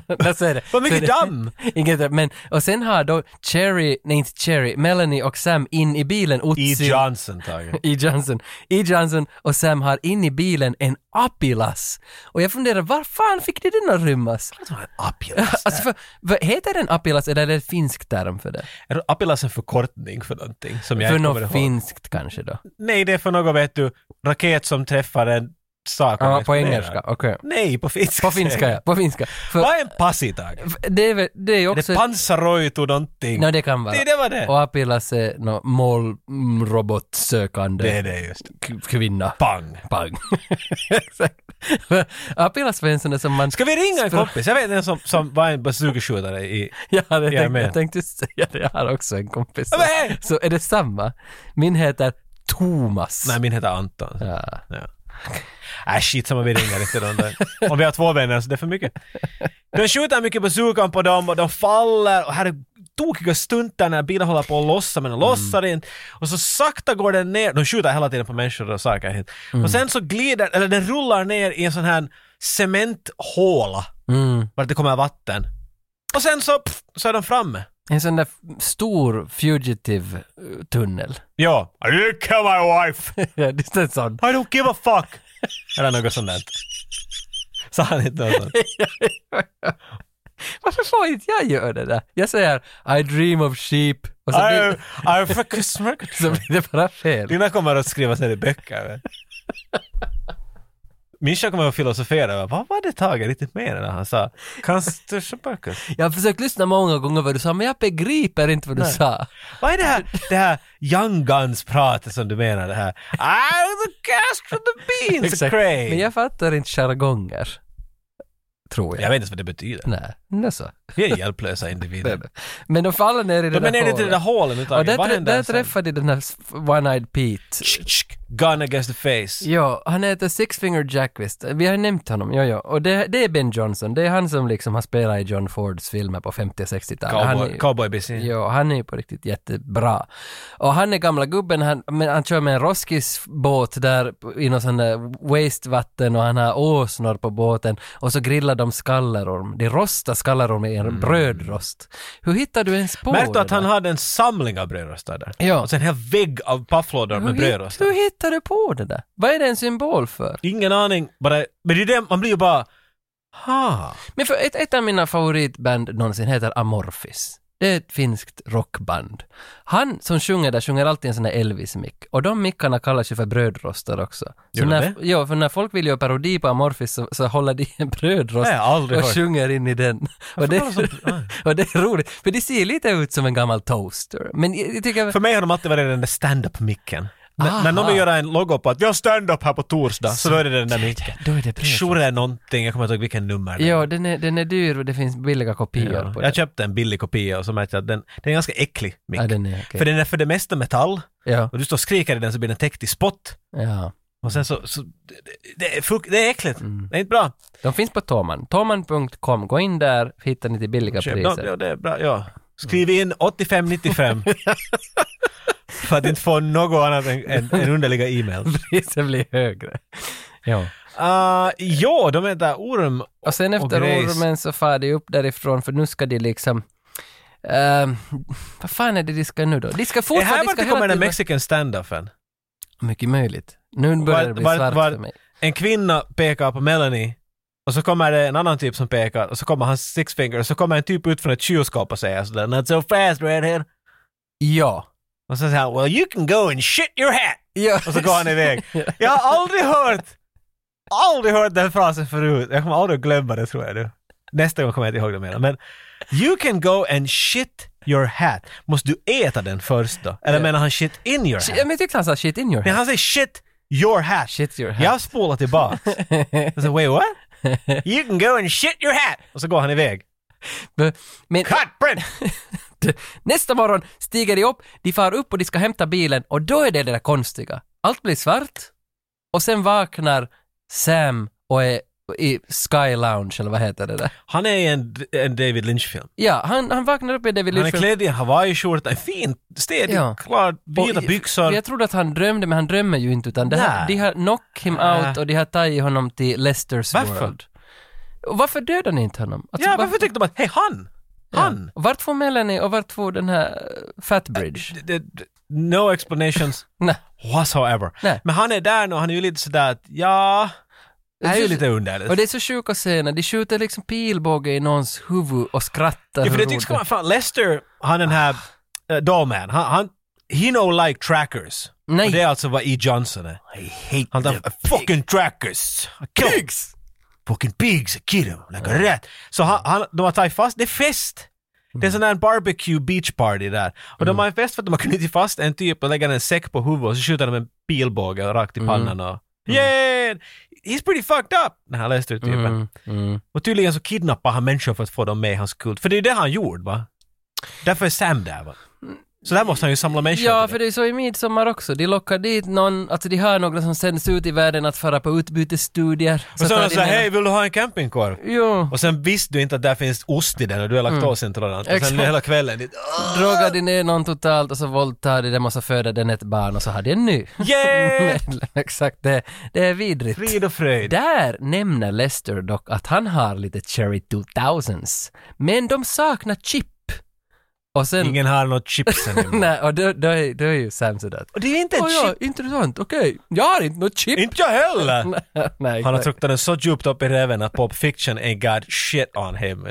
A: Ja, så är det.
B: *laughs* Vad mycket
A: Så är det.
B: damm!
A: *laughs* Inget, men, och sen har då Cherry, nej inte Cherry, Melanie och Sam in i bilen.
B: E.
A: Otzi, *laughs*
B: Johnson, Tage.
A: E. Johnson. E. Johnson och Sam har in i bilen en Apilas. Och jag funderar, var fan fick de den att rymmas?
B: Apilas.
A: Alltså, för, vad heter den Apilas eller är det en finsk term för det?
B: Är Apilas en förkortning för någonting som jag
A: för
B: inte kommer
A: något
B: ihåg?
A: finskt kanske då?
B: Nej, det är för något, vet du, raket som träffar en sak.
A: Ja,
B: om
A: på
B: exploderar.
A: engelska, okej.
B: Nej, på finska.
A: På finska ja, på finska. För,
B: *laughs* Vad är en passi, Tage?
A: det är väl- det är
B: Är
A: också...
B: det pansaroitu någonting?
A: Nej, det kan vara.
B: Det, det var det.
A: Och Apilas är no, målrobotsökande
B: Det är det just.
A: k- kvinna.
B: Pang.
A: Pang. *laughs* Exakt. Apilla Svensson är som man...
B: Ska vi ringa en kompis? Jag vet en som, som var en bazookaskjutare i...
A: Ja, det
B: Jag är
A: tänkte,
B: med.
A: jag tänkte *laughs* just säga det. Jag har också en kompis.
B: Ja, men hej!
A: Så är det samma? Min heter Thomas.
B: Nej, min heter Anton. Ja.
A: Ja.
B: Äh, shit samma vi ringer inte de där. Om vi har två vänner så det är för mycket. De skjuter mycket bazookan på dem och de faller och här är tokiga stuntar när bilen håller på att lossa men den lossar inte. Och så sakta går den ner. De skjuter hela tiden på människor och saker. hit. Och sen så glider, eller den rullar ner i en sån här cementhåla.
A: Mm.
B: Vart det kommer vatten. Och sen så, pff, så är de framme.
A: En sån där f- stor fugitive eh, tunnel. *laughs*
B: Ja. I didn't kill my wife.
A: ja, det är en sån.
B: I don't give a fuck. Eller något sånt där. Sa han inte något sånt?
A: Varför får inte jag göra det där? Jag säger I dream of sheep och så
B: I,
A: *laughs* blir,
B: I fucking smirk.
A: så blir det bara fel.
B: Dina kommer att skrivas ner i böcker. vet. Min tjej kommer att filosofera över vad var det Tage riktigt menade när han sa Constitution
A: Jag har försökt lyssna många gånger vad du sa, men jag begriper inte vad du sa.
B: Vad är det här, det här young guns-pratet som du menar det här? Ah, the cast from the
A: *laughs*
B: beans, Craig!
A: Men jag fattar inte jargonger. Tror jag.
B: Jag vet inte ens vad det betyder.
A: Nej, nej så.
B: Vi är
A: *laughs*
B: hjälplösa individer.
A: Men de faller ner i det
B: De är
A: där
B: nere i det där
A: hålet.
B: hålet nu,
A: Och
B: Tage.
A: där,
B: Vad
A: trä-
B: händer
A: där
B: sen?
A: träffar de den här s- One-Eyed Pete.
B: Tsk, tsk, Gun against the face.
A: Ja, han heter Six Finger Jack visst. Vi har nämnt honom, ja, ja. Och det, det är Ben Johnson. Det är han som liksom har spelat i John Fords filmer på 50 och 60-talet. Han
B: Cowboy,
A: är-
B: cowboy busy.
A: Ja, han är ju på riktigt jättebra. Och han är gamla gubben, han, men han kör med en roskisbåt där i någon sån där wastevatten och han har åsnor på båten och så grillar de skallerorm. De rostar skallerorm i en brödrost. Hur hittar du ens på
B: Mm. Märkte
A: det
B: du att han
A: där?
B: hade en samling av brödrostar där?
A: Ja.
B: Och sen en hel vägg av pafflådor
A: hur,
B: med
A: hit-
B: brödrostar.
A: hur hittar du på det där? Vad är det en symbol för?
B: Ingen aning, bara, men det är det, man blir ju bara, ha.
A: Men för ett, ett av mina favoritband någonsin heter Amorphis. Det är ett finskt rockband. Han som sjunger där sjunger alltid en sån där Elvis-mick. Och de mickarna kallas ju för brödrostar också. Så
B: Gör de
A: när,
B: det?
A: Ja, för när folk vill göra parodi på Amorphis så, så håller de i en brödrost
B: Nej, jag har aldrig
A: och
B: hört.
A: sjunger in i den. Och det,
B: kallar de så-
A: *laughs* och det är roligt, för det ser lite ut som en gammal toaster. Men jag, jag tycker...
B: För mig har de alltid varit den där stand-up-micken. N- när någon
A: Aha.
B: vill göra en logo på att jag har stand-up här på torsdag, så då är det den där micken.
A: Då är det brödrost.
B: Shure någonting, jag kommer inte ihåg vilken nummer det
A: Ja, den är, den är dyr och det finns billiga kopior
B: Ja.
A: på den.
B: Jag köpte en billig kopia och så märkte jag att den, den är ganska äcklig mick.
A: Ja, den är okej.
B: För den är för det mesta metall
A: Ja,
B: och du står och skriker i den så blir den täckt i spott.
A: ja.
B: Och sen så, så det, det, är fuck- det är äckligt. Det är inte bra.
A: De finns på Toman. Toman.com. Gå in där, hittar ni till billiga
B: Köp
A: priser.
B: dem. Ja, det är bra. Ja. Skriv in 8595. för att inte få något annat än, än, än underliga e-mail.
A: *laughs* Priset blir högre. Ja.
B: Uh, ja, de heter Orm.
A: Och sen
B: Och
A: efter
B: grejs.
A: ormen så far de upp därifrån för nu ska de liksom... ehm, vad fan är det de ska nu då? De ska
B: Det
A: fortfarande...
B: här
A: de
B: vart
A: ska
B: det kommer
A: hela
B: den
A: tiden-
B: mexican stand-ufen.
A: Mycket möjligt. Nu börjar
B: Var-
A: det bli
B: var-
A: svart
B: var-
A: för mig.
B: En kvinna pekar på Melanie och så kommer det en annan typ som pekar och så kommer hans sixfinger och så kommer en typ ut från ett kylskåp och säger sådär “Not so fast redhead”
A: Ja.
B: och så säger han “Well you can go and shit your hat”
A: ja.
B: och så går
A: *laughs*
B: han iväg. Jag har aldrig hört, aldrig hört den frasen förut. Jag kommer aldrig att glömma det tror jag nu. Nästa gång kommer jag inte ihåg det mer. Men “You can go and shit your hat” måste du äta den först då? Eller menar han “shit in your
A: Ja,
B: hat”?
A: men jag tyckte han sa shit in your
B: Nej,
A: head.
B: han säger shit your hat.
A: Shit your hat.
B: Jag spolar
A: *laughs*
B: tillbaks. Jag säger wait what? You can go and shit your hat. Och så går han iväg.
A: Men
B: Cut print!
A: *laughs* nästa morgon stiger de upp, de far upp och de ska hämta bilen och då är det det där konstiga. Allt blir svart och sen vaknar Sam och är i Sky Lounge eller vad heter det där?
B: Han är i en, en David Lynch-film.
A: Ja, han, han vaknar upp i David
B: Han är
A: Lynch-film.
B: klädd i en hawaiiskjorta, en fin, stedig,
A: Ja.
B: klar,
A: Och
B: vita
A: i-
B: byxor.
A: Jag trodde att han drömde, men han drömmer ju inte utan det här,
B: Nej.
A: de har knock him
B: Nej.
A: out och de har tagit honom till Lester's
B: Varför?
A: World. Och varför dödar ni inte honom? Alltså,
B: ja,
A: var-
B: varför tyckte de att, hej han! Han!
A: Ja. Vart får Melanie och vart får den här eh, Fatbridge?
B: Äh, D- d- d- No explanations
A: Nej.
B: whatsoever.
A: Nej.
B: Men han är där nu och han är ju lite sådär att, ja... Det här är ju lite underligt.
A: Och det är så sjuka scener, de skjuter liksom pilbåge i någons huvud och skrattar.
B: Ja,
A: hur
B: för det
A: roligt.
B: tycks komma, fan Lester, han den här uh, Dollman, han, han, he no like trackers.
A: Nej.
B: Och det är alltså vad E. Johnson är. I hate han, them fucking trackers. I kill 'em. Fucking pigs, I kill them like a rat. Så han, han, de har tagit fast, det är fest. Det är sån där barbecue beach party där. Och
A: Mm.
B: de har en fest för att de har *laughs* knutit fast en typ och lägger en säck på huvudet och så skjuter de en pilbåge rakt i
A: Mm.
B: pannan och Yeah! He's pretty fucked up! Den här Lester-typen.
A: Mm, mm.
B: Och tydligen så kidnappar han människor för att få dem med i hans kult. För det är det han gjorde va? Därför är Sam där va? Så där måste han ju samla människor.
A: Ja,
B: till
A: för det är så i midsommar också. De lockar dit någon, alltså de har några som sänds ut i världen att fara på utbytesstudier.
B: Och så
A: tar
B: är
A: de
B: han såhär,
A: med-
B: hej vill du ha en campingkorv?
A: Jo,
B: Och sen visste du inte att där finns ost i den och du är laktosintolerant. Och sen
A: Mm. Exakt.
B: hela
A: *laughs*
B: kvällen dit,
A: drogar de ner någon totalt och så våldtar de dem och så föder den ett barn och så har de en
B: *laughs*
A: ny.
B: yeah!
A: Exakt, det, det är vidrigt.
B: Frid och fröjd.
A: Där nämner Lester dock att han har lite Cherry 2000s, men de saknar chip. Och sen...
B: Ingen har något chips ännu.
A: *laughs* Nej, och då, då, är, då är ju Sam sådär.
B: Och det är inte ett
A: Åh ja,
B: chip.
A: intressant, okej. Jag har inte något chip.
B: Inte jag heller!
A: Nej,
B: Han har
A: exakt.
B: tryckt den så djupt upp i räven att Pop Fiction ain't got shit on him.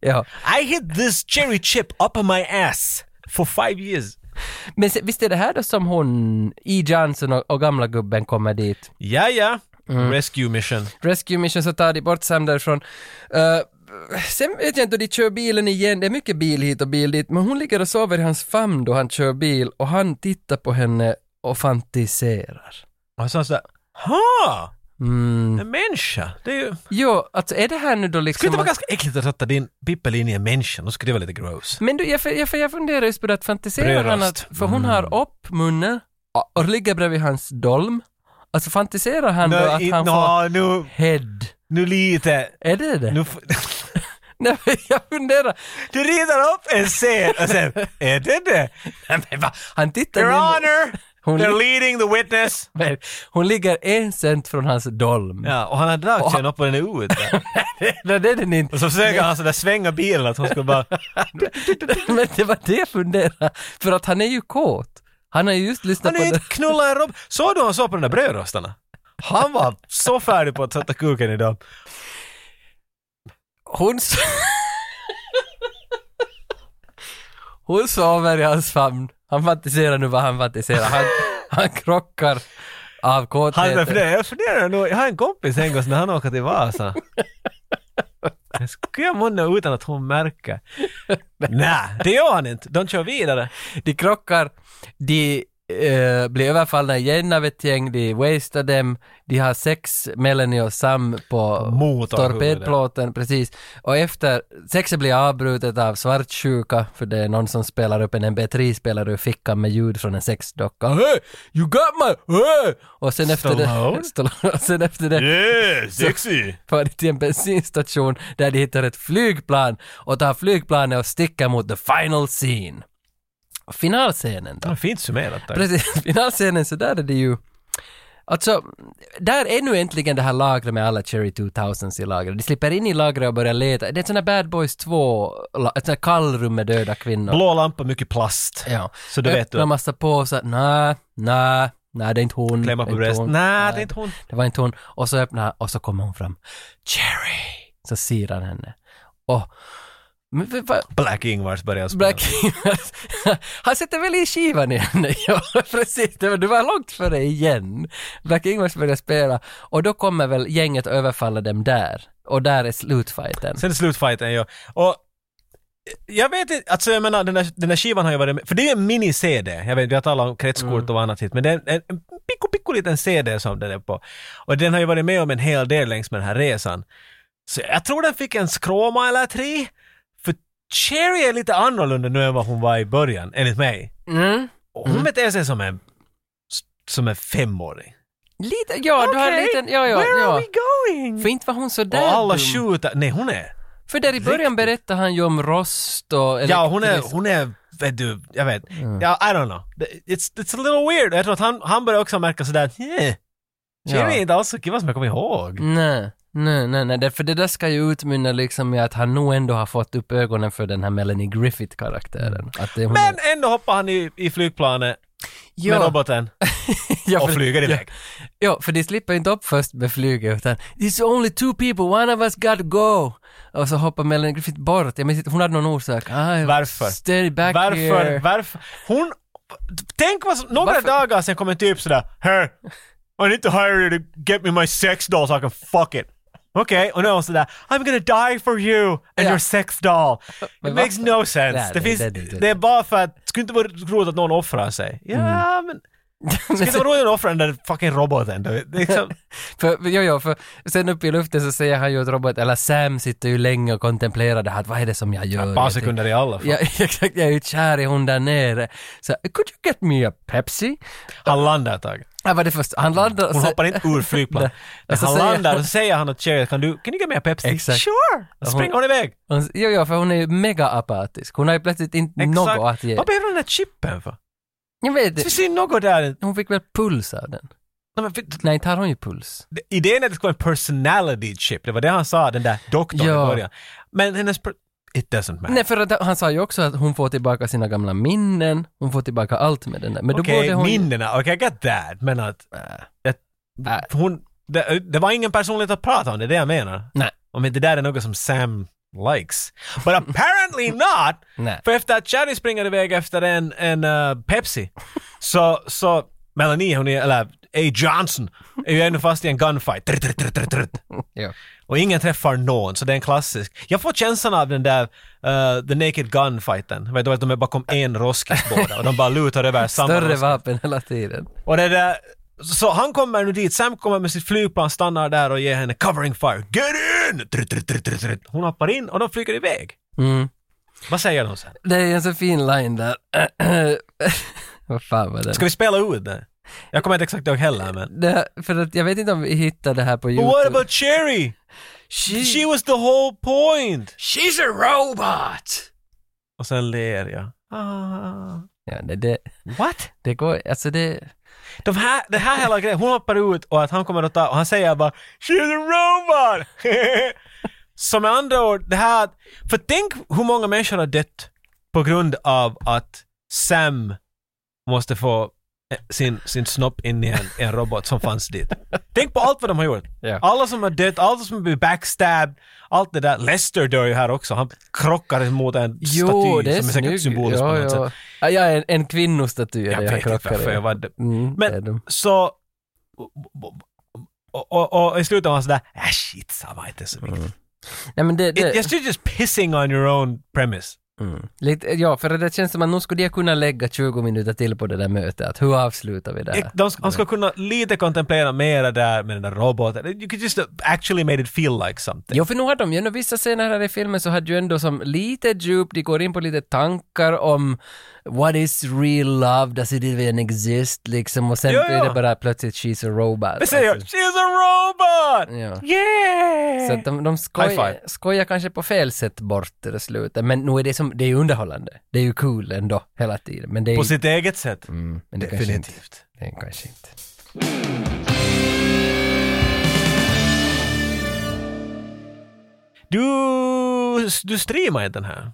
A: ja.
B: I hit this cherry chip up on my ass for five years.
A: Men se, visst är det här då som hon, E. Johnson och, och gamla gubben kommer dit?
B: Ja, ja. Rescue Mission.
A: Rescue Mission så tar de bort Sam därifrån. Eh, sen vet jag inte, och de kör bilen igen, det är mycket bil hit och bil dit, men hon ligger och sover i hans famn då han kör bil och han tittar på henne och fantiserar.
B: Och så sådär, ha!
A: Mm.
B: En människa! Det är ju...
A: Jo, alltså är det här nu då liksom...
B: Skulle det inte vara
A: att-
B: ganska äckligt att sätta din pippel in i en människa? Då skulle det vara lite gross.
A: Men du, jag, jag, jag funderar just på det att fantiserar han att,
B: Brödrost.
A: för hon
B: Mm.
A: har upp munnen och- och ligger bredvid hans dolm. Alltså fantiserar han då att
B: i-
A: han
B: nå,
A: får
B: nu,
A: head?
B: nu lite...
A: Är det det? *laughs*
B: Nu f- *laughs*
A: Nej, men jag funderar.
B: du ritar upp en scen och sen, är det det?
A: Nej, men va? Han tittar
B: Your
A: in-
B: honor!
A: Hon
B: They're
A: li-
B: leading the witness!
A: Men hon ligger en cent från hans dolm.
B: Ja, och han har dragit sen upp och den är ute.
A: Nej, det är den
B: *laughs*
A: inte.
B: Och så försöker han sådär svänga bilen att hon ska bara...
A: Men det var det jag funderade. För att han är ju kåt. Han har ju just lyssnat
B: *laughs* Han
A: på
B: är inte
A: det.
B: knulla en rob... Såg du han såg på de där brödrostarna? Han var så färdig på att sätta kuken i dem.
A: Hon... s- Hon sover i hans famn. Han fantiserar nu vad han fantiserar. Han, han krockar av
B: Han
A: kåtheten.
B: jag funderar, jag funderar nog, jag har en kompis en gång när han åker till Vasa. *laughs* Jag Skulle jag månne utan att hon märker? Nej, det gör han inte. De kör vidare.
A: De krockar, de eh, blir överfallna igen av ett gäng, de wastar dem, de har sex, Melanie och Sam på
B: Motorhuvudet.
A: torpedplåten, precis. Och efter, sexet blir avbrutet av svartsjuka, för det är någon som spelar upp en MP3-spelare ur fickan med ljud från en sexdocka. Hey, you got my... Hey! Och sen efter
B: Stallone?
A: det... *laughs* Stallone. Och sen efter det
B: Yeah,
A: sexy. far de till en bensinstation där de hittar ett flygplan och tar flygplanet och sticker mot the final scene. Finalscenen då?
B: Han finns summerat där.
A: Precis, *laughs* finalscenen så där är det ju... Alltså, där är nu äntligen det här lagret med alla Cherry 2000s i lagret. De slipper in i lagret och börjar leta. Det är ett sånt där Bad Boys 2, la- ett sånt där kallrum med döda kvinnor.
B: Blå lampa, mycket plast.
A: ja.
B: Så du vet
A: Öppnar
B: du.
A: massa påsar. Nä, nä, nä, det är inte hon.
B: Klämma
A: Det
B: på
A: är Mm, inte
B: bröstet.
A: hon.
B: Nej, det är inte hon.
A: Det var inte hon. Och så öppnar han och så kommer hon fram. Cherry! Så sirar han henne. Och... Men vad- vad-
B: Black Ingvars börjar spela.
A: Black Ingvars. *laughs* Han sätter väl i skivan i henne? *laughs* Ja, precis. Det var, du var långt före igen. Black Ingvars börjar spela och då kommer väl gänget överfalla dem där. Och där är slutfighten.
B: Sen är slutfighten, ja. Och jag vet inte, alltså jag menar den där, den där skivan har ju varit med, för det är ju en mini-CD, jag vet vi har talat om kretskort
A: Mm.
B: och annat hit, men det är en, en pikku, pikku liten CD som den är på. Och den har ju varit med om en hel del längs med den här resan. Så jag tror den fick en skråma eller tre, för Cherry är lite annorlunda nu än vad hon var i början, enligt mig.
A: Mm.
B: Och hon beter sig som en, som en femåring.
A: Lite, ja du har en liten, ja ja,
B: where are
A: ja.
B: we going?
A: För inte var hon så där
B: och alla
A: dum.
B: skjuter, nej hon är
A: För där i början berättade han ju om rost och
B: Ja, hon är,
A: elektrisk-
B: hon är, vet du, jag vet. Ja, I don't know. It's, it's a little weird. Jag tror att han, han börjar också märka sådär, yeah. Cherry
A: Ja. Mm.
B: är inte alls så kiva som jag kommer ihåg.
A: Nej, nej, nej, nej, för det där ska ju utmynna liksom i att han nog ändå har fått upp ögonen för den här Melanie Griffith-karaktären. Att det är hon
B: Mm. Men ändå hoppar han i, i flygplanet
A: ja,
B: med roboten
A: *laughs* ja,
B: och
A: för-
B: flyger iväg.
A: Ja, för de slipper inte upp först med flyget utan “It's only two people, one of us got to go”. Och så hoppar Melanie Griffith bort. Jag minns inte, hon hade någon orsak. Ah,
B: Varför?
A: Stay back
B: Varför, *laughs*
A: here.
B: varför? Hon, tänk vad, som- några
A: Varför?
B: dagar sen kommer en typ sådär, Hey, I need to hire you to get me my sex doll so I can fuck it. Okej, och nu är hon sådär, I'm gonna die for you and
A: Ja.
B: your sex doll.
A: Men
B: It makes
A: varför?
B: no sense.
A: Nej,
B: det,
A: det-
B: finns,
A: det-
B: det,
A: det-
B: är bara för att, skulle inte vara roligt att någon offrar sig. Ja,
A: Mm.
B: men... Skulle inte vara roligt att offra den där fucking roboten. Det, det, är liksom,
A: *laughs* För, jo, jo, för sen uppe i luften så säger han ju åt robot, eller Sam sitter ju länge och kontemplerar det här, att vad är det som jag gör?
B: ett par sekunder i alla fall.
A: Ja, *laughs* exakt. Jag är ju kär i hon där nere. Så, could you get me a Pepsi?
B: Han landar ett tag.
A: Ja, vad det först, han landar...
B: Hon hoppar inte ur flygplanet.
A: Och
B: Men
A: så
B: han
A: säger-
B: landar och så säger han åt Cherry, kan du, kan du ge mig en Pepsi?
A: Exakt.
B: Sure! Och springer hon iväg.
A: *laughs* Hon, jo, jo, för hon är ju mega apatisk. Hon har ju plötsligt inte något att ge.
B: Vad behöver hon den där chippen för?
A: Jag vet
B: Det
A: inte.
B: finns ju något där. Nej,
A: Hon fick väl puls av den?
B: men, för-
A: Nej, inte har hon ju puls.
B: det- idén är att det ska vara en personality chip. Det var det han sa, den där doktorn
A: Ja.
B: i början. Men hennes... Per- It doesn't matter.
A: Nej, för att han sa ju också att hon får tillbaka sina gamla minnen. Hon får tillbaka allt med den där. Men då
B: Okej,
A: borde hon... Äh.
B: minnena. Okej, I got that. Men att... att
A: Nej.
B: hon, det, det var ingen personlighet att prata om, det är det jag menar.
A: Nej.
B: Om inte det där är något som Sam likes. But apparently not!
A: Nej.
B: För efter att Cherry springer iväg efter en, en eh, Pepsi, så, så Melanie, hon är, eller A. Johnson är ju ännu fast i en gunfight. Trr, trr, trr, trr, trr.
A: Ja.
B: Och ingen träffar någon, så det är en klassisk. Jag får känslan av den där eh, The Naked Gun-fighten. Vet du att de är bakom en roskis båda och de bara lutar över samma
A: Större
B: roskis.
A: vapen hela tiden.
B: Och det där, så han kommer nu dit, Sam kommer med sitt flygplan, stannar där och ger henne covering fire. Get in! Trr, trr, trr, trr, trr. Hon hoppar in och de flyger iväg.
A: Mm.
B: Vad säger de sen?
A: Det är en så fin line där. *clears throat* Vad fan var det?
B: Ska vi spela ut det? Jag kommer inte exakt ihåg heller men...
A: det här, för att jag vet inte om vi hittar det här på
B: But
A: YouTube.
B: what about Cherry?
A: She,
B: She was the whole point!
A: she's a robot!
B: Och sen ler jag. Ah.
A: Ja, det, det,
B: What?
A: det går, alltså det...
B: De här, det här hela grejen, hon hoppar ut och att han kommer att ta, och han säger bara “She's a robot!” *laughs* Så med andra ord, det här, för tänk hur många människor har dött på grund av att Sam måste få eh, sin, sin snopp in i en, en robot som fanns dit. Tänk på allt vad de har gjort.
A: Ja.
B: Alla som har dött, alla som har blivit backstabbed, allt det där. Lester dör ju här också, han krockar mot en
A: Jo,
B: staty
A: det är
B: som är säkert
A: snygg.
B: symbolisk på
A: ja,
B: något sätt.
A: ja. Ja, ja, en, en kvinnostaty är
B: Jag
A: det
B: vet
A: jag
B: inte
A: krockar
B: varför jag var
A: i.
B: dum.
A: Mm,
B: Men-
A: det är de.
B: Så... Och, och, och i slutet var han sådär, äh shit, samma inte så viktigt.
A: Nej, men Mm. det,
B: It,
A: det,
B: you're just pissing on your own premise.
A: mm. Lite, ja, för det känns som att nu skulle jag kunna lägga 20 minuter till på det där mötet. Att hur avslutar vi det här?
B: De, han ska kunna lite kontemplera mera där med den där roboten. You could just actually made it feel like something.
A: Jo, för nu har de ju ändå vissa scener här i filmen så hade ju ändå som lite djup, de går in på lite tankar om what is real love, does it even exist liksom och sen
B: Ja, ja.
A: blir det bara plötsligt she's a robot.
B: Men säger jag,
A: Alltså,
B: she's a robot!
A: Ja.
B: Yeah!
A: Så att de, de
B: High five.
A: skoj, skojar kanske på fel sätt bort det där slutet, men nu är det som, det är ju underhållande. Det är ju cool ändå hela tiden, men det är
B: På sitt eget sätt.
A: mm, men det kanske inte,
B: Definitivt.
A: det är kanske inte.
B: Du, du streamar inte den här.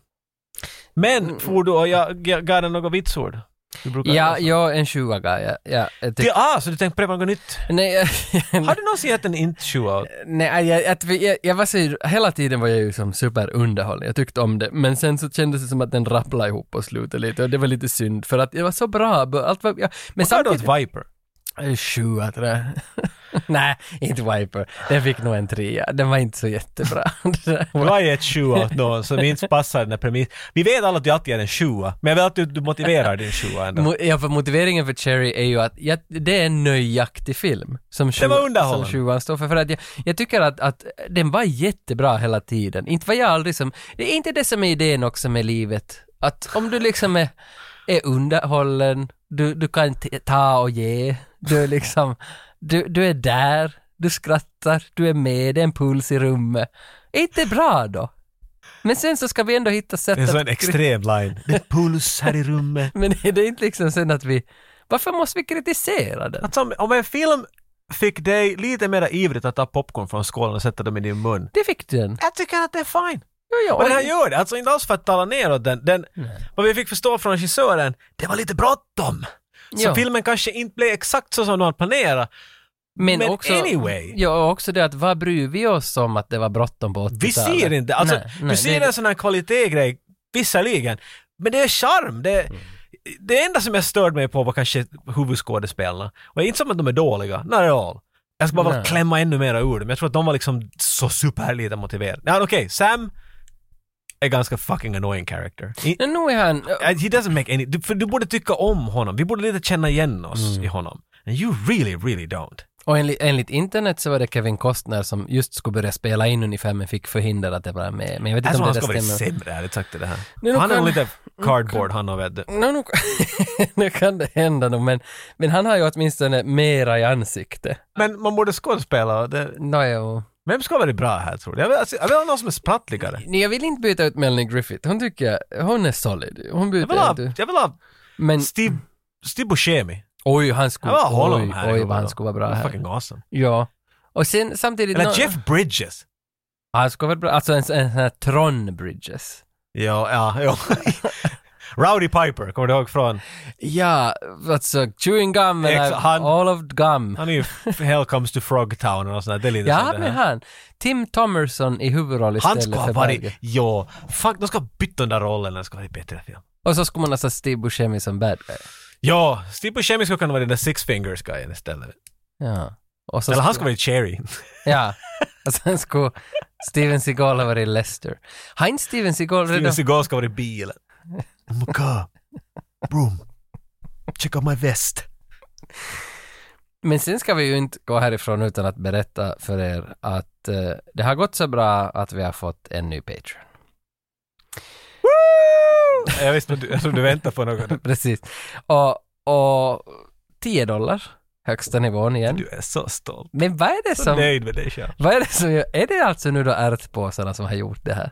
B: Men, får du och jag, jag gav den något vitsord? Du brukar
A: Mm. Ja,
B: göra så.
A: jag är en tjuga guy. Ja, ja, jag tycker-
B: Det, ah, så du tänkte pröva något nytt? Eh,
A: Nej, jag-
B: Har du någonsin gett en inte shootout?
A: *laughs* Nej, jag, att vi- jag, jag var så, hela tiden var jag ju som superunderhållen, jag tyckte om det, men sen så kändes det som att den rapplade ihop på slutet lite och det var lite synd för att det var så bra, b- allt var, ja, men
B: Vad åt
A: samtidigt...
B: Viper?
A: Eh, Sjua tror jag. *laughs* Nej, inte Viper, den fick nog en trea, den var inte så jättebra. *laughs* Det där var-
B: Vad är ett shootout någon som inte passar den här premissen? Vi vet alla att du alltid är en shua, men jag vet att du, du motiverar din shua ändå.
A: Mo- Ja, för motiveringen för Cherry är ju att jag, det är en nöjaktig film. Som sju-
B: var underhållande.
A: Som sjuan står för. För att jag, jag tycker att, att den var jättebra hela tiden. Inte var jag aldrig som... Det är inte det som är idén också med livet. Att om du liksom är, är underhållen, du, du kan t- ta och ge, du är liksom... Du, du är där, du skrattar, du är med, det är en puls i rummet. Är inte bra då? Men sen så ska vi ändå hitta sätt
B: Det är en sån
A: att-
B: extrem line. Det är puls här i rummet.
A: *laughs* men är det inte liksom sen att vi... Varför måste vi kritisera den?
B: Att som, om en film fick dig lite mer ivrigt att ta popcorn från skålen och sätta dem i din mun.
A: Det fick den.
B: Jag tycker att det är fine.
A: Jo, jo.
B: Och den här gör det, alltså inte alls för att tala neråt den. den vad vi fick förstå från regissören, det var lite bråttom. Så
A: Ja.
B: filmen kanske inte blev exakt så som de hade planerat. men anyway.
A: Ja, och också det att vad bryr vi oss om att det var bråttom på 80-talet?
B: Vi ser inte, alltså
A: Nej,
B: du
A: nej,
B: ser
A: det-
B: en sån här kvalitetgrej, visserligen, men det är charm. Det, det enda som jag störde mig på var kanske huvudskådespelarna. Och det är inte som att de är dåliga, not at all. Jag ska bara
A: Nej.
B: klämma ännu mer ur dem. Jag tror att de var liksom så super lite motiverade. Ja, okej, Sam är ganska fucking annoying character. I,
A: Men nu är han...
B: I- he doesn't make any... Du, för du borde tycka om honom. Vi borde lite känna igen oss
A: Mm.
B: i honom. And you really, really don't.
A: Och enligt, enligt internet så var det Kevin Costner som just skulle börja spela in ungefär men fick förhindrad att det var med. Men jag vet inte
B: Jag tror
A: om
B: han
A: det
B: ska
A: där
B: vara
A: stämmer.
B: sämre, ärligt sagt, i det här.
A: Nej, nu
B: han är
A: kan-
B: nog lite cardboard, han har vet du.
A: No, nu, nu *laughs* kan det hända nog, men, men han har ju åtminstone mera i ansikte.
B: Men man borde skådespela. Det...
A: Nåjo.
B: Vem ska vara bra här tror du? Jag vill, alltså, jag vill ha någon som är sprattligare.
A: Nej, Jag vill inte byta ut Melanie Griffith. Hon tycker jag, hon är solid. Hon
B: Jag vill ha,
A: byter inte.
B: jag vill ha
A: Men
B: Steve, Steve Buscemi.
A: oj, han
B: Jag
A: skulle,
B: vill ha honom
A: oj,
B: här. i
A: oj
B: huvudrollen.
A: vad han skulle vara bra
B: He's
A: här.
B: Fucking awesome.
A: Ja. Och sen samtidigt...
B: Eller
A: nå-
B: Jeff Bridges.
A: Han skulle vara bra. Alltså en, en sån här Tron Bridges.
B: Ja,
A: *laughs*
B: ja, ja. Rowdy Piper, kommer du ihåg från?
A: Ja, alltså chewing gum
B: Ex-
A: eller
B: han-
A: all of gum.
B: Han är ju Hell Comes to Frog Town och sånt där. Det är lite som
A: Ja,
B: det
A: men
B: här.
A: han. Tim Thomerson i huvudroll istället
B: Han ska ha
A: för
B: varit,
A: Berger.
B: ja, fuck, de ska ha bytt den där rollen, den ska ha varit bättre film.
A: Och så skulle man alltså Steve Buscemi som bad guy.
B: Ja, Steve Buscemi skulle kunna vara den där Six Fingers-guyen istället.
A: Ja. Och så
B: Eller han ska vara i Cherry.
A: Ja. Och sen skulle Steven Seagal ha varit i Leicester. Har inte Steven Seagal redan...
B: Steven Seagal ska vara i bilen. Muka, brum, check out my vest.
A: Men sen ska vi ju inte gå härifrån utan att berätta för er att eh, det har gått så bra att vi har fått en ny Patreon.
B: Jag visste inte, jag trodde du väntade på
A: *laughs*
B: något.
A: Precis. Och, och 10 dollar, högsta nivån igen.
B: Du är så stolt.
A: Men vad är det
B: Så
A: som...
B: nöjd med dig själv.
A: Vad är det som gör, Är det alltså nu då ärtpåsarna som har gjort det här?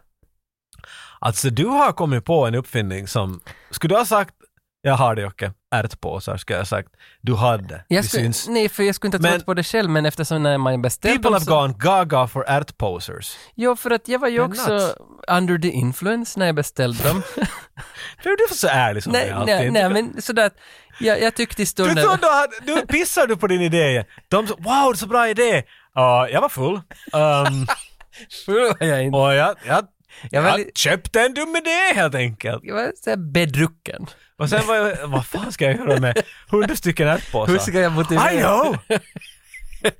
B: Alltså du har kommit på en uppfinning som, skulle du ha sagt, jag har det Jocke, ärtpåsar, skulle jag ha sagt, du hade,
A: Jag
B: det
A: skulle, Mm,
B: syns.
A: Nej, för jag skulle inte ha
B: Men-
A: trott på det själv, men eftersom när man beställde
B: People
A: dem
B: have
A: så...
B: gone gaga for ärtposers.
A: Ja, för att jag var ju
B: They're
A: också
B: nuts.
A: under the influence när jag beställde
B: *laughs*
A: dem.
B: Hur är du så ärlig som
A: nej,
B: jag alltid?
A: nej, nej, men sådär att jag, jag tyckte i
B: Du
A: stunden...
B: tror du hade, nu pissar du på din idé. De sa, wow, så bra idé. Ja, jag var full. Ehm,
A: Tror jag inte.
B: och jag, jag,
A: Jag
B: jag,
A: var li-
B: köpte en dum idé helt enkelt.
A: Jag var såhär bedrucken. *laughs*
B: Och sen var jag, vad fan ska jag göra med hundra stycken ärtpåsar?
A: Hur ska jag motivera? *laughs*
B: I know!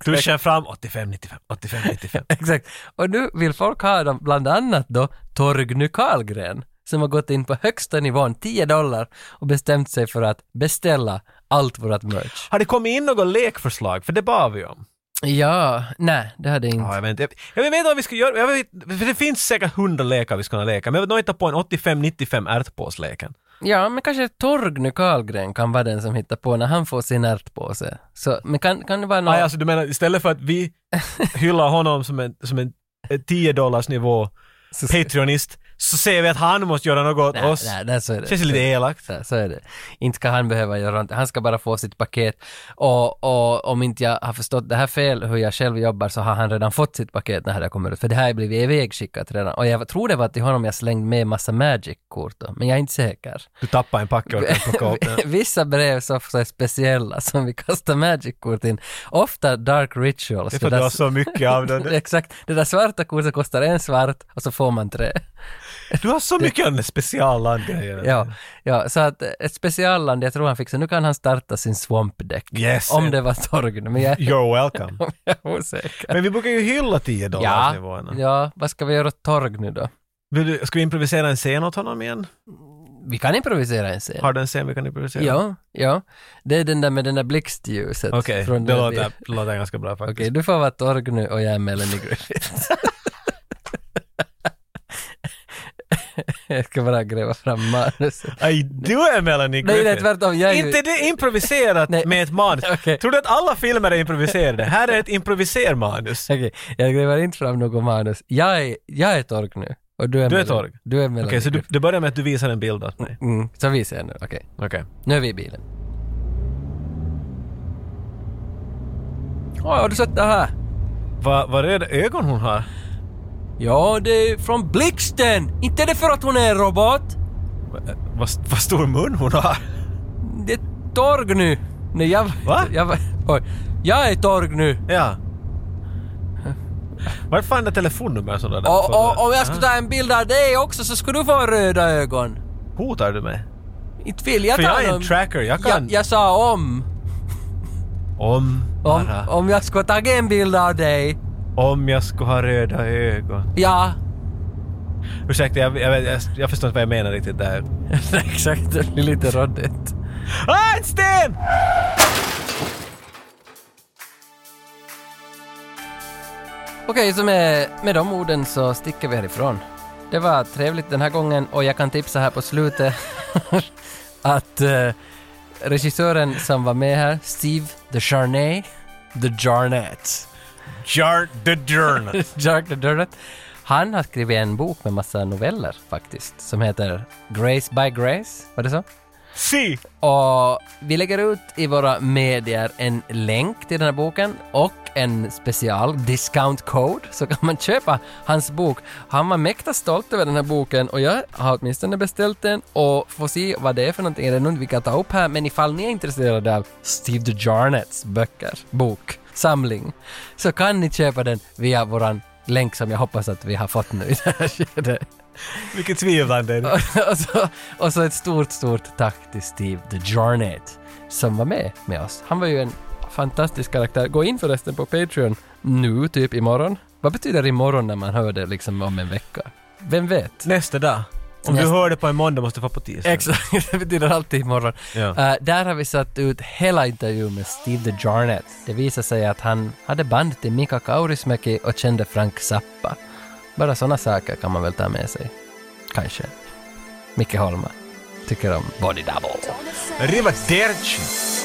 B: Duschen fram 85, 95, 85, 95.
A: Exakt. Och nu vill folk ha dem bland annat då Torgny Karlgren som har gått in på högsta nivån, 10 dollar och bestämt sig för att beställa allt vårt merch.
B: Har det kommit in något lekförslag? För det bad vi om.
A: Ja, nej, det hade jag inte.
B: Ja, jag vet inte. Jag, jag vet inte vad vi ska göra. Jag vet, för det finns säkert hundra lekar vi ska kunna leka. Men jag vill nog inte ta på en 85-95 ärtpåsleken.
A: Ja, men kanske Torgny Karlgren kan vara den som hittar på när han får sin ärtpåse. Så, men kan, kan det vara någon...
B: Nej, alltså du menar istället för
A: *laughs*
B: att vi hyllar honom som en, som en 10 dollars nivå
A: så,
B: Patreonist, så ser vi att han måste göra något åt
A: nej,
B: oss.
A: nej, nej, så är det.
B: Känns lite elakt.
A: Så, så är det. Inte ska han behöva göra något. Han ska bara få sitt paket. Och, och om inte jag har förstått det här fel, hur jag själv jobbar, så har han redan fått sitt paket när det här kommer ut. För det här har blivit ivägskickat redan. Och jag tror det var till honom jag slängde med massa Magic-kort då, men jag är inte säker.
B: Du tappar en packe och kan
A: *laughs*
B: plocka upp den.
A: Vissa brev så så är speciella som vi kastar Magic-kort in. Ofta Dark Rituals.
B: Det är för
A: Det
B: att
A: där-
B: du har så mycket av den.
A: Exakt. *laughs* Det där svarta kortet kostar en svart och så får man tre.
B: Du har så mycket av den speciallandgrejen.
A: Ja, ja, så att eh, ett specialland, jag tror han fixar, nu kan han starta sin swamp deck.
B: Yes.
A: Om det var Torgny, men jag,
B: You're
A: *laughs*
B: welcome.
A: jag är osäker.
B: Men vi brukar ju hylla 10 dollars
A: Ja,
B: nivåerna.
A: ja, vad ska vi göra åt Torgny då?
B: Vill du, ska vi improvisera en scen åt honom igen?
A: Vi kan improvisera en scen.
B: Har du en scen vi kan improvisera?
A: Ja, ja. Det är den där med den där blixtljuset.
B: Okej,
A: från
B: det
A: den där
B: låter,
A: bilen.
B: låter ganska bra faktiskt.
A: Okej, du får vara Torgny och jag är Melanie Griffith. jag ska bara gräva fram manuset.
B: Aj, du är
A: Nej,
B: Melanie Griffith.
A: nej, tvärtom. Jag är ju...
B: Inte det
A: *laughs*
B: improviserat
A: Nej.
B: med ett manus.
A: Okej.
B: Tror du att alla filmer är improviserade? Här är ett improvisermanus.
A: Okej, jag gräver inte fram något manus. Jag är, jag är Torg nu. Och du är
B: Du är
A: Melanie.
B: Torg.
A: Du är Melanie.
B: Okej, så du, du börjar med att du visar en bild åt mig.
A: Mm, så visar jag nu. Okej.
B: Okej.
A: Nu är vi i bilen. Åh, har du sett det här?
B: Va, vad röda ögon hon har.
A: Ja, det är från Blixten! Inte är det för att hon är en robot!
B: Vad, vad stor mun hon har.
A: Det är Torg nu. Nej, jag var...
B: Va?
A: Jag var... Oj. Jag är Torg nu.
B: Ja. Var fan är telefonnumret som du har där?
A: Och, och, om jag
B: Ah,
A: skulle ta en bild av dig också så skulle du få röda ögon.
B: Hotar du mig?
A: Inte vill jag
B: För
A: ta
B: jag är en
A: någon-
B: tracker, jag kan...
A: Jag, jag sa om.
B: Om,
A: Om,
B: bara, om,
A: om jag skulle ta en bild av dig,
B: jag skulle ha röda ögon. *laughs*
A: ja.
B: Ursäkta, jag, jag, vet- jag, jag förstår inte vad jag menar riktigt där.
A: Exakt, det blir lite råddigt.
B: Ah, en sten!
A: Okej, så med, med de orden så sticker vi härifrån. Det var trevligt den här gången och jag kan tipsa här på slutet *laughs* att eh, regissören som var med här, Steve the Charnay, the *laughs* Jarnett,
B: Jar the Journal.
A: Jark the Jarnett, han har skrivit en bok med massa noveller faktiskt som heter Grace by Grace, var det så?
B: *laughs* Si!
A: Och vi lägger ut i våra medier en länk till den här boken och en special discount code så kan man köpa hans bok. Han var mäkta stolt över den här boken och jag har åtminstone beställt den och får se vad det är för någonting. Det är nog inte vi kan ta upp här men ifall ni är intresserade av Steve DeJarnets böcker, bok, samling så kan ni köpa den via våran länk som jag hoppas att vi har fått nu i det här skedet.
B: Vilket tvivlande.
A: *laughs* och, så, och så ett stort, stort tack till Steve the Jarnet som var med med oss. Han var ju en fantastisk karaktär. Gå in förresten på Patreon nu, typ imorgon. Vad betyder imorgon när man hör det liksom om en vecka? Vem vet?
B: Nästa dag. Om du
A: Nästa-
B: hör det på en måndag måste du vara på tisdag.
A: Exakt, *laughs* det betyder alltid imorgon.
B: Ja.
A: Eh, där har vi satt ut hela intervjun med Steve the Jarnet. Det visar sig att han hade band till Mika Kaurismäki och kände Frank Zappa. Bara sådana saker kan man väl ta med sig. Kanske. Micke Holma tycker om Body Double.
B: Arrivederci!